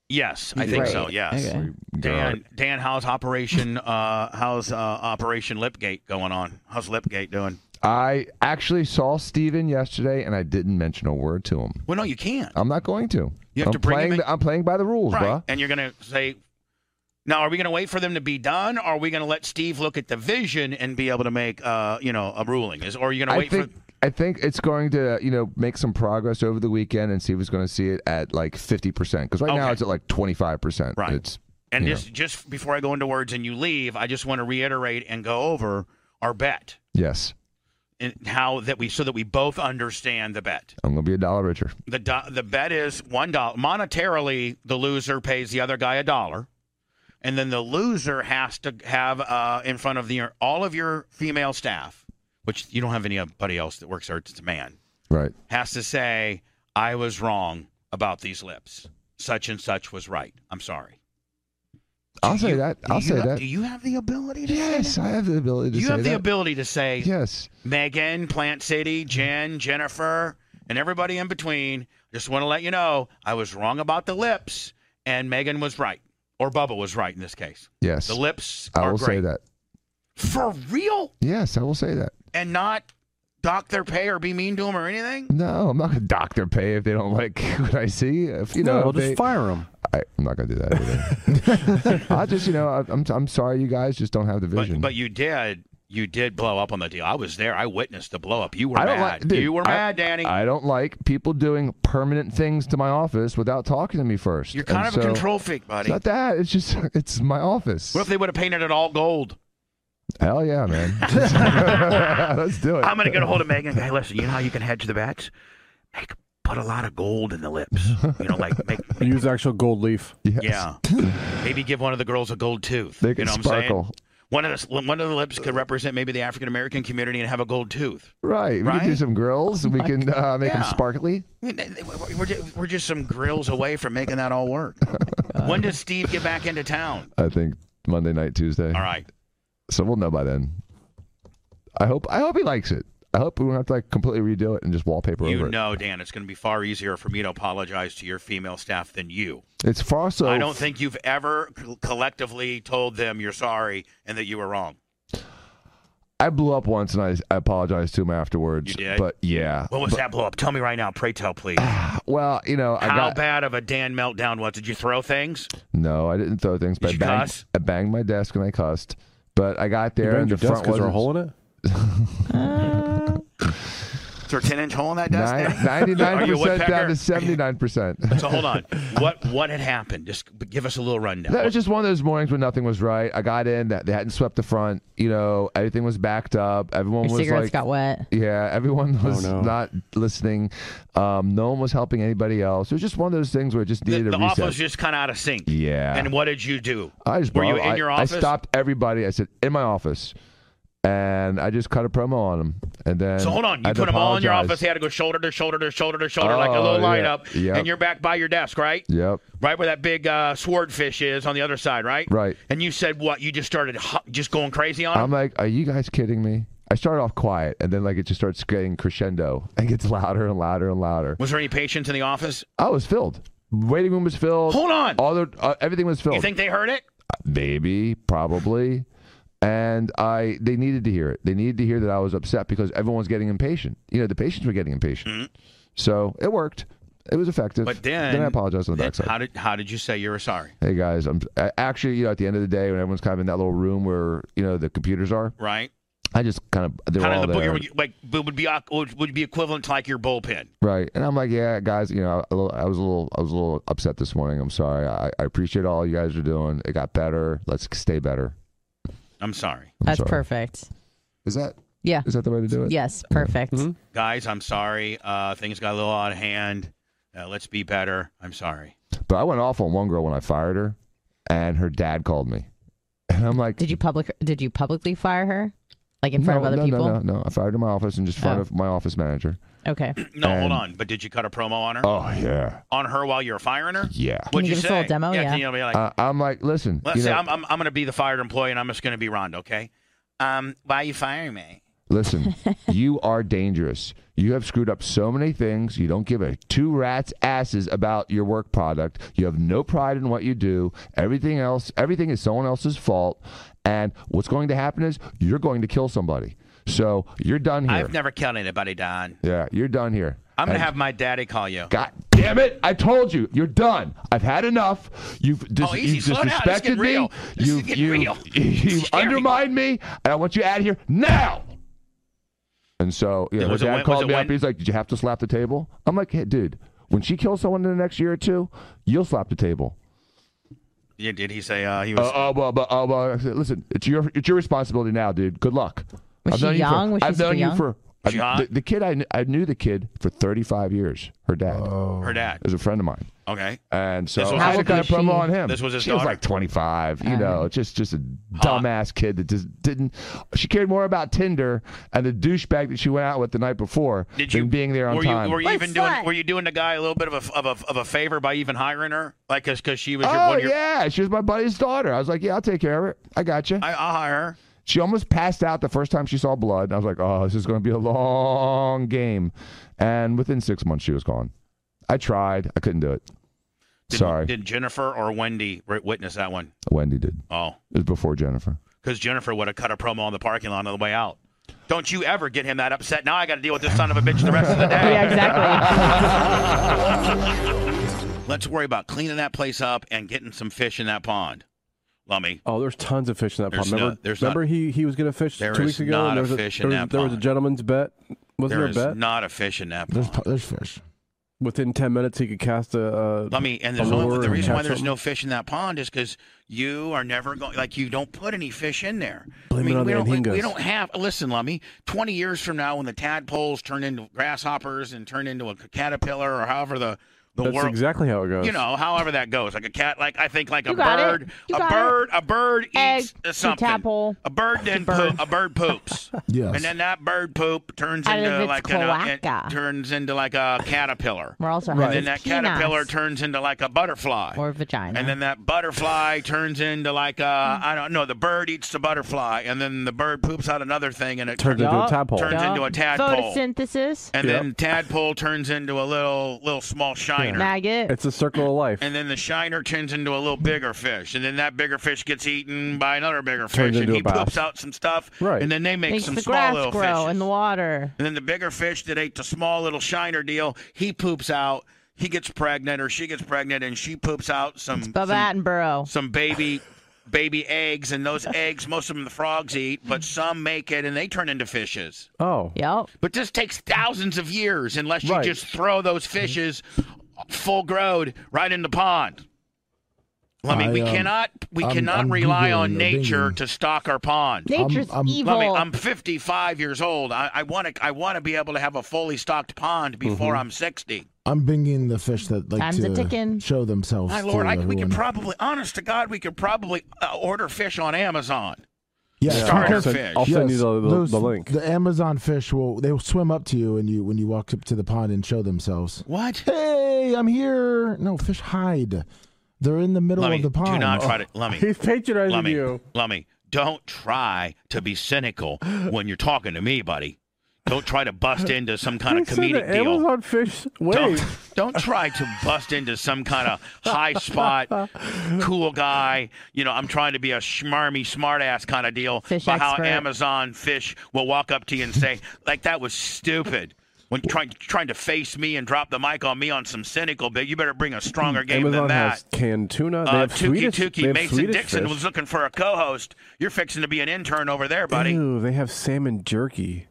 B: Yes, I think so.
F: Right.
B: Yes,
F: Okay.
B: Dan, Dan, how's Operation uh, how's uh, Operation Lipgate going on? How's Lipgate doing?
G: I actually saw Steven yesterday and I didn't mention a word to him.
B: Well, no, you can't.
G: I'm not going to.
B: You have
G: I'm
B: to bring him
G: playing
B: in-
G: the- I'm playing by the rules,
B: Right,
G: bruh.
B: and you're gonna say, now are we gonna wait for them to be done? Or are we gonna let Steve look at the vision and be able to make uh, you know a ruling? Is or are you gonna
G: I
B: wait
G: think
B: for?
G: I think it's going to you know make some progress over the weekend and see if it's going to see it at like 50 percent because right now
B: Okay.
G: it's at like 25 percent. Right. It's
B: And
G: you know.
B: just just before I go into words and you leave, I just want to reiterate and go over our bet
G: yes,
B: and how that we so that we both understand the bet.
G: I'm going to be a dollar richer.
B: The do- the bet is one dollar monetarily. The loser pays the other guy a dollar, and then the loser has to have uh, in front of the all of your female staff, which you don't have anybody else that works there. It's a man
G: Right.
B: has to say, "I was wrong about these lips. Such and such was right. I'm sorry."
G: I'll say that. I'll
B: you
G: say
B: have-
G: that.
B: Do you have the ability to
G: yes,
B: say that?
G: I have the ability to
B: you
G: say
B: have the
G: that.
B: ability to say
G: Yes.
B: Megan, Plant
G: Mm-hmm.
B: City, Jen, Jennifer, and everybody in between. Just want to let you know I was wrong about the lips, and Megan was right, or Bubba was right in this case.
G: Yes.
B: the lips
G: I
B: are
G: will
B: great
G: say that.
B: for real,
G: Yes, I will say that.
B: and not dock their pay or be mean to them or anything.
G: No, I'm not going to dock their pay if they don't like what I see. If you
D: No,
G: know,
D: we'll
G: if
D: just
G: they-
D: fire 'em.
G: I, I'm not going to do that. Either. I just, you know, I, I'm I'm sorry, you guys just don't have the vision.
B: But you did. You did blow up on the deal. I was there. I witnessed the blow up. You were
G: I don't
B: mad.
G: like. dude,
B: you were
G: I-
B: mad, Danny.
G: I don't like people doing permanent things to my office without talking to me first.
B: You're kind
G: And
B: of a
G: so-
B: control freak, buddy.
G: It's not that. It's just it's my office.
B: what if they would have painted it all gold?
G: Hell yeah, man. Let's do it.
B: I'm gonna get a hold of Megan. Hey, listen, you know how you can hedge the bets? Make put a lot of gold in the lips. You know, like make
D: Use actual gold leaf.
B: yeah. Maybe give one of the girls a gold tooth.
D: They
B: you
D: can
B: know what I'm saying?
D: sparkle.
B: One of the one of the lips could represent maybe the African American community and have a gold tooth.
G: Right. We can do some girls. we can uh, make
B: Yeah.
G: them sparkly.
B: I mean, they- they- We're we're just, we're just some grills away from making that all work. when does Steve get back into town?
G: I think Monday night, Tuesday. All
B: right.
G: So we'll know by then. I hope. I hope he likes it. I hope we don't have to like completely redo it and just wallpaper
B: you
G: over it.
B: know, Dan, it's going to be far easier for me to apologize to your female staff than you.
G: It's far so.
B: I don't think you've ever co- collectively told them you're sorry and that you were wrong.
G: I blew up once and I, I apologized to him afterwards.
B: You did?
G: But yeah.
B: What was
G: But-
B: that blow up? Tell me right now. Pray tell, please.
G: Well, you know, I
B: How
G: got
B: bad of a Dan meltdown was? Did you throw things?
G: no. I didn't throw things, but
B: you
G: I banged.
B: cuss?
G: I banged my desk and I cussed. But I got there and
D: banged
G: the
D: your desk
G: front
D: 'cause
G: was
D: there a hole in it.
B: Is there a 10 inch hole in that desk? Dan? Are
G: Ninety-nine
B: you a
G: percent down
B: woodpecker?
G: to seventy-nine percent.
B: So hold on. What what had happened? Just give us a little rundown.
G: That was just one of those mornings when nothing was right. I got in, that they hadn't swept the front. You know, everything was backed up. Everyone
F: Your
G: was
F: cigarettes
G: like,
F: got wet.
G: Yeah, everyone was
D: Oh, no.
G: not listening. Um, no one was helping anybody else. It was just one of those things where it just needed
B: the
G: a reset.
B: office was just kind of out of sync.
G: Yeah.
B: And what did you do?
G: I just
B: Were you
G: brought-
B: in
G: I-
B: your
G: I
B: office?
G: stopped everybody. I said in my office, and I just cut a promo on them. And then
B: So hold on. You
G: I had to
B: put them all in your
G: apologize.
B: office. They had to go shoulder to shoulder to shoulder to shoulder like a
G: Oh,
B: little
G: yeah.
B: lineup.
G: Yep.
B: And you're back by your desk, right?
G: Yep.
B: Right where that big uh, swordfish is on the other side, right?
G: Right.
B: And you said what? You just started hu- just going crazy on
G: I'm
B: them?
G: like, are you guys kidding me? I started off quiet, and then like it just starts getting crescendo and gets louder and louder and louder.
B: Was there any patients in the office?
G: I was filled. Waiting room was filled.
B: Hold on.
G: All the uh, everything was filled.
B: You think they heard it?
G: Maybe, probably, and I they needed to hear it. They needed to hear that I was upset because everyone was getting impatient. You know, the patients were getting impatient. So it worked. It was effective.
B: Mm-hmm. But then,
G: I apologized on the backside.
B: How did how did you say you were sorry?
G: Hey guys, I'm I, actually you know at the end of the day when everyone's kind of in that little room where you know the computers are.
B: Right.
G: I just kind of they were
B: Kind
G: all
B: of the
G: there.
B: booger would you- like it would be awk- would would be equivalent to like your bullpen.
G: Right, and I'm like, yeah, guys, you know, a little, I was a little, I was a little upset this morning. I'm sorry. I, I appreciate all you guys are doing. It got better. Let's stay better.
B: I'm sorry,
F: That's perfect.
G: Is that
F: Yeah.
G: is that the way to do it?
F: Yes, perfect.
G: Hmm?
B: guys. I'm sorry. Uh, things got a little out of hand. Uh, let's be better. I'm sorry.
G: But I went off on one girl when I fired her, and her dad called me, and I'm like,
F: Did you public? Did you publicly fire her, like in front
G: no,
F: of other
G: no,
F: people?
G: No, no, no. I fired her in my office and just in front
F: Oh.
G: of my office manager.
F: Okay.
B: No, hold
G: And-
B: on. But did you cut a promo on her?
G: Oh yeah,
B: On her while you were firing her?
G: yeah.
B: What'd you,
F: give
B: say?
F: us a little demo? Yeah.
B: Can you be like,
G: Uh, I'm like, listen,
B: let's
G: you
B: say
G: know,
B: I'm, I'm I'm gonna be the fired employee and I'm just gonna be Rhonda, okay? Um, why are you firing me?
G: Listen, you are dangerous. You have screwed up so many things. You don't give a two rats asses about your work product. You have no pride in what you do. Everything else, everything is someone else's fault. And what's going to happen is you're going to kill somebody. So you're done here.
B: I've never killed anybody, Don.
G: yeah, you're done here.
B: I'm gonna
G: And-
B: have my daddy call you.
G: God damn it! I told you, you're done. I've had enough. You've, dis-
B: Oh, easy,
G: you've
B: slow down. This is
G: disrespected
B: getting
G: me.
B: real. This is
G: You've,
B: getting
G: you've-
B: real.
G: you've undermined me, and I want you out of here now. And so, yeah,
B: It
G: her
B: was a win-
G: dad
B: was
G: called
B: it
G: me up.
B: win-
G: He's like, "Did you have to slap the table?" I'm like, "Hey, dude, when she kills someone in the next year or two, you'll slap the table."
B: Yeah, did he say uh, he
G: Uh,
B: was?
G: oh, well, but, oh, well. I said, listen, it's your it's your responsibility now, dude. Good luck.
F: Was she
G: known you for-
F: young? Was she
G: I've
F: super
G: known you
F: young?
G: for.
B: Was she
G: I-
B: hot?
G: the, the kid I, kn- I knew the kid for 35 years. Her dad.
B: Her dad.
G: is a friend of mine.
B: Okay.
G: And so
B: This was
G: I
B: his-
G: had to cut a
B: How old
G: promo
B: was
G: on
B: she?
G: him.
B: This was his
G: She was
B: daughter? Uh-huh.
G: like 25, you know, just just a dumbass kid that just didn't. She cared more about Tinder and the douchebag that she went out with the night before
B: Did
G: than
B: you-
G: being there on
B: were
G: time.
B: you were you even doing were you doing the guy a little bit of a of a, of a favor by even hiring her? Like, cause, 'cause she was your,
G: oh
B: one of your
G: yeah, she was my buddy's daughter. I was like, yeah, I'll take care of her. I got you.
B: I, I'll hire her.
G: She almost passed out the first time she saw blood. And I was like, oh, this is going to be a long game. And within six months, she was gone. I tried. I couldn't do it.
B: Did,
G: Sorry.
B: Did Jennifer or Wendy ri- witness that one?
G: Wendy did.
B: Oh,
G: It was before Jennifer.
B: because Jennifer would have cut a promo on the parking lot on the way out. Don't you ever get him that upset. Now I got to deal with this son of a bitch the rest of the day.
F: Oh, Yeah,
B: exactly. Let's worry about cleaning that place up and getting some fish in that pond. Lummy.
D: Oh, there's tons of fish in that
B: There's
D: pond. Remember,
B: no- there's
D: remember
B: not-
D: he he was gonna fish
B: There
D: two
B: is
D: weeks ago.
B: not
D: and
B: a
D: there was
B: fish
D: there
B: in
D: was,
B: that
D: there was a
B: pond.
D: gentleman's bet. Wasn't
B: There
D: there,
B: is
D: a bet?
B: not a fish in that
E: There's po- there's fish.
D: Within ten minutes, he could cast a. a
B: Lummy, and
D: a
B: there's only,
D: lure
B: the
D: and
B: reason why
D: catch
B: there's
D: something.
B: no fish in that pond is because you are never going, like, you don't put any fish in there.
D: Blame
B: I mean,
D: it on
B: we
D: the
B: don't, we, we
D: anhingas.
B: don't have, listen, Lummy, 20 years from now when the tadpoles turn into grasshoppers and turn into a caterpillar or however the, the
D: That's
B: world.
D: exactly how it goes.
B: You know, however that goes, like a cat, like I think, like
F: You
B: a
F: got it.
B: bird,
F: You
B: a
F: got it.
B: bird, a bird eats
F: Egg,
B: something.
F: tadpole,
B: a bird then
F: bird.
B: poop, a bird poops.
E: Yes.
B: And then that bird poop turns
F: Out of
B: into
F: its
B: like an, uh, it
F: cloaca.
B: turns into like a caterpillar.
F: We're also
B: And then
F: having
B: that caterpillar turns into like a butterfly.
F: or vagina.
B: And then that butterfly turns into like a,
F: Mm.
B: I don't know, the bird eats the butterfly, and then the bird poops out another thing, and it
D: Turns into a
B: turn-
D: tadpole.
B: Turns
D: Yup.
B: into a tadpole.
F: Photosynthesis.
B: And then tadpole turns into a little little small shiner.
F: maggot.
D: It's a circle of life.
B: And then the shiner turns into a little bigger fish, and then that bigger fish gets eaten by another bigger
D: Turns
B: fish, and
D: into a
B: he poops
D: bass.
B: out some stuff,
D: Right.
B: and then they make
F: Makes
B: some
F: the
B: small
F: grass
B: little
F: grow
B: fish,
F: in the water.
B: and then the bigger fish that ate the small little shiner deal, he poops out, he gets pregnant, or she gets pregnant, and she poops out some
F: Bubba
B: some,
F: Attenborough.
B: some baby baby eggs, and those eggs most of them the frogs eat, but some make it, and they turn into fishes.
D: Oh.
F: Yep.
B: But this takes thousands of years unless you
D: Right.
B: just throw those
E: Mm-hmm.
B: fishes full grown right in the pond. I mean,
E: I,
B: we
E: um,
B: cannot we
E: I'm-
B: cannot
E: I'm
B: rely
E: Googling
B: on
E: or
B: nature
E: dinging.
B: to stock our pond.
F: Nature's
E: I'm-
F: evil.
B: Lummi, I'm 55 years old. I, I want to I want to be able to have a fully stocked pond before I'm 60.
E: I'm binging the fish that like
F: Time's
E: to
F: a-ticking.
E: show themselves.
B: My lord,
E: to
B: I, we
E: everyone.
B: could probably, honest to God, we could probably uh, order fish on Amazon.
E: Yeah,
B: Starter
D: I'll send-
B: fish.
D: I'll send you
E: Yes,
D: the, the,
E: those-
D: the link.
E: The Amazon fish will they will swim up to you and you when you walk up to the pond and show themselves.
B: What?
E: Hey, I'm here. No, fish hide. They're in the middle
B: Lummi,
E: of the pond.
B: do not try to. Lummi,
D: He's patronizing
B: Lummy,
D: you.
B: Lummy, don't try to be cynical when you're talking to me, buddy. Don't try to bust into some kind of
D: He said
B: comedic
D: the
B: deal.
D: Amazon fish.
B: Don't,
D: Wait.
B: don't try to bust into some kind of high spot, cool guy. You know, I'm trying to be a schmarmy, smart ass kind of deal.
F: Fish
B: but how
F: expert.
B: Amazon fish will walk up to you and say, like, that was stupid. When trying trying to face me and drop the mic on me on some cynical bit, you better bring a stronger game than
D: Amazon
B: that.
D: has canned tuna. They
B: Uh,
D: have
B: Tukey
D: Swedish. they
B: Tukey
D: have
B: Mason
D: Swedish
B: Dixon
D: fish.
B: was looking for a co-host. You're fixing to be an intern over there, buddy.
D: Ew, they have salmon jerky.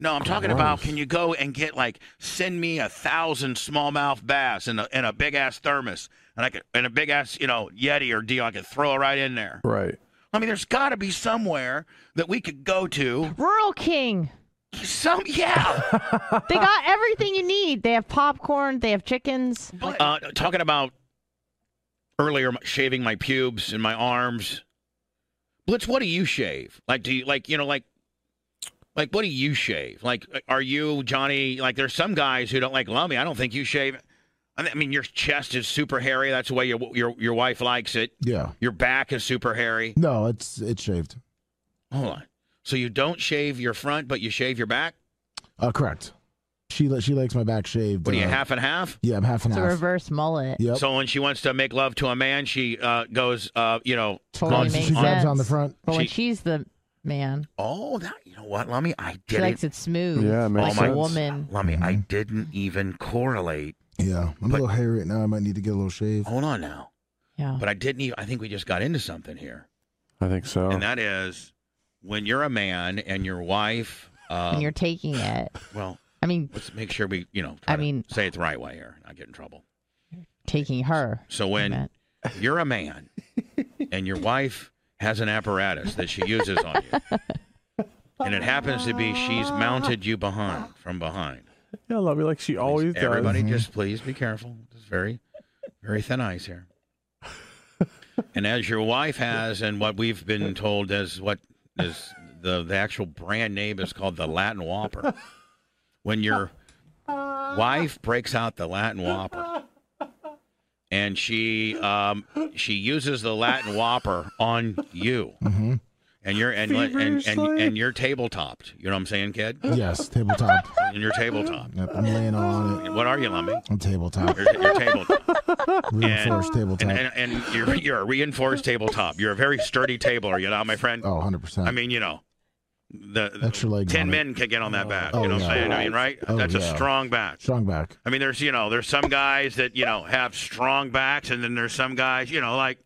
B: No, I'm talking about can you go and get like send me a thousand smallmouth bass and a, and a big ass thermos and I could and a big ass you know Yeti or deal I could throw it right in there.
D: Right.
B: I mean, there's got to be somewhere that we could go to.
F: Rural King.
B: Some yeah.
F: They got everything you need. They have popcorn. They have chickens.
B: uh, talking about earlier my- shaving my pubes and my arms. Blitz, what do you shave? Like, do you like you know like like what do you shave? Like, uh, are you Johnny? Like, there's some guys who don't like lummy. I don't think you shave. I mean- I mean, your chest is super hairy. That's the way your your your wife likes it.
E: Yeah.
B: Your back is super hairy.
E: No, it's it's shaved.
B: Hold on. So you don't shave your front, but you shave your back?
L: Uh, correct. She li- she likes my back shaved.
B: What are you,
L: uh,
B: half and half?
L: Yeah, I'm half and
F: It's a
L: half.
F: reverse mullet.
B: So when she wants to make love to a man, she uh, goes, uh, you know,
F: Totally
B: on-
F: makes
B: on-
F: sense. But when
B: She,
F: she's the man,
B: oh, that you know what, Lummy, I
F: she
B: did
F: likes it smooth. like a woman.
B: Lummy, I didn't even correlate.
L: Mm-hmm. Yeah, I'm a little hairy right now. I might need to get a little shave.
B: Hold on now.
F: Yeah.
B: But I didn't even. I think we just got into something here,
D: I think
L: Oh.
D: so.
B: and that is when you're a man and your wife. Uh,
F: and you're taking it.
B: well,
F: I mean,
B: let's make sure we, you know,
F: I mean,
B: say it the right way here. Not get in trouble.
F: taking her.
B: So when you're a man and your wife has an apparatus that she uses on you, and it happens to be she's mounted you behind from behind.
D: Yeah, love me like she always does.
B: Everybody, just please be careful. It's very, very thin ice here. and as your wife has, and what we've been told is what is the the actual brand name is called the Latin Whopper. When your wife breaks out the Latin Whopper, and she um, she uses the Latin Whopper on you,
D: Mm-hmm.
L: Mhm.
B: and you're and and, and and and you're tabletopped. You know what I'm saying, kid?
L: Yes, tabletop.
B: And you're tabletop.
L: Yep, I'm laying on it.
B: What are you, Lummy?
L: I'm tabletop.
B: You're, you're tabletop.
L: Reinforced tabletop.
B: And, and, and you're, you're a reinforced tabletop. You're a very sturdy table, are you not, my friend?
L: Oh, 100%.
B: I mean, you know, the, the
L: Extra leg.
B: 10 men can get on that back.
L: Oh,
B: you know what I'm
L: yeah.
B: saying? I mean, right?
L: Oh,
B: That's
L: yeah.
B: a strong back.
L: Strong back.
B: I mean, there's, you know, there's some guys that, you know, have strong backs, and then there's some guys, you know, like,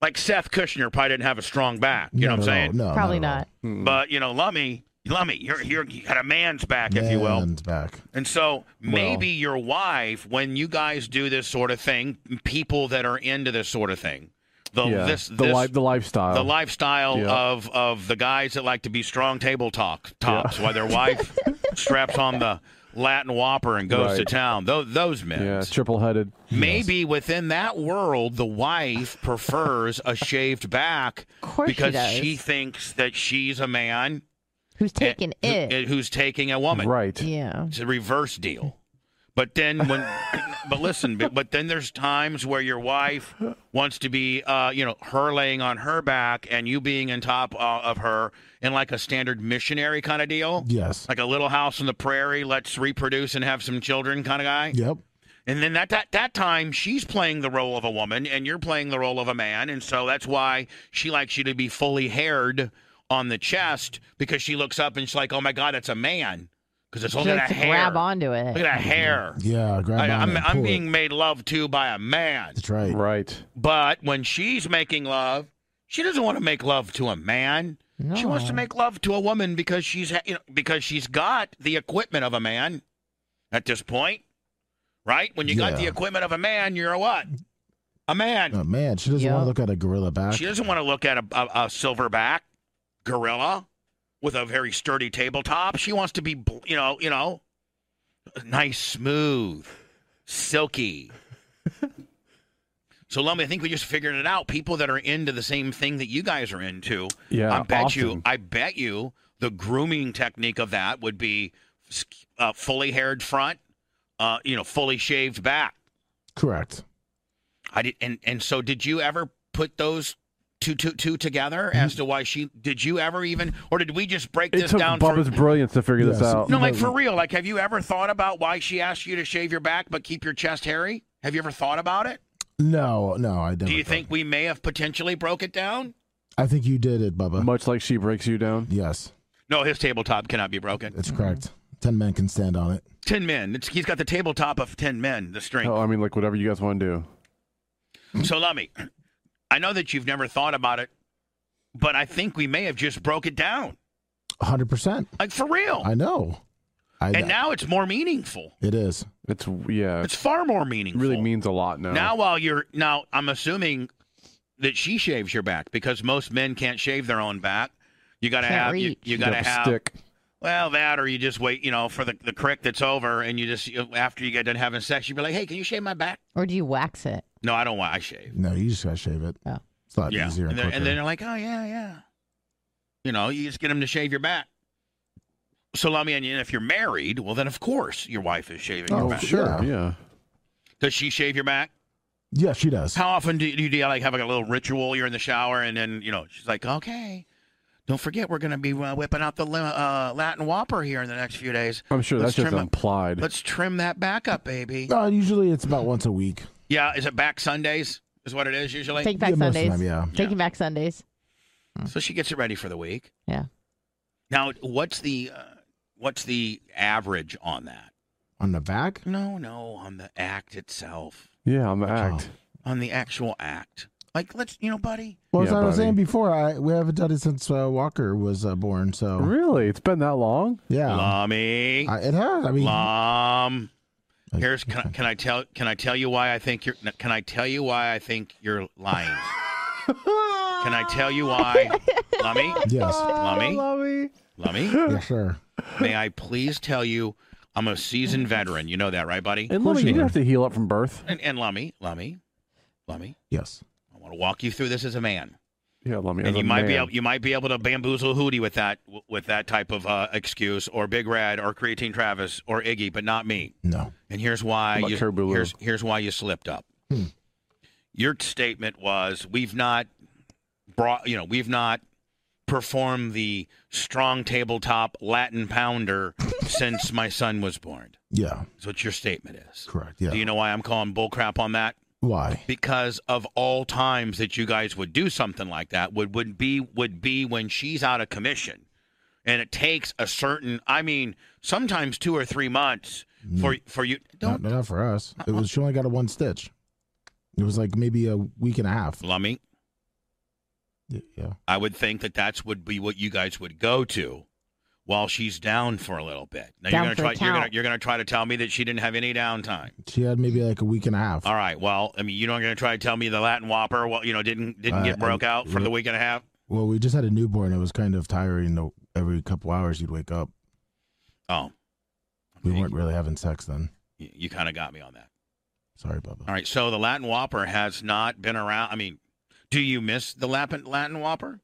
B: like Seth Kushner probably didn't have a strong back. You know what I'm saying?
F: Probably not.
B: But, you know, Lummy, Lummy, you're, you're, you got a man's back, if you will.
L: Man's back.
B: And so maybe your wife, when you guys do this sort of thing, people that are into this sort of thing, the
D: yeah,
B: this,
D: the
B: this-
D: li- the lifestyle.
B: the lifestyle
D: Yeah.
B: of of the guys that like to be strong table talk tops, while their wife straps on the Latin Whopper and goes to
D: Right.
B: town. Those those men.
D: Yeah, triple headed.
B: Maybe within that world, the wife prefers a shaved back
F: she
B: because
F: does.
B: she thinks that she's a man
F: Who's taking it?
B: and who's taking a woman. Right.
F: Yeah.
B: It's a reverse deal. But then when, but listen, but, but then there's times where your wife wants to be, uh, you know, her laying on her back and you being on top uh, of her in like a standard missionary kind of deal.
L: Yes.
B: Like a little house on the prairie, let's reproduce and have some children kind of guy.
L: Yep.
B: And then that, that that time she's playing the role of a woman and you're playing the role of a man, and so that's why she likes you to be fully haired on the chest because she looks up and she's like, "Oh my God, that's a man," because it's
F: She
B: look at
F: likes
B: that
F: to
B: hair.
F: grab onto it.
B: Look at that hair.
L: Yeah, grab
B: I,
L: on
B: I'm
L: it and
B: I'm
L: pull it.
B: being made love to by a man,
L: That's right.
D: Right.
B: but when she's making love, she doesn't want to make love to a man. She wants to
C: No.
B: make love to a woman because she's ha- you know, because she's got the equipment of a man at this point, right? When you got the
L: Yeah.
B: equipment of a man, you're a what? A man.
L: Oh, man, she doesn't want to look at a gorilla back.
B: She doesn't want to look at a, a, a silverback gorilla with a very sturdy tabletop. She wants to be, bl- you know, you know, nice, smooth, silky. so, Lummy, I think we just figured it out. People that are into the same thing that you guys are into.
D: Yeah,
B: I bet you.
D: often.
B: I bet you the grooming technique of that would be s- uh, fully haired front, uh, you know, fully shaved back.
L: Correct.
B: I did, and and so did you ever put those two two two together as to why she did you ever even or did we just break
D: Mm-hmm. It
B: this
D: took
B: down
D: Bubba's
B: for
D: brilliance to figure this
L: Yes.
D: out.
B: no like for real like have you ever thought about why she asked you to shave your back but keep your chest hairy have you ever thought about it
L: No, no, Oh, I don't.
B: do you think we may have potentially broke it down
L: I think you did it, Bubba.
D: Much like she breaks you down.
L: Yes,
B: no his tabletop cannot be broken
L: that's correct. Ten men can stand on it.
B: 10 men it's, he's got the tabletop of 10 men the strength
D: Oh, I mean, like whatever you guys want to do.
B: So, Lummy, I know that you've never thought about it, but I think we may have just broke it down.
L: hundred percent.
B: Like, for real.
L: I know. I,
B: and now it's more meaningful.
L: it is.
D: It's yeah.
B: It's far more meaningful.
D: really means a lot now.
B: Now, while you're now, I'm assuming that she shaves your back because most men can't shave their own back. You got to
D: Can't
B: have you,
D: reach.
B: you got to
D: Got the
B: have
D: stick.
B: Well, that or you just wait, you know, for the the crick that's over, and you just you- after you get done having sex, you be like, hey, can you shave my back?
F: Or do you wax it?
B: No, I don't want. I shave.
L: No, you just gotta shave it.
F: Yeah,
L: it's a lot
B: yeah,
L: easier and,
B: and then,
L: quicker.
B: and then they're like, oh yeah, yeah. You know, you just get them to shave your back. So, let me, and if you're married, well, then of course your wife is shaving your
L: Oh,
B: back.
L: sure, yeah.
D: yeah.
B: Does she shave your back?
L: Yeah, she does.
B: How often do you, do you like have like a little ritual? You're in the shower, and then you know she's like, "Okay, Don't forget, we're going to be uh, whipping out the lim- uh, Latin Whopper here in the next few days.
D: I'm sure
B: Let's
D: that's just
B: trim up-
D: implied.
B: Let's trim that back up, baby.
L: No, Uh, usually it's about once a week.
B: Yeah, is it back Sundays? Is what it is usually.
F: Take back Sundays. Taking back Sundays.
B: So she gets it ready for the week.
F: Yeah.
B: Now, what's the uh, what's the average on that?
L: On the back?
B: No, no, on the act itself,
D: Yeah, I'm act.
B: on the actual act. Like, let's you know, buddy.
L: Well, as I was saying before, I we haven't done it since uh, Walker was uh, born. So
D: really, it's been that long.
L: Yeah,
B: Lummy.
L: I, it has. I mean,
B: Lum. Here's can I, can I tell can I tell you why I think you're can I tell you why I think you're lying? can I tell you why, Lummy?
L: Yes.
B: Lummy.
D: Lummy.
B: Lummy.
L: Yes, sir.
B: May I please tell you, I'm a seasoned veteran. You know that, right, buddy?
D: And Lummy, you didn't have to heal up from birth.
B: And, and Lummy, Lummy, Lummy.
L: Yes.
B: I want to walk you through this as a man.
D: Yeah, Lummy. as
B: and
D: a
B: you might be
D: man.
B: able, you might be able to bamboozle Hootie with that with that type of uh, excuse or Big Red or Creatine Travis or Iggy, but not me.
L: No.
B: And here's why
D: What about
B: you
D: Curb Blue?
B: here's here's why you slipped up.
L: Hmm.
B: Your statement was we've not brought you know we've not performed the strong tabletop Latin pounder since my son was born.
L: Yeah.
B: That's what your statement is.
L: Correct. Yeah.
B: Do you know why I'm calling bull crap on that?
L: Why?
B: because of all times that you guys would do something like that would would be would be when she's out of commission and it takes a certain i mean sometimes two or three months for for you
L: Mm. Not,
B: don't
L: not for us. It was she only got a one stitch. It was like maybe a week and a half.
B: lummy
L: Y- Yeah.
B: i would think that that's would be what you guys would go to while she's down for a little bit now
F: Down
B: you're
F: for the
B: gonna try you're gonna
F: count.
B: you're gonna try to tell me that she didn't have any downtime
L: She had maybe like a week and a half.
B: all right well i mean you're not gonna try to tell me the latin whopper well you know didn't didn't
L: Uh,
B: get broke
L: and-
B: out for the week and a half
L: Well, we just had a newborn. It was kind of tiring. though. Every couple hours, you'd wake up.
B: oh
L: We weren't really having sex then.
B: you, you kind of got me on that
L: Sorry, Bubba.
B: All right, so the Latin Whopper has not been around. I mean, do you miss the Latin Latin Whopper?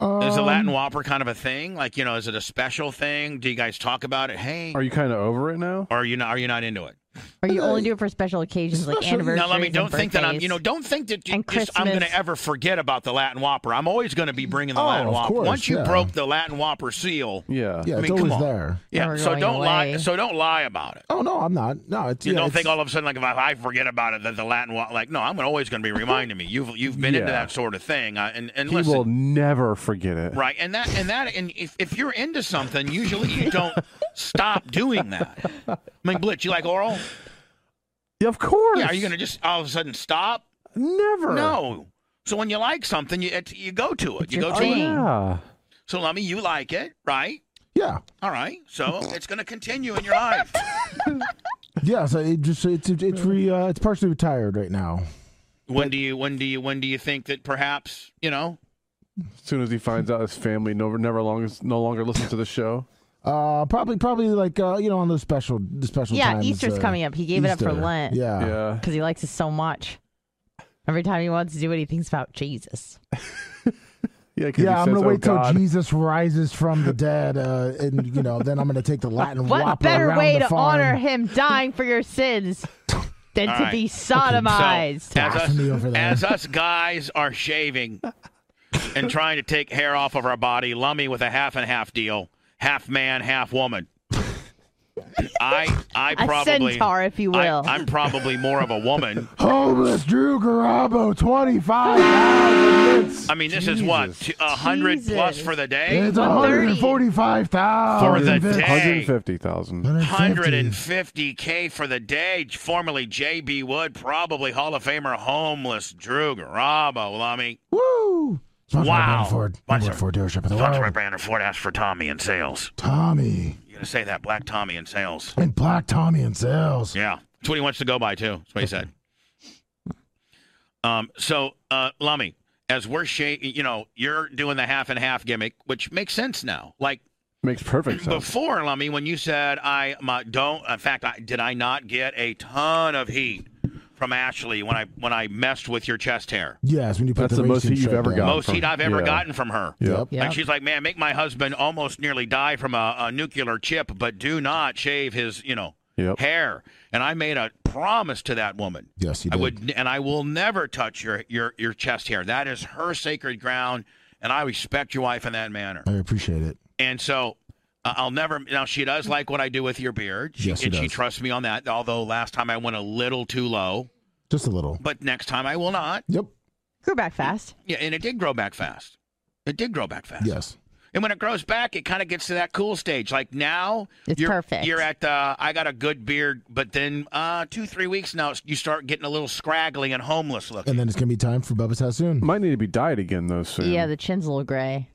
B: is the Latin
L: Um,
B: Whopper kind of a thing? Like, you know, is it a special thing? Do you guys talk about it? Hey,
D: Are you kind of over it now?
B: or are you not? Are you not into it?
F: Or you only do it for special occasions like anniversaries.
B: Now, let me.
F: and
B: Don't think that I'm.
F: birthdays.
B: You know, don't think that you,
F: And
B: just, I'm going to
F: Christmas.
B: ever forget about the Latin Whopper. I'm always going to be bringing the
L: Oh,
B: Latin
L: of
B: Whopper.
L: course,
B: Once you
L: yeah.
B: broke the Latin Whopper seal,
D: Yeah.
L: Yeah,
B: I mean,
L: it's
B: come
L: always
B: on.
L: there.
B: yeah.
F: Or
B: So
F: going
B: don't lie.
F: away.
B: So don't lie about it.
L: Oh no, I'm not. No, it's
B: You
L: yeah,
B: don't
L: it's-
B: think all of a sudden, like if I, I forget about it, that the Latin wa- like no, I'm always going to be reminding me. You've you've been into
D: Yeah.
B: that sort of thing, I, and and
D: He
B: listen,
D: will never forget it.
B: right, and that and that, and if, if you're into something, usually you don't stop doing that. I mean, Blitz, you like oral?
D: Yeah, of course.
B: Yeah, are you going to just all of a sudden stop?
D: never?
B: No. So when you like something, you it, you go to it.
F: It's
B: You
F: your
B: go to
F: thing.
B: it.
D: Oh, Yeah.
B: So Lummy, you like it, right?
L: Yeah,
B: All right. So it's going to continue in your life.
L: yeah. So it just it's it's re uh, it's partially retired right now.
B: When do you when do you when do you think that perhaps you know?
D: As soon as he finds out his family never never long no longer listens to the show.
L: Uh, probably probably like uh, you know on those special the special.
F: Yeah,
L: times,
F: Easter's
L: uh,
F: coming up. He gave it up for
L: Easter.
F: Lent.
L: Yeah.
D: Yeah.
F: because he likes it so much. Every time he wants to do it, he thinks about Jesus.
D: Yeah. 'cause he
L: Yeah, I'm
D: says,
L: gonna
D: "Oh,
L: wait till
D: God."
L: Jesus rises from the dead, uh, and you know, then I'm gonna take the Latin
F: What
L: whopper
F: better
L: around
F: way
L: the
F: to
L: farm.
F: honor him dying for your sins than
B: All
F: to
B: right.
F: be
B: So,
F: sodomized?
B: as, us,
L: Blasphemy over there.
B: as us guys are shaving and trying to take hair off of our body, Lummy with a half and half deal, half man, half woman. I I
F: A
B: probably
F: centaur, if you will.
B: I, am probably more of a woman.
L: Homeless Drew Garabo, twenty five thousand. It's,
B: I mean, this is what
D: Jesus.
B: t- a hundred plus for the day,
L: it's one hundred forty five
B: For the
L: thousand
B: day.
D: 150,000.
B: hundred and fifty k for the day. Formerly J.B. Wood, probably Hall of Famer, homeless Drew Garabo, Lummy.
L: Woo! Sponsored by
B: Wow.
L: Ford.
B: Sponsored-
L: Ford dealership of the
B: Sponsored by
L: world.
B: Brandon Ford. Ask for Tommy in sales.
L: Tommy
B: You're gonna say that Black Tommy in sales.
L: and Black Tommy and sales.
B: Yeah, that's what he wants to go by too. That's what he said. Um, so uh, Lummy, as we're sha- you know, you're doing the half and half gimmick, which makes sense now. Like
D: Makes perfect sense.
B: before, Lummy, when you said I my, don't, in fact, I, did I not get a ton of heat from Ashley when I when I messed with your chest hair?
L: Yes, when you put
D: That's the
L: the
D: most
L: racing
D: heat you've
L: shirt
D: ever
L: down.
D: got.
B: Most
D: from-
B: heat I've ever
D: yeah.
B: gotten from her.
D: Yep.
F: Yeah.
B: Like she's like, man, make my husband almost nearly die from a, a nuclear chip, but do not shave his, you know,
D: Yep.
B: hair. And I made a promise to that woman.
L: Yes, you
B: I
L: did.
B: would, and I will never touch your your your chest hair. That is her sacred ground, and I respect your wife in that manner.
L: I appreciate it.
B: And so uh, I'll never. Now she does like what I do with your beard, she,
L: Yes, she
B: and she
L: does.
B: trusts me on that. Although last time I went a little too low,
L: Just a little.
B: but next time I will not.
L: Yep.
F: Grew back fast.
B: Yeah, and it did grow back fast. It did grow back fast.
L: Yes.
B: And when it grows back, it kind of gets to that cool stage. Like now,
F: It's
B: you're,
F: perfect.
B: You're at the I got a good beard, but then uh, two three weeks now, you start getting a little scraggly and homeless looking.
L: And then it's gonna be time for Bubba Sassoon.
D: Might need to be dyed again though soon.
F: Yeah, the chin's a little gray.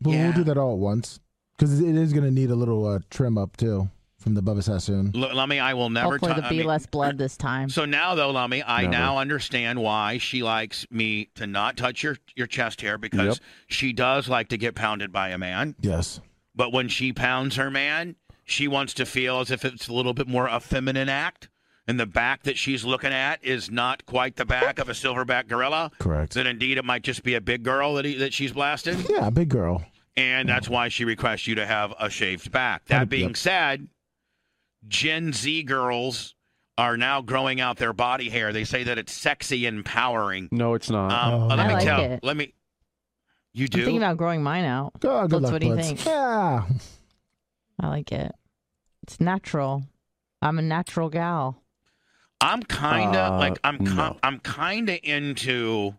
L: But we'll do that all at once because it is gonna need a little uh, trim up too from the Bubba Sassoon.
B: Look, Lummy, I will never.
F: Hopefully,
B: tou-
F: there'll
B: I
F: be
B: mean-
F: less blood this time.
B: So now though, Lummy, I
F: Never.
B: now understand why she likes me to not touch your your chest hair because she does like to get pounded by a man.
L: Yes.
B: But when she pounds her man, she wants to feel as if it's a little bit more a feminine act. And the back that she's looking at is not quite the back of a silverback gorilla.
L: Correct.
B: Then indeed, it might just be a big girl that, he, that she's blasted.
L: Yeah, big girl.
B: And that's why she requests you to have a shaved back. That being said, Gen Z girls are now growing out their body hair. They say that it's sexy and empowering.
D: No, it's not.
B: Um, let
F: I
B: me
F: like
B: tell.
F: it.
B: Let me. You
F: I'm thinking
B: do.
F: about growing mine out.
L: Oh,
F: That's
L: luck,
F: what do you
L: buds.
F: think?
L: Yeah.
F: I like it. It's natural. I'm a natural gal.
B: I'm kind of
F: Uh,
B: like I'm. ki-
F: no.
B: I'm kind of into.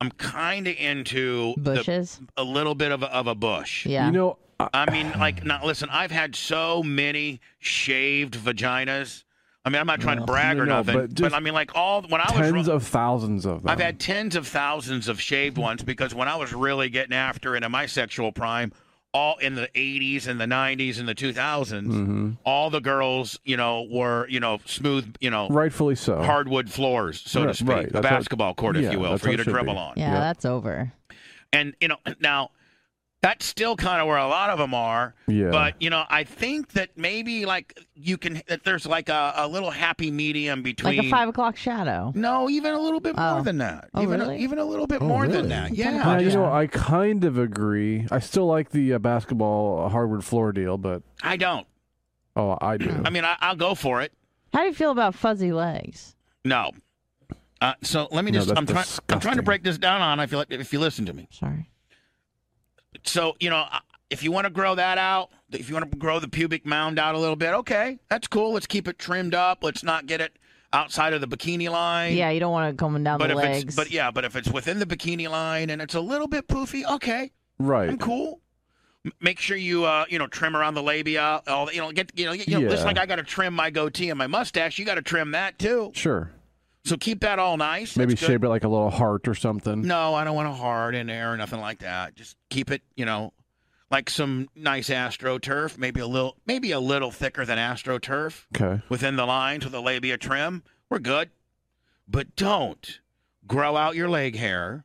B: I'm kind of into the-
F: Bushes?
B: a little bit of a, of a bush.
F: Yeah. You
D: know. uh,
B: I, mean, like, now listen. I've had so many shaved vaginas. I mean, I'm not trying to brag
D: No,
B: or
D: no,
B: nothing,
D: but
B: but,
D: just
B: I mean, like all when I was
D: Tens of thousands of them.
B: I've had tens of thousands of shaved ones because when I was really getting after it in my sexual prime, all in the 80s and the 90s and the 2000s,
D: Mm-hmm.
B: all the girls, you know, were, you know, smooth, you know,
D: Rightfully so.
B: hardwood floors, so to
D: Right,
B: speak,
D: right.
B: a
D: That's how-
B: basketball court, if
D: yeah,
B: you will,
D: that's
B: for
D: how
B: you
D: it
B: to
D: should be.
B: dribble on.
F: Yeah, that's over.
B: And, you know, now that's still kind of where a lot of them are.
D: Yeah.
B: But, you know, I think that maybe like you can, that there's like a, a little happy medium between.
F: Like a five o'clock shadow.
B: No, even a little bit more than that.
F: Oh,
B: even,
F: really?
B: a, even a little bit
F: Oh,
B: more
F: really?
B: than that.
F: What
B: Yeah.
F: kind
D: Yeah, you know, I kind of agree. I still like the uh, basketball uh, hardwood floor deal, but
B: I don't.
D: oh, I do.
B: I mean, I, I'll go for it.
F: How do you feel about fuzzy legs?
B: No. Uh, so let me
D: No,
B: just.
D: that's
B: I'm trying. I'm trying to
D: disgusting.
B: break this down on. I feel like if you listen to me.
F: Sorry.
B: So you know, I- if you want to grow that out, if you want to grow the pubic mound out a little bit, okay, that's cool. Let's keep it trimmed up. Let's not get it outside of the bikini line.
F: Yeah, you don't want it coming down
B: But
F: the
B: if
F: legs.
B: it's but yeah, but if it's within the bikini line and it's a little bit poofy, okay,
D: Right.
B: I'm cool. M- Make sure you uh you know trim around the labia. All you know get you know, you know just
D: Yeah.
B: like I got to trim my goatee and my mustache. You got to trim that too.
D: Sure.
B: So keep that all nice.
D: Maybe
B: That's good.
D: shape it like a little heart or something.
B: No, I don't want a hard in there or nothing like that. Just keep it, you know, like some nice astroturf, maybe a little, maybe a little thicker than astroturf
D: Okay.
B: within the lines with a labia trim. We're good, but don't grow out your leg hair,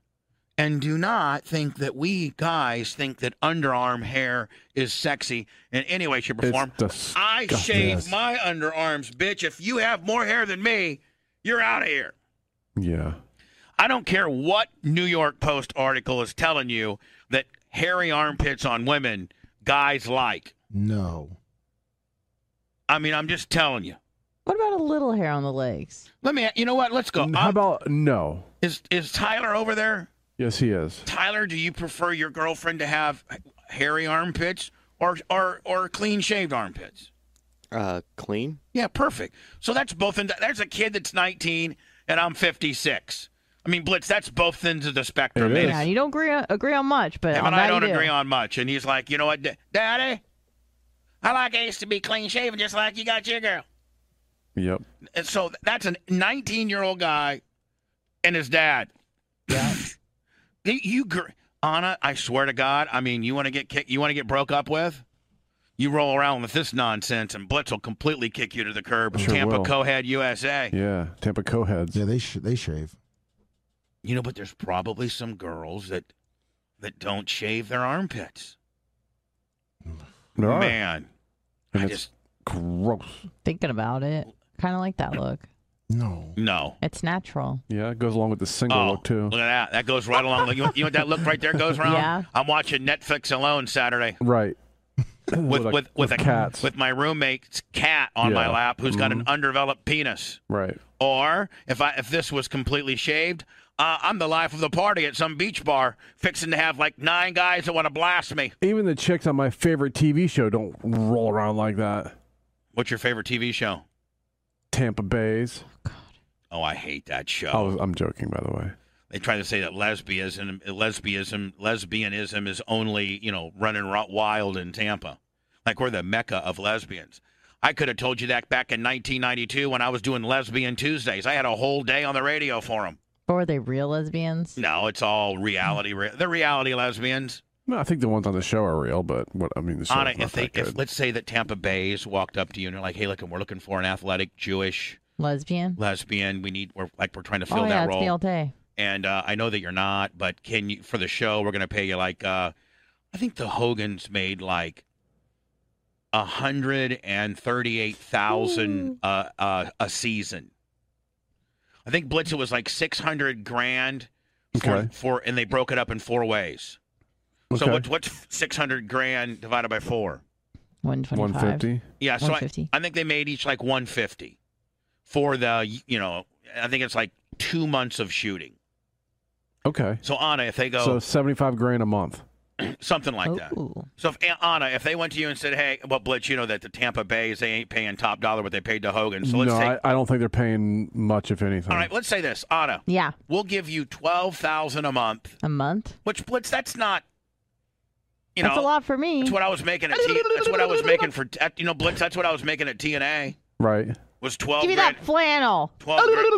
B: and do not think that we guys think that underarm hair is sexy in any way, shape, or
D: It's
B: form. I
D: disgusting.
B: shave my underarms, bitch. If you have more hair than me, you're out of here.
D: Yeah.
B: I don't care what New York Post article is telling you that hairy armpits on women guys like.
L: No.
B: I mean, I'm just telling you.
F: what about a little hair on the legs?
B: Let me. You know what? Let's go. Uh,
D: How about no?
B: Is is Tyler over there?
D: Yes, he is.
B: Tyler, do you prefer your girlfriend to have hairy armpits or or or clean shaved armpits?
M: Uh, clean.
B: Yeah, perfect. So that's both. In, there's a kid that's 19 and I'm 56. I mean, Blitz, that's both ends of the spectrum. It's-
F: Yeah, you don't agree on, agree on much, but
B: Him
F: on
B: and
F: that
B: I don't
F: you do.
B: agree on much. And he's like, you know what, Da- Daddy? I like Ace to be clean shaven just like you got your girl.
D: Yep.
B: And so that's a 19 year old guy and his dad. Yeah. you, gr- Anna, I swear to God, I mean, you want to get kicked, you want to get broke up with? You roll around with this nonsense, and Blitz will completely kick you to the curb.
D: Sure
B: Tampa
D: will.
B: Cohead USA.
D: Yeah. Tampa Coheads.
L: Yeah, they sh- they shave.
B: You know, but there's probably some girls that that don't shave their armpits.
D: There are.
B: Man.
D: And it's gross.
F: Thinking about it, kind of like that look.
L: No.
B: No.
F: It's natural.
D: Yeah, it goes along with the single
B: Oh,
D: look too.
B: Look at that. That goes right along. You, you know what that look right there goes around?
D: Yeah.
B: I'm watching Netflix alone Saturday
D: Right.
B: with with with, a,
D: cats.
B: with my roommate's cat on my
D: Yeah.
B: lap who's got an
D: Mhm.
B: underdeveloped penis.
D: Right.
B: Or if I if this was completely shaved, Uh, I'm the life of the party at some beach bar, fixing to have like nine guys that want to blast me.
D: Even the chicks on my favorite TV show don't roll around like that.
B: What's your favorite TV show?
D: Tampa Bay's.
B: Oh, I hate that show.
D: I was, I'm joking, by the way.
B: They try to say that lesbianism, lesbianism, lesbianism is only you know running ro- wild in Tampa, like we're the mecca of lesbians. I could have told you that back in 1992 when I was doing Lesbian Tuesdays. I had a whole day on the radio for them.
F: But were they real lesbians?
B: No, it's all reality. Re- the reality lesbians.
D: No, I think the ones on the show are real, but what I mean, the show's
B: Anna,
D: not
B: if they,
D: that good.
B: if, let's say that Tampa Bay's walked up to you and they're like, "Hey, look, we're looking for an athletic Jewish
F: Lesbian?
B: lesbian. We need, we're like, we're trying to fill
F: Oh, yeah,
B: that
F: it's
B: role."
F: me all day.
B: and uh, I know that you're not, but can you for the show we're gonna pay you like uh, I think the Hogan's made like a hundred and thirty-eight thousand uh, uh, a season. I think Blitzer was like six hundred grand for,
D: Okay.
B: for, and they broke it up in four ways. So
D: Okay.
B: what, what's six hundred grand divided by four?
F: 125.
D: 150.
B: Yeah, so I,
F: 150.
B: I think they made each like 150 for the you know I think it's like two months of shooting.
D: Okay.
B: So Anna, if they go
D: So 75 grand a month.
B: something like that.
F: Oh.
B: So if A- Anna, if they went to you and said, "Hey, well, Blitz, you know that the Tampa Bay's they ain't paying top dollar what they paid to Hogan, so let's
D: no,
B: take."
D: I, I don't think they're paying much, if anything.
B: All right, let's say this, Anna.
F: Yeah.
B: We'll give you twelve thousand a month,
F: A month?
B: which Blitz, that's not. You
F: That's
B: know,
F: a lot for me.
B: That's what I was making at. T- that's what I was making for. at- You know, Blitz. That's what I was making at TNA.
D: Right.
B: Was twelve.
F: Give me
B: grand,
F: that flannel.
B: 12 grand.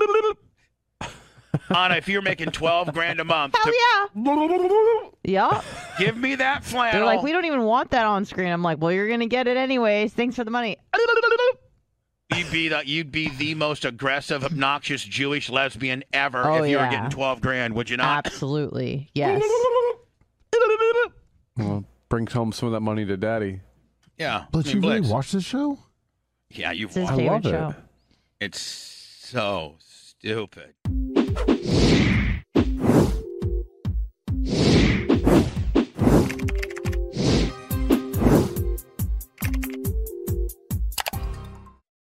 B: Anna, if you're making twelve grand a month,
F: Hell yeah. yeah.
B: give me that flannel.
F: They're like, we don't even want that on screen. I'm like, well, you're going to get it anyways. Thanks for the money.
B: You'd be the you'd be the most aggressive, obnoxious Jewish lesbian ever
F: Oh,
B: if you were
F: yeah.
B: getting twelve grand, would you not?
F: Absolutely. Yes.
D: Well, brings home some of that money to daddy.
B: Yeah.
L: But
B: I
L: you
B: mean,
L: really
B: Blitz.
L: watch this show?
B: Yeah, you've
D: his
B: watched
D: favorite I love it. show.
B: It's so stupid.